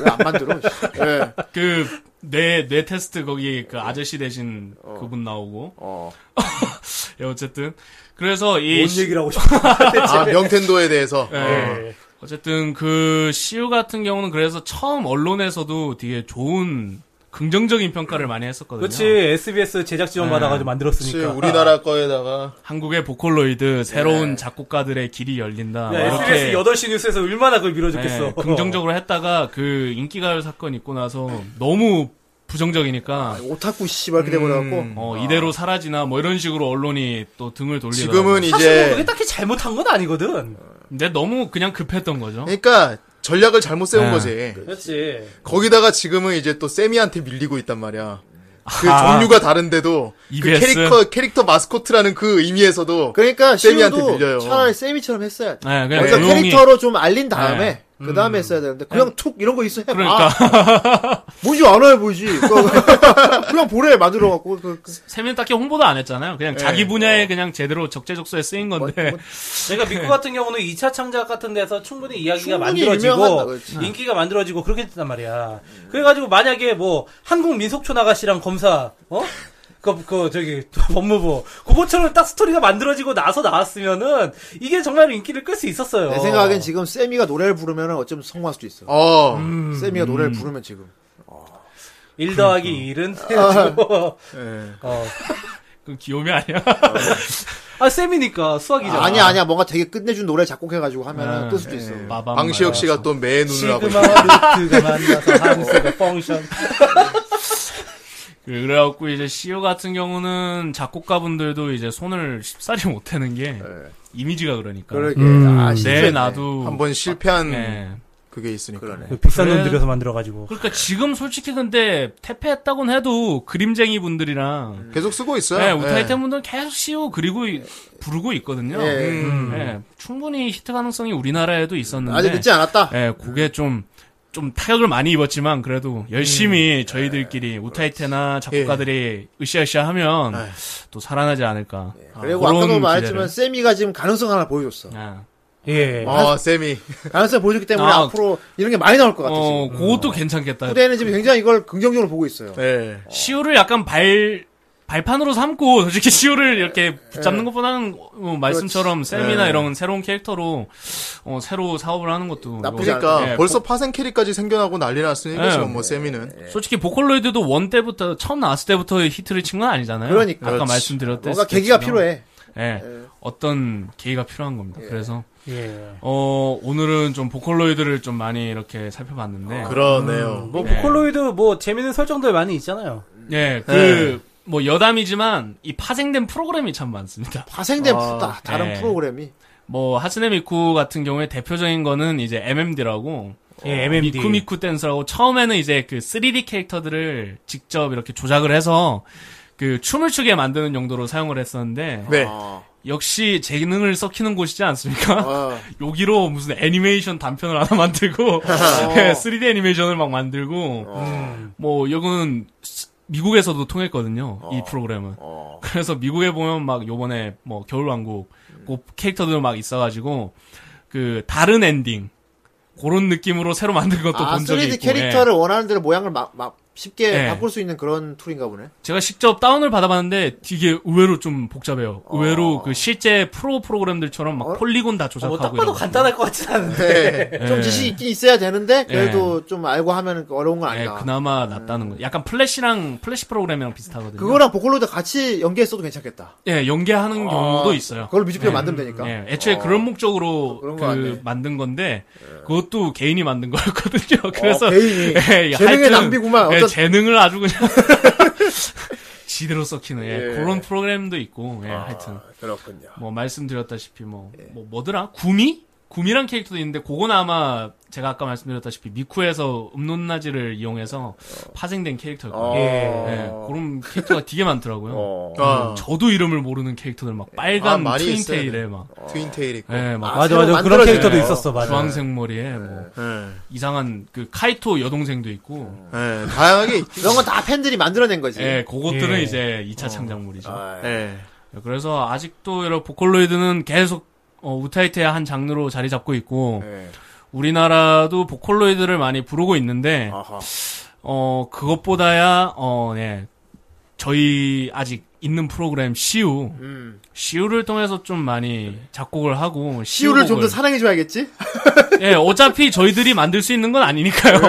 N: 왜 안 만들어? 씨. 예.
M: 그뇌뇌 테스트 거기 그 아저씨 대신 그분 나오고. 예, 어쨌든 그래서 이
D: 뭔 얘기를 하고 싶어?
E: 아 명텐도에 대해서 어,
M: 예.
D: 그러니까.
M: 어쨌든 그 시우 같은 경우는 그래서 처음 언론에서도 되게 좋은 긍정적인 평가를 많이 했었거든요.
D: 그렇지 SBS 제작 지원 받아가지고
E: 혹시
D: 만들었으니까.
E: 우리나라 거에다가
M: 한국의 보컬로이드 새로운 작곡가들의 길이 열린다.
D: 야,
M: 뭐
D: 네, SBS
M: 이렇게
D: 8시 뉴스에서 얼마나 그걸 밀어줬겠어.
M: 예, 긍정적으로 했다가 그 인기가요 사건 있고 나서 너무 부정적이니까
N: 예. 오타쿠 씨발 이렇게
D: 음.
N: 돼버려갖고.
M: 어, 이대로 사라지나 뭐 이런 식으로 언론이 또 등을 돌리다
E: 지금은
D: 사실 뭐
E: 이제
D: 그게 딱히 잘못한 건 아니거든.
M: 근데 너무 그냥 급했던 거죠.
E: 그러니까 전략을 잘못 세운
M: 예.
E: 거지.
D: 그렇지.
E: 거기다가 지금은 이제 또 세미한테 밀리고 있단 말이야. 그
M: 아.
E: 종류가 다른데도 그
M: EBS?
E: 캐릭터 캐릭터 마스코트라는 그 의미에서도
B: 그러니까
E: 세미한테
B: 시우도
E: 밀려요.
B: 차라리 세미처럼 했어야지.
M: 네, 그냥
B: 그래서
M: 조용히.
B: 그러니까 캐릭터로 좀 알린 다음에 그 다음에 했어야 되는데 그냥 툭 이런 거 아, 있어 해봐.
M: 예. 그러니까
B: 뭔지 알아야 보이지. 그거 그냥 보래 만들어 갖고 그, 그-
M: 세미는 딱히 홍보도 안 했잖아요. 그냥 자기 분야에 그냥 제대로 적재적소에 쓰인 건데.
D: 그러니까 미쿠 같은 경우는 2차 창작 같은 데서 충분히 이야기가
B: 네. 충분히 유명하다,
D: 만들어지고
B: 그렇지.
D: 인기가 만들어지고 그렇게 됐단 말이야. 그래가지고 만약에 뭐 한국 민속촌 아가씨랑 검사 어? 그, 그, 저기, 법무부. 그것처럼 딱 스토리가 만들어지고 나서 나왔으면은, 이게 정말 인기를 끌 수 있었어요.
B: 내 생각엔 지금 세미가 노래를 부르면 어쩌면 성공할 수도 있어.
E: 어
M: 음.
B: 세미가 노래를 부르면 지금.
D: 1 더하기
B: 그러니까.
D: 1은
B: 아,
D: 해가지고,
B: 네.
E: 예.
D: 어.
M: 그 귀요미 아니야?
D: 아, 쌤이니까 수학이잖아.
B: 아, 아니야 아니야 뭔가 되게 끝내준 노래 작곡해가지고 하면
M: 예,
B: 뜰 수도 있어.
M: 네. 마밤
E: 방시혁
M: 말아서.
E: 씨가 또 매의 눈을 하고 있어요.
D: 시그마와 루트가 만나서 함수가 펑션.
M: 그- 그래갖고 이제 시우 같은 경우는 작곡가분들도 이제 손을 쉽사리 못 대는 게 이미지가 그러니까.
P: 그러게. 아, 씨.
B: 네,
M: 내 나도
E: 네. 한번 실패한
M: 예.
E: 그게 있으니까
P: 그러네.
D: 비싼 돈
M: 그래.
D: 들여서 만들어가지고.
M: 그러니까 지금 솔직히 근데 퇴폐했다곤 해도 그림쟁이 분들이랑
E: 계속 쓰고 있어요.
M: 네,
E: 예.
M: 우타이텐 분들은 계속 시우 그리고 이- 부르고 있거든요.
B: 예.
M: 음, 예. 충분히 히트 가능성이 우리나라에도 있었는데
B: 아직 늦지 않았다.
M: 예, 그게 좀, 좀 타격을 많이 입었지만,
B: 음.
M: 그래도 열심히
B: 예,
M: 저희들끼리 우타이테나 작곡가들이 으쌰으쌰 하면 또 살아나지 않을까.
B: 예. 그리고
M: 그런
B: 아까도
M: 기대를.
B: 말했지만 세미가 지금 가능성 하나 보여줬어.
M: 예.
D: 예.
E: 어 세미
B: 가능성 보여줬기 때문에
M: 아,
B: 앞으로 이런 게 많이 나올 것 같아
M: 어,
B: 지금. 음.
M: 그것도 괜찮겠다.
B: 후대는 지금 굉장히 이걸 긍정적으로 보고 있어요.
E: 예.
M: 시우를 약간 발, 발판으로 삼고, 솔직히 시우를 이렇게
B: 예.
M: 붙잡는 것보다는, 어, 말씀처럼 쌤이나 이런 새로운 캐릭터로, 어, 새로 사업을 하는 것도.
B: 나쁘지 않다.
E: 그러니까
M: 예,
E: 벌써 파생캐리까지 생겨나고 난리 났으니까
M: 예.
E: 지금 뭐 세미는
M: 솔직히 보컬로이드도 원 때부터, 처음 나왔을 때부터 히트를 친 건 아니잖아요.
B: 그러니까.
M: 아까
E: 그렇지.
M: 말씀드렸듯이.
B: 뭔가 계기가 필요해.
M: 예, 어떤 계기가 필요한 겁니다. 그래서
D: 예.
M: 어 오늘은 좀 보컬로이드를 좀 많이 이렇게 살펴봤는데,
E: 아, 그러네요.
D: 뭐
M: 네.
D: 보컬로이드 뭐 재밌는 설정들 많이 있잖아요.
M: 예, 그 뭐 여담이지만 이 파생된 프로그램이 참 많습니다.
B: 파생된 프- 다, 다른
M: 네.
B: 프로그램이.
M: 뭐 하스네 미쿠 같은 경우에 대표적인 거는 이제 MMD라고
D: 예, MMD.
M: 미쿠 미쿠 댄서라고 처음에는 이제 그 3D 캐릭터들을 직접 이렇게 조작을 해서 그 춤을 추게 만드는 용도로 사용을 했었는데
E: 네.
M: 역시 재능을 썩히는 곳이지 않습니까?
B: 아.
M: 여기로 무슨 애니메이션 단편을 하나 만들고
B: 어.
M: 3D 애니메이션을 막 만들고 뭐 이거는 스- 미국에서도 통했거든요
B: 어.
M: 이 프로그램은 그래서 미국에 보면 막 요번에 뭐 겨울왕국
B: 음.
M: 그 캐릭터들 막 있어가지고 그 다른 엔딩 그런 느낌으로 새로 만든 것도
B: 아,
M: 본 적이
B: 3D
M: 있고 네.
B: 캐릭터를 원하는 대로 모양을 막, 막 쉽게
M: 예.
B: 바꿀 수 있는 그런 툴인가 보네.
M: 제가 직접 다운을 받아봤는데 되게 의외로 좀 복잡해요 의외로
B: 어.
M: 그 실제 프로 프로그램들처럼 막 폴리곤 다 조작하고
D: 뭐딱 봐도
M: 이런 거.
D: 간단할 것 같진 않은데.
E: 네.
M: 예.
B: 좀 지식이 있긴 있어야 되는데, 그래도 좀 알고 하면 어려운 건
M: 예,
B: 아니다. 음.
M: 그나마 낫다는 거예요. 약간 플래시랑 플래시 프로그램이랑 비슷하거든요.
B: 그거랑 보컬로도 같이 연계했어도 괜찮겠다.
M: 예, 연계하는 경우도 있어요.
B: 그걸 뮤직비디오
M: 예.
B: 만들면 되니까. 아,
M: 예, 애초에 그런 목적으로
B: 그러니까. 그런
M: 그
B: 거 같네.
M: 만든 건데 그것도 개인이 만든 거였거든요. 그래서
B: 어, 개인이.
M: 예,
B: 재능의 낭비구만.
M: 예,
B: 어떤-
M: 재능을 아주 그냥 지대로 썩히는 예, 그런 프로그램도 있고
B: 아,
M: 예, 하여튼
P: 그렇군요.
M: 뭐 말씀드렸다시피 뭐,
B: 예.
M: 뭐 뭐더라 구미 구미란 캐릭터도 있는데 그건 아마 제가 아까 말씀드렸다시피 미쿠에서 음론나지를 이용해서
B: 어.
M: 파생된 캐릭터일 거예요. 예, 그런 캐릭터가 되게 많더라고요. 음,
P: 어.
E: 아,
M: 저도 이름을 모르는 캐릭터들 막 빨간
E: 많이 어.
M: 트윈테일에
E: 있어요.
M: 막,
E: 트윈테일 있고.
M: 예, 막
D: 맞아,
B: 새로
D: 맞아. 그런
B: 만들어진
D: 캐릭터도
M: 거예요.
D: 있었어, 맞아.
M: 주황색 머리에 뭐
E: 예.
M: 이상한 그 카이토 여동생도 있고,
E: 예, 다양하게 있-
B: 이런 건 다 팬들이 만들어낸 거지.
M: 예, 그렇죠. 그것들은
D: 예.
M: 이제 2차 창작물이죠.
P: 아,
E: 예.
M: 그래서 아직도 이런 보컬로이드는 계속 어, 우타이테의 한 장르로 자리 잡고 있고,
P: 예.
M: 우리나라도 보컬로이드를 많이 부르고 있는데,
P: 아하.
M: 어, 그것보다야, 어, 네. 저희 아직 있는 프로그램 시우.
B: 음.
M: 시우를 통해서 좀 많이 작곡을 하고. 뭐
B: 시우를 좀 더
M: 시우곡을.
B: 사랑해줘야겠지?
M: 예, 어차피 저희들이 만들 수 있는 건 아니니까요.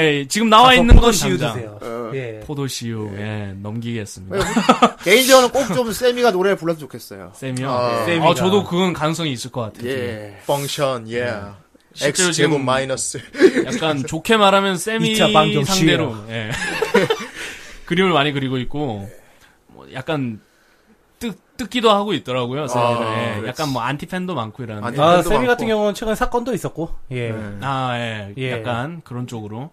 M: 예, 지금 나와 있는
D: 아, 포도
M: 건
D: 씌우
M: 당장.
D: 드세요. 예.
M: 포도 시우. 예, 넘기겠습니다.
B: 개인적으로는 꼭 좀 세미가 노래를 불러서 좋겠어요.
M: 쌤이요.
E: 아,
M: 예.
D: 쌤이다.
M: 아, 저도 그건 가능성이 있을 것 같아요.
B: 예.
E: 펑션, 예.
M: 실제로
E: X 제곱
M: 지금
E: 마이너스.
M: 약간 좋게 말하면 쌤이
D: 이차 방정
M: 상대로 예. 그림을 많이 그리고 있고 뭐 약간 뜻 뜻기도 하고 있더라고요. 쌤이랑. 예. 약간 뭐 안티 팬도 많고 이러는데
E: 안티-
D: 아,
E: 팬도
D: 세미
E: 많고.
D: 같은
M: 네.
D: 경우는 최근에 사건도 있었고, 예.
M: 아 예.
D: 예.
M: 약간 그런 쪽으로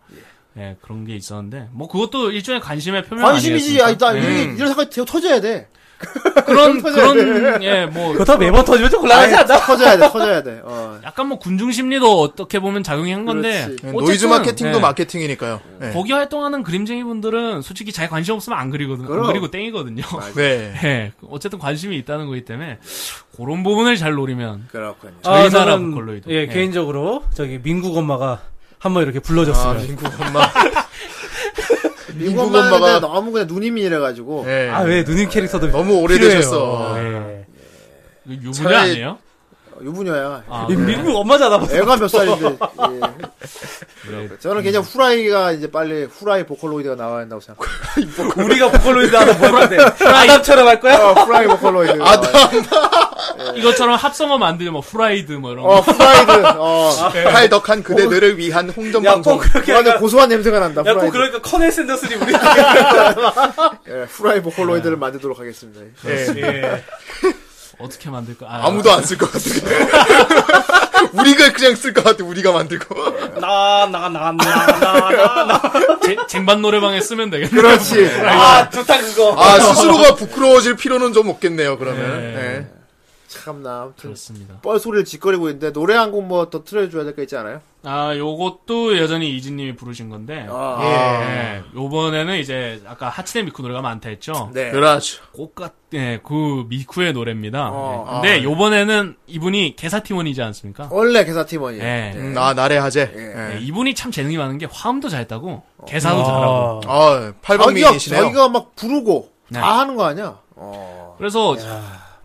M: 예, 그런 게 있었는데 뭐 그것도 일종의 관심의 표명
B: 관심이지.
M: 아니겠습니까?
B: 아니, 나
M: 예.
B: 이런, 이런 생각이 더 터져야 돼.
M: 그런
B: 터져야
M: 그런 예뭐
D: 그거 다 매번 터지면 좀
B: 아니,
D: 곤란하지 않나?
B: 터져야 돼, 터져야 돼. 어.
M: 약간 뭐 군중 심리도 어떻게 보면 작용이 한 건데
B: 그렇지.
E: 예,
M: 어쨌든,
E: 노이즈 마케팅도
M: 예,
E: 마케팅이니까요. 예.
M: 거기 활동하는 그림쟁이 분들은 솔직히 자기 관심 없으면 안 그리거든 안
B: 그럼.
M: 그리고 땡이거든요.
E: 네.
M: 예, 어쨌든 관심이 있다는 거기 때문에 그런 부분을 잘 노리면
Q: 그렇군요.
M: 저희
D: 저는,
M: 나라 걸로이도.
D: 예,
M: 예.
D: 개인적으로 저기 민국 엄마가 한번 이렇게 불러줬으면.
E: 아, 민국 엄마.
B: 미국
E: 민국
B: 엄마가
E: 엄마가
B: 누 그냥 누님이래가지고.
E: 예.
D: 아 왜 누님 캐릭터도
E: 너무
D: 필요해요.
E: 오래되셨어.
D: 예.
M: 이거 유부녀
E: 차라리-
M: 아니에요?
B: 유부녀야.
M: 아,
D: 이 민국 엄마잖아. 뭐. 벌써.
B: 애가 몇 살인데. 예.
M: 그래.
B: 저는 그냥 후라이가 이제 빨리 후라이 보컬로이드가 나와야 한다고 생각해요.
D: 우리가 보컬로이드 하나 뭐 하는데 아담처럼 할 거야?
B: 어, 후라이 보컬로이드. 아,
M: 이것처럼 합성어 만들면 뭐 후라이드 뭐 이런
B: 어,
M: 거.
B: 후라이드. 어.
E: 아, 탈덕한 예. 그대들을 위한 홍전
D: 야, 꼭
E: 방송.
D: 그렇게
B: 완전
D: 하냐?
B: 고소한 냄새가 난다.
D: 야, 꼭
B: 후라이드.
D: 그러니까 커넬 샌더슨이 우리.
B: 예, 후라이 보컬로이드를 만들도록 하겠습니다.
E: 예.
D: 예.
M: 어떻게 만들까? 아,
E: 아무도 안 쓸 것 같은데. 우리가 그냥 쓸 것 같아. 우리가 만들고.
D: 나, 나, 나, 나, 나, 나, 나.
M: 제- 쟁반 노래방에 쓰면 되겠네.
B: 그렇지.
D: 아, 좋다, 그거.
E: 아 스스로가 부끄러워질 필요는 좀 없겠네요. 그러면.
M: 예.
E: 예.
B: 참나. 아무튼
M: 그렇습니다.
B: 뻘소리를 짓거리고 있는데 노래 한 곡 뭐 더 틀어줘야 될 거 있지 않아요?
M: 아, 요것도 여전히 이진님이 부르신 건데.
B: 아.
M: 예. 요번에는 이제 아까 하츠네 미쿠 노래가 많다 했죠.
Q: 네.
E: 그렇죠.
M: 꽃같 예, 그 미쿠의 노래입니다.
B: 어,
M: 예. 근데 요번에는 이분이 개사 팀원이지 않습니까?
B: 원래 개사팀원이에요. 네.
M: 예.
E: 음, 아 나래 하재.
M: 예,
E: 예.
M: 이분이 참 재능이 많은 게 화음도 잘했다고
B: 어.
M: 개사도
D: 아.
M: 잘하고
E: 아
B: 자기가,
E: 팔방미인이시네요.
B: 자기가 막 부르고
M: 네.
B: 다 하는 거 아니야?
M: 그래서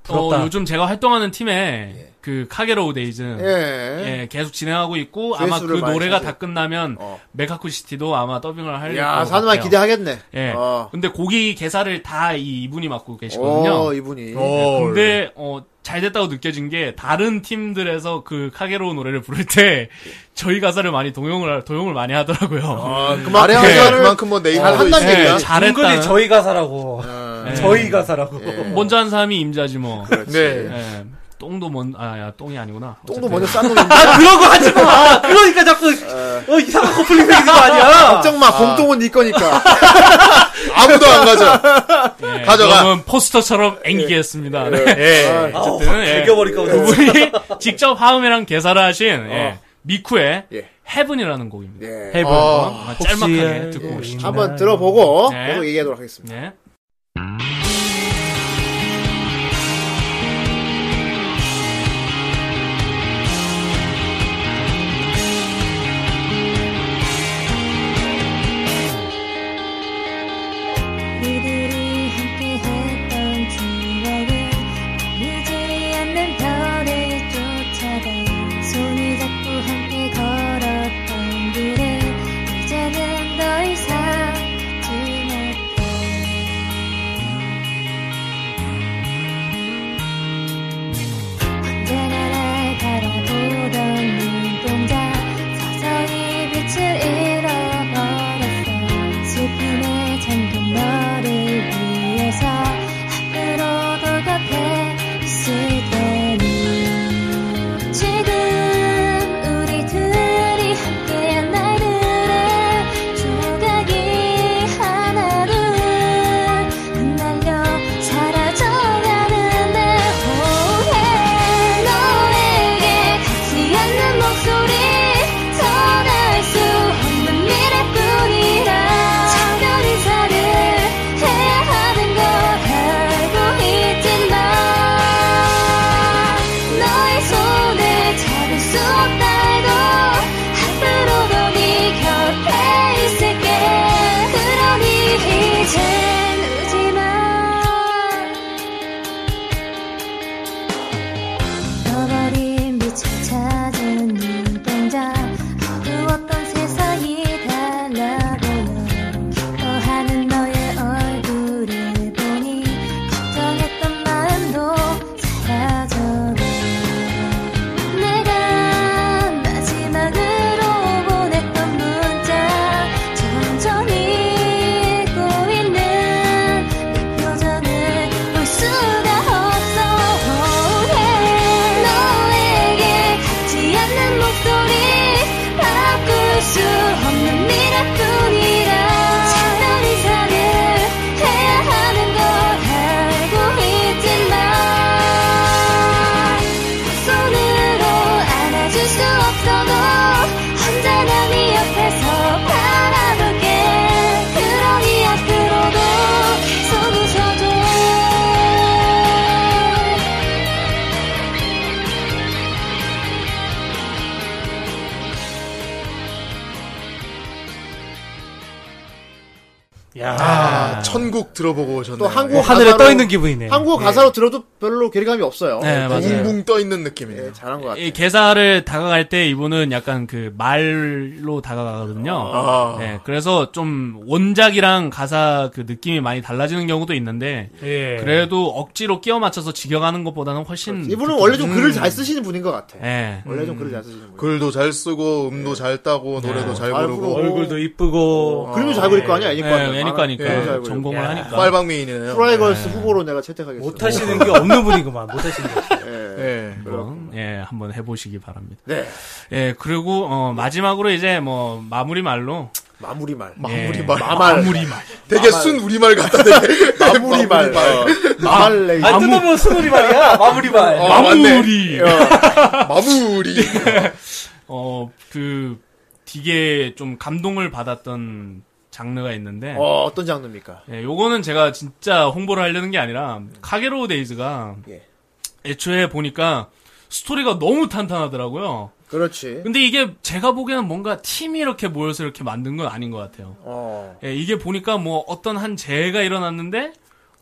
D: 부럽다.
M: 어, 요즘 제가 활동하는 팀에 그 카게로우 데이즈
B: 예.
M: 예, 계속 진행하고 있고 아마 그
B: 조회수를 많이
M: 노래가
B: 찾을-
M: 다 끝나면
B: 어.
M: 메카쿠시티도 아마 더빙을 할
B: 야,
M: 것
B: 사람만
M: 예. 같아요.
B: 기대하겠네.
M: 예.
B: 어.
M: 근데 고기 개사를 다 이, 분이 맡고
B: 어,
M: 계시거든요.
B: 이분이.
E: 어,
M: 근데 어, 잘 됐다고 느껴진 게 다른 팀들에서 그 카게로 노래를 부를 때 저희 가사를 많이 동용을 하- 도용을 많이 하더라고요.
E: 음, 나래 하재가
B: 그거를-
E: 그만큼 뭐
B: 아, 한
E: 아. 네이버도
B: 단계
E: 있으니까.
M: 예,
B: 얘기야.
M: 잘했다.
D: 은근히 저희 가사라고.
B: 아,
M: 예.
D: 저희 가사라고.
M: 먼저 한 사람이 임자지 뭐.
E: 네.
M: 예. 똥도 먼, 아, 야, 똥이 아니구나.
B: 똥도
M: 어쨌든.
B: 먼저 싼 놈인데.
D: 아, 그런 거 하지 마! 그러니까 자꾸,
M: 예.
D: 어, 이상한 커플링 생기는 거 아니야?
B: 걱정 마, 공똥은 네 거니까.
E: 아무도 안 가져.
M: 예,
E: 가져가.
M: 그러면 포스터처럼 앵기겠습니다. 네.
E: 예.
D: 아우,
M: 어쨌든, 예.
D: 갈겨버릴까 보다.
M: 두 분이 직접 화음이랑 개사를 하신 예, 미쿠의
Q: 예.
M: 헤븐이라는 곡입니다.
Q: 예.
D: 해본.
E: 어,
M: 아, 짤막하게
D: 예.
M: 듣고 오시죠.
B: 한번 들어보고
M: 네.
B: 계속 얘기하도록 하겠습니다.
M: 네.
F: 우리들이 함께 했던 추억은 보이지 않는 별을 쫓아가 손을 잡고 함께 걸었던 길을 이제는 더 이상 지나고 그네네
D: 야.
E: 아, 천국 들어보고 오셨네.
B: 또 한국
D: 뭐 하늘에
B: 가사로-
D: 떠 있는 기분이네.
B: 한국어 가사로 들어도 별로 괴리감이 없어요.
M: 네, 맞아요.
E: 붕붕 떠 있는 느낌이네요.
B: 네, 잘한 것 같아요.
M: 이 개사를 다가갈 때 이분은 약간 그 말로 다가가거든요.
E: 아.
M: 네, 그래서 좀 원작이랑 가사 그 느낌이 많이 달라지는 경우도 있는데
D: 예.
M: 그래도 억지로 끼워 맞춰서 직역하는 것보다는 훨씬
B: 이분은 원래 좀 글을 잘 쓰시는 분인 것 같아.
M: 예.
B: 원래 좀 글을 잘 쓰시는 분.
E: 글도 잘 쓰고 음도 잘
M: 네.
E: 따고 노래도 잘
B: 잘
E: 부르고
B: 부르고.
D: 얼굴도 이쁘고.
B: 어, 그림을 잘 그릴 거 아니야?
M: 예,
B: 애니과 아니야? 예,
M: 애니까니까
B: 잘 그리고.
M: 전공을
D: 야.
M: 하니까
E: 빨방미인이네요.
B: 프라이걸스 후보로 내가 채택하겠어.
D: 못 하시는 게 없는 분이구만. 못 하시는 게.
B: 예.
E: 예.
M: 한번, 예, 한번 해보시기 바랍니다.
B: 네.
M: 예, 그리고 어, 마지막으로 이제 뭐 마무리 말로
B: 마무리 말.
E: 마무리
M: 예.
E: 말.
M: 마무리 말.
E: 되게 순 우리말 같다. 되게.
B: 마무리 말. 어, 마말레이.
D: 안 뜯으면 스물이 말이야. 마무리 말.
E: 어,
M: 마무리.
E: 맞네. 마무리.
M: 어, 그 되게 좀 감동을 받았던 장르가 있는데
B: 어, 어떤 장르입니까?
M: 예, 요거는 제가 진짜 홍보를 하려는 게 아니라 카게로우 데이즈가
B: 예.
M: 애초에 보니까 스토리가 너무 탄탄하더라고요.
B: 그렇지.
M: 근데 이게 제가 보기에는 뭔가 팀이 이렇게 모여서 이렇게 만든 건 아닌 것 같아요.
B: 어.
M: 예, 이게 보니까 뭐 어떤 한 재해가 일어났는데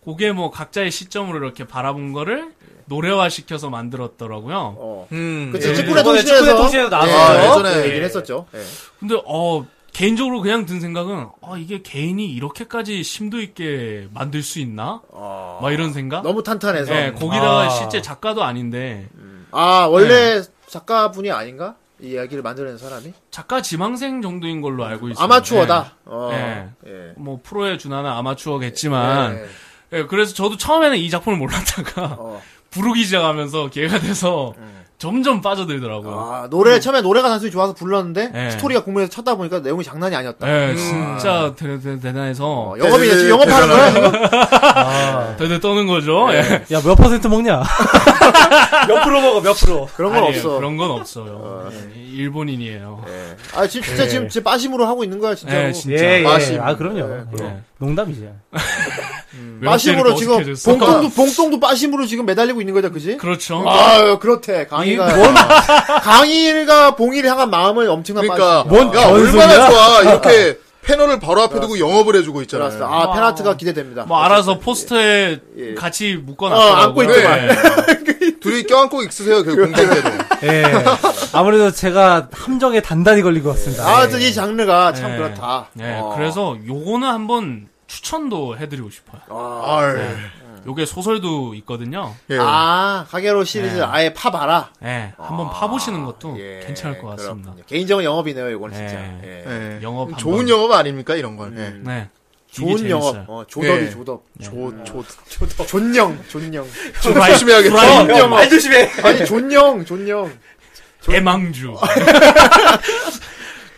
M: 그게 뭐 각자의 시점으로 이렇게 바라본 거를 노래화 시켜서 만들었더라고요.
B: 어.
E: 음.
B: 그치,
E: 예.
B: 축구네
D: 이번에
B: 도시에서.
D: 축구네 도시에서 나왔어요.
E: 아, 예전에.
B: 예,
E: 예.
B: 얘기를 했었죠. 예.
M: 근데 어 개인적으로 그냥 든 생각은 아 이게 개인이 이렇게까지 심도 있게 만들 수 있나?
B: 어.
M: 막 이런 생각?
B: 너무 탄탄해서.
M: 예, 거기다가
D: 아.
M: 실제 작가도 아닌데
B: 아, 원래 작가분이 아닌가? 이 이야기를 만들어낸 사람이?
M: 작가 지망생 정도인 걸로 알고 있어요.
B: 아마추어다. 어.
M: 예.
B: 예.
M: 예. 뭐 프로에 준하는 아마추어겠지만
B: 예.
M: 예, 그래서 저도 처음에는 이 작품을 몰랐다가
B: 어. 예.
M: 부르기 시작하면서 기회가 돼서 점점 빠져들더라고요.
B: 아, 노래, 처음에 노래가 단순히 좋아서 불렀는데,
M: 예.
B: 스토리가 궁금해서 찾다 보니까 내용이 장난이 아니었다.
M: 예, 진짜 대, 대,
B: 음. 어,
M: 대단해서
B: 영업이 됐지, 영업하는 거야? 지금?
D: 아.
M: 대대 떠는 거죠. 예.
D: 야, 몇 퍼센트 먹냐? 몇 프로 먹어, 몇 프로.
B: 그런 건
M: 아니에요.
B: 없어.
M: 그런 건 없어요. 예, 일본인이에요.
B: 아, 지금 진짜
D: 예.
B: 지금 제 빠심으로 하고 있는 거야, 진짜.
M: 예,
B: 로
M: 진짜.
D: 예, 예.
E: 마심.
D: 아, 그럼요. 예. 농담이지.
B: 빠심으로
M: 외국
B: 지금
M: 사람이 어색해졌어.
B: 봉똥도 봉똥도 빠심으로 지금 매달리고 있는 거죠, 그지?
M: 그렇죠.
B: 아유, 그렇대. 강의가 강의가 봉이를 향한 마음은 엄청난
E: 그러니까
B: 빠심.
E: 야,
D: 전술이야?
E: 얼마나 좋아. 이렇게 패널을 바로 앞에 두고 영업을 해주고 있잖아요.
B: 알았어. 아, 페나트가 기대됩니다.
M: 뭐 알아서 포스터에
B: 예.
M: 같이
B: 어, 안고
M: 묶어놨더라고요.
B: 있더만.
M: 예.
E: 둘이 껴안고 있으세요. 결국 공장 때도.
D: 예. 아무래도 제가 함정에 단단히 걸린 것 같습니다.
B: 아,
D: 예.
B: 저이 장르가 참
M: 예.
B: 그렇다.
M: 예,
B: 어.
M: 그래서 요거는 한번 추천도 해드리고 싶어요.
B: 아,
E: 아,
M: 요게 소설도 있거든요.
E: 예.
B: 아, 가게로 시리즈
M: 예.
B: 아예 파봐라.
M: 예, 한번 파보시는 것도
B: 예,
M: 어, 괜찮을 것 같습니다.
B: 그렇군요. 개인적인 영업이네요, 이거는 진짜.
M: 예.
B: 예.
E: 예.
M: 영업 한
E: 좋은
M: 번.
E: 영업 아닙니까 이런 건. 예.
M: 네. 되게
B: 좋은 영업.
M: 재밌어요. 네. 아.
B: 어, 조덕이
E: 예.
B: 조덕.
E: 조, 조,
B: 존영, 존영.
E: 조,
D: 예.
E: 조심해야겠다. 어,
M: 브라이언.
D: 말 조심해.
B: 아니, 존영, 존영.
M: 대망주.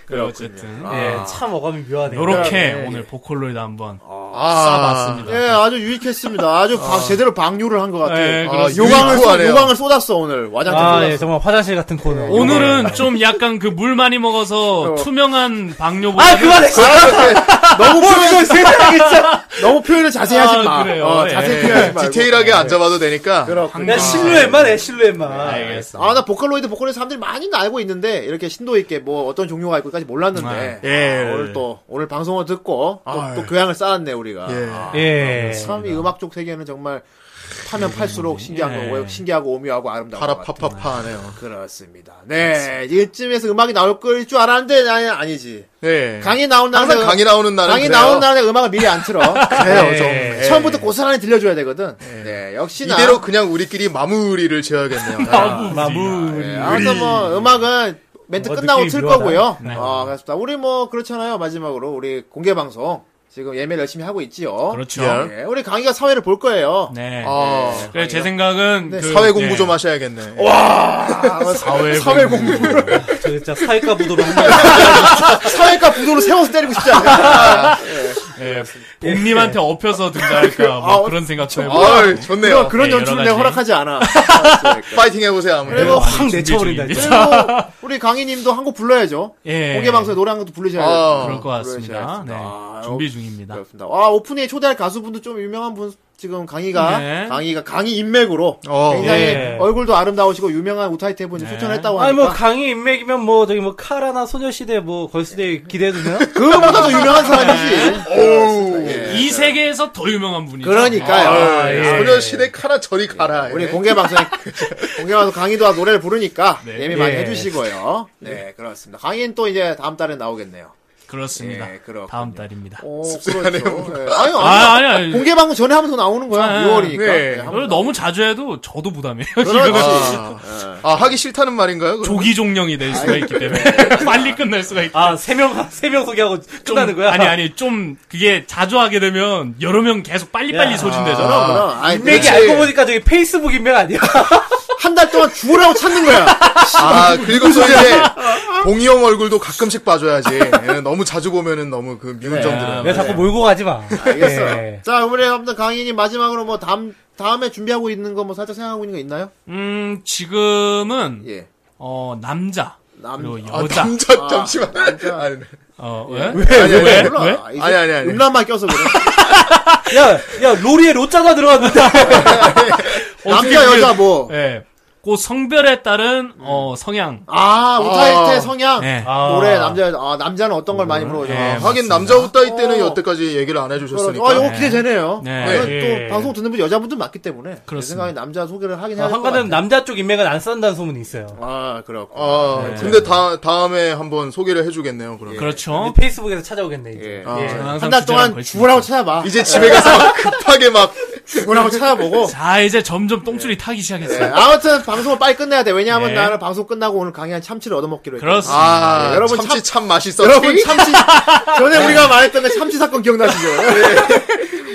M: 그 어쨌든
D: 예, 참 어감이 묘하네요.
M: 요렇게
B: 예, 예.
M: 오늘 보컬로이드 한번
E: 아,
M: 쏴봤습니다.
B: 예, 아주 유익했습니다. 아주 방- 제대로 방류를 한 것 같아요.
M: 예,
B: 아,
M: 그렇습니다.
B: 요강을, 쏟,
E: 유익하네요.
B: 요강을 쏟았어, 오늘. 와장창
D: 아,
B: 쏟았어.
D: 예, 정말 화장실 같은 코너.
M: 오늘은 좀 약간 그 물 많이 먹어서 투명한
D: 아,
M: 방뇨보다
D: 그만해!
B: 너무 표현을 너무 표현을 자세히 하지
M: 아,
B: 마.
M: 그래요.
B: 어,
M: 예. 네,
B: 자세히 표현하지 말고.
E: 디테일하게 안 잡아도 되니까.
B: 그렇군.
D: 야, 실루엣만 해, 실루엣만.
M: 알겠어.
B: 아, 나 보컬로이드 보컬로이드 사람들이 많이 알고 있는데 이렇게 신도 있게 뭐 어떤 종류가 있고까지 몰랐는데
M: 아,
E: 예.
B: 아, 오늘 또 오늘 방송을 듣고 또,
E: 아,
B: 또
E: 예.
B: 교양을 쌓았네 우리가.
E: 예.
B: 아,
D: 예.
B: 참, 이 음악 쪽 세계는 정말 파면 팔수록 신기한
M: 음, 예.
B: 거, 신기하고 오묘하고 아름다운 것 같아요.
E: 파라파파파 하네요.
B: 그렇습니다. 네, 이쯤에서 음악이 나올 걸일 줄 알았는데 아니, 아니지.
E: 예.
B: 강의 나온 날에
E: 항상 강의 나오는 날은
B: 강의
E: 그래요.
B: 나온 날에 음악을 미리 안 틀어.
E: 그래요, 좀.
D: 예.
E: 예.
B: 처음부터 고스란히 들려줘야 되거든. 네, 역시나.
E: 이대로 그냥 우리끼리 마무리를
D: 아,
E: 지어야겠네요.
D: 마무리.
B: 네, 아무튼 뭐 음악은 멘트
D: 어,
B: 끝나고
D: 느낌이
B: 틀
D: 묘하다.
B: 거고요.
M: 네.
B: 아, 그렇습니다. 우리 뭐 그렇잖아요. 마지막으로 우리 공개 방송 지금 예매를 열심히 하고 있지요.
M: 그렇죠.
E: 예.
B: 네, 우리 강의가 사회를 볼 거예요. 어,
M: 네.
E: 아, 네,
M: 그래 제 생각은 그,
E: 사회 공부
M: 예.
E: 좀 하셔야겠네.
B: 아,
M: 사회 공부.
D: 저 진짜 사회과 부도로 한 번.
B: 사회과 부도로 세워서 때리고 싶지 않아.
M: 예. 복님한테 업혀서 등장할까 뭐 그런 생각도 해보고.
E: 아, 좋네요.
B: 그런, 그런
M: 네,
B: 연출은
M: 여러
B: 내가
M: 가지.
B: 허락하지 않아.
E: 파이팅 해보세요, 아무래도.
M: 네, 많이
D: 확
M: 준비
D: 내쳐버린다,
M: 중입니다.
B: 그리고 어, 우리 강의님도 한 곡 불러야죠.
M: 예.
B: 공개 방송에 노래 한 곡도 불러셔야
E: 아,
B: 돼요.
M: 그럴 것 같습니다.
B: 그러셔야겠습니다.
M: 네.
B: 아,
M: 준비 중입니다.
B: 그렇습니다. 아, 오프닝에 초대할 가수분도 좀 유명한 분 지금 강희가
M: 네.
B: 강희가 강희 인맥으로
E: 어.
B: 굉장히
R: 예.
B: 얼굴도 아름다우시고 유명한 우타이테분이
M: 네.
B: 추천했다고
R: 아니
B: 하니까
R: 뭐 강의 인맥이면 뭐 저기 뭐 카라나 소녀시대 뭐 걸스데이 기대해도 되나?
B: 그보다 더
M: 네.
B: 유명한 사람이지.
M: 이 세계에서 더 유명한 분이죠.
B: 그, 그러니까요.
E: 아,
B: 예.
E: 소녀시대 예. 카라 저리 가라.
B: 우리 공개 방송에 공개 방송 강희도 아, 노래를 부르니까
M: 네.
B: 예매 많이
R: 예.
B: 해주시고요. 네 그렇습니다. 강희는 또 이제 다음 달에 나오겠네요.
M: 그렇습니다.
B: 예, 그렇군요.
M: 다음 달입니다.
B: 오,
E: 씁쓸하네요.
B: 그렇죠. 예. 아니요,
M: 아,
B: 아니요.
M: 아니, 아니.
B: 공개 방송 전에 하면서 나오는 거야.
M: 아,
B: 6월이니까.
E: 네.
M: 이걸 너무 자주 해도 저도 부담해요.
E: 아, 아, 하기 싫다는 말인가요? 그럼?
M: 조기종령이 될 수가 있기 때문에
B: 그-
M: 빨리 끝날 수가 있.
R: 아 세 명 세 명 소개하고
M: 좀-
R: 끝나는 거야?
M: 아니 아니 좀 그게 자주 하게 되면 여러 명 계속 빨리빨리
R: 야.
M: 소진되잖아.
B: 그럼 그럼. 아니,
R: 인맥이
B: 그렇지.
R: 알고 보니까 저기 페이스북 인맥 아니야?
B: 한 달 동안 죽으라고 찾는 거야.
E: 아, 그리고 또 이제 봉이 형 얼굴도 가끔씩 봐줘야지. 얘는 너무 자주 보면은 너무 그 미운 점
D: 아,
E: 들어요.
D: 네.
R: 내가 자꾸 몰고 가지 마.
B: 아, 알겠어요.
M: 네.
R: 예.
B: 자, 우리 아무튼 강인이 마지막으로 뭐 다음 다음에 준비하고 있는 거 뭐 살짝 생각하고 있는 거 있나요?
M: 음 지금은
B: 예.
M: 어 남자
B: 남-
M: 그리고
E: 아,
M: 여자
E: 남자 잠시만. 아니, 네.
M: 어, 왜?
E: 아니, 아니,
B: 왜?
E: 아니.
B: 몰라.
M: 왜?
B: 아, 이제
E: 아니, 아니, 아니.
B: 음란만 껴서 그래.
R: 야, 야, 로리에 로자가
B: 아,
R: 들어갔는데. 아,
M: 어떻게
B: 남자
M: 그게-
B: 여자 뭐.
M: 예. 그 성별에 따른 어
B: 음.
M: 성향.
B: 아, 우타이테 성향.
M: 예.
B: 노래 남자 여자. 아, 남자는 어떤 걸 많이 물어보죠.
M: 예,
B: 아,
E: 하긴 남자 옷다이 때는
B: 어.
E: 여태까지 얘기를 안
B: 그렇죠.
E: 해주셨으니까.
B: 아, 요거 기대되네요.
M: 네.
B: 이건 또
R: 예.
B: 방송 듣는 분 여자분들 많기 때문에 제
M: 그렇습니다.
B: 생각에 남자 소개를 하긴 해야 될것 같아요.
R: 한가는 남자 쪽 인맥은 안 쓴다는 소문이 있어요.
B: 아, 그렇고.
E: 아, 근데 다, 다음에 한번 소개를 해주겠네요, 그러면.
M: 그렇죠. 어,
R: 근데 페이스북에서 찾아오겠네 이제.
B: 어?
E: 아,
B: 예.
R: 예.
B: 한 달 동안 죽으라고 찾아봐.
E: 이제 집에 가서 막 급하게 막,
B: 죽으라고 찾아보고.
M: 자 이제 점점 똥줄이 타기
B: 네,
M: 시작했어요.
B: 아무튼 방송을 빨리 끝내야 돼. 왜냐하면
M: 네.
B: 나는 방송 끝나고 오늘 강의한 참치를 얻어먹기로 했어.
M: 그렇습니다.
E: 아,
B: 예, 여러분
E: 참치
B: 참-
E: 참 맛있어.
B: 여러분 참치
E: 네.
B: 전에 우리가 말했던 그 참치 사건 기억나시죠?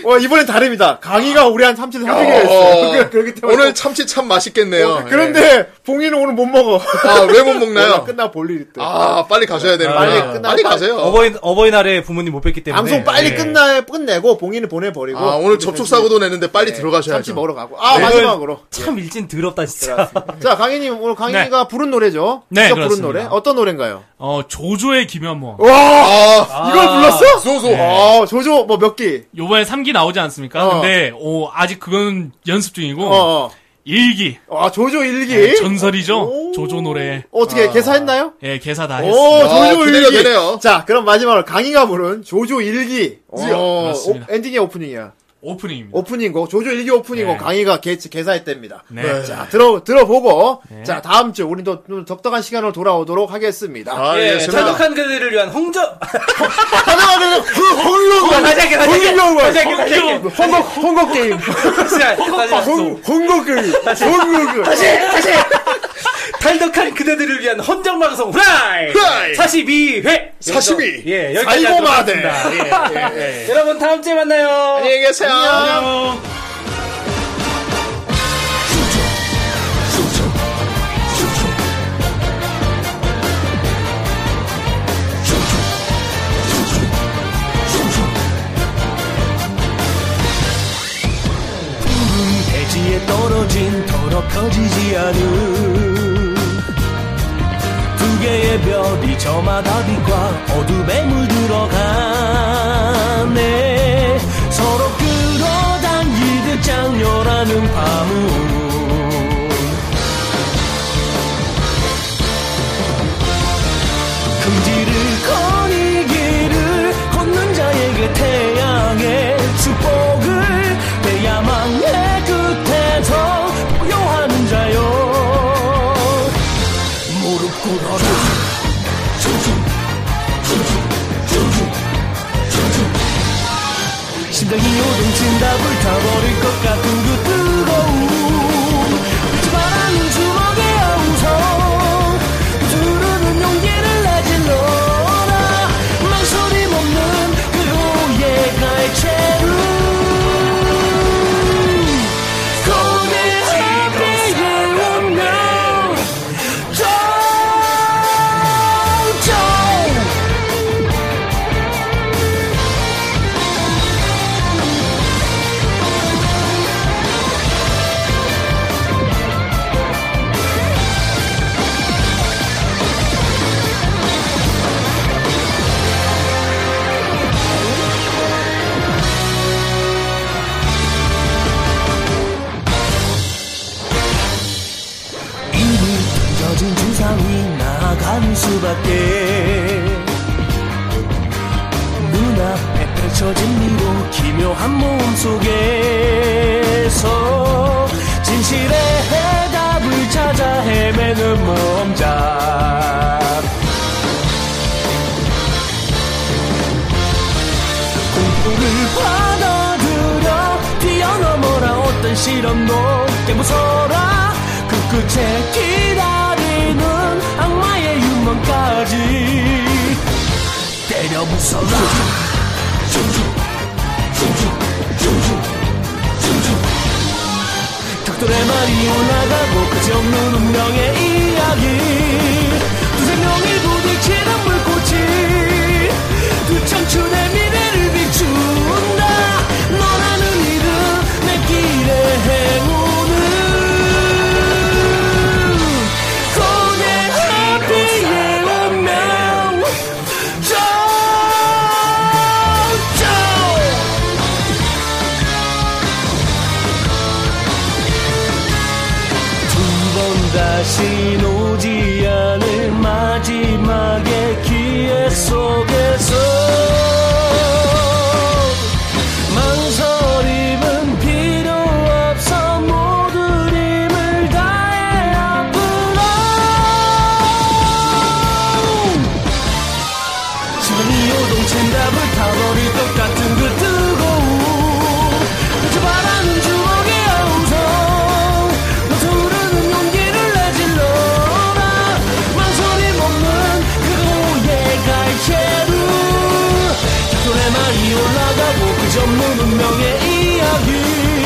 B: 어, 이번엔 다릅니다. 강의가 우리 한 참치를 사주기로 했어. 그, 그렇기 때문에
E: 오늘 참치 참 맛있겠네요.
B: 어, 그런데 봉이는 오늘 못 먹어.
E: 예. 아, 왜 못 먹나요?
B: 오늘 끝나 볼일 있대.
E: 아, 빨리 가셔야 되는구나.
B: 빨리
E: 빨리,
B: 끝나고 빨리-
E: 가세요.
R: 어버이 어버이날에 부모님 못 뵙기 때문에.
B: 방송 빨리
M: 네.
R: 예.
B: 끝나 끝내고 봉이는 보내버리고.
E: 네.
B: 네.
E: 아, 오늘 접촉사고도 냈는데 빨리 들어가셔야죠.
B: 참치 먹으러 가고. 아
R: 이건
B: 마지막으로.
R: 예. 참 일진 더럽다 진짜.
B: 그렇습니다. 자 강희님 오늘 강희가 부른 노래죠?
M: 네,
B: 직접 부른
M: 그렇습니다.
B: 노래 어떤 노래인가요?
M: 어 조조의 김현모.
E: 아,
B: 이걸 불렀어?
E: 소소.
B: 아 조조 뭐 몇 기?
M: 요번에 3기 나오지 않습니까?
B: 어.
M: 근데 오 아직 그건 연습 중이고
B: 어. 어.
M: 1기 네,
B: 아 조조 일기
M: 전설이죠.
B: 오.
M: 조조 노래.
B: 어떻게 개사했나요?
M: 예, 개사 다
B: 오
M: 했습니다.
E: 아,
B: 조조
E: 기대가
B: 일기
E: 되네요.
B: 자 그럼 마지막으로 강희가 부른 조조 일기
M: 네,
B: 어,
M: 그렇습니다.
B: 오- 엔딩이 오프닝이야
M: 오프닝입니다.
B: 오프닝곡 조조 일기 오프닝곡
M: 네.
B: 강희가 개, 개사했답니다
M: 네.
B: 자 들어 들어보고 자 다음 주 우리 또좀 적당한 시간으로 돌아오도록 하겠습니다
E: 아,
R: 예,
E: 예, 제가
R: 자극한 그들을 위한 아, 홍조.
B: 하나하나 그 홀로
R: 다시 할게, 다시 할게.
B: 홀로
R: 다시 할게, 다시 할게.
B: 홍곡홍곡 게임
R: 진짜, 다시
B: 홍
R: 왔어.
B: 홍곡 게임 홍곡 게임
R: 다시 다시. 탈덕한 그대들을 위한 헌정방송 후라이
E: 후라이!
R: 42회
E: 42.
R: 예 여기까지 하도록
E: 사이버마대.
R: 하겠습니다.
E: 예, 예, 예.
R: 여러분 다음 주에 만나요
E: 안녕히 계세요.
D: 대지에 음, 떨어진 터럭 커지지 않은 두 개의 별이 저마다 빛과 어둠에 물들어가네 서로 끌어당기듯 장렬하는 밤은 금지를 거리기를 걷는 자에게 태양의 축복을 대야망의 끝에서 포효하는 자요 무릎 꿇어라 심장이 요동친다 불타버릴 것 같은 그 뜨거움 빛이 바라는 주먹에 얹어 두르는 용기를 내질러라 망설임 없는 그 후의 갈채를 손에 한비를 웃며 정정 잊혀진 미로 기묘한 몸 속에서 진실의 해답을 찾아 헤매는 몸작 공포를 받아들여 뛰어넘어라 어떤 시련도 깨부숴라 그 끝에 기다리는 악마의 유언까지 때려 부숴라 춤추 춤추 춤추 춤추 덕돌의 말이 올라가고 끝없는 운명의 이야기 두 생명이 부딪히는 불꽃이 두 청춘의 미래를 비춘다 너라는 이름 내 길의 행운을 손에 하비의 운명 정정 두 번 다시 오지 않을 마지막의 기회 속에서 망설임은 필요 없어 모든 힘을 다해 앞으로 지금이 요동친 답을 타버릴 것 같은 그 뜨거운 그저 바라는 주먹의 함성 너 흐르는 용기를 내질러라 망설임 없는 그의 갈채루 그 깃털의 말이 올라가고 그저 없는 운명의 이야기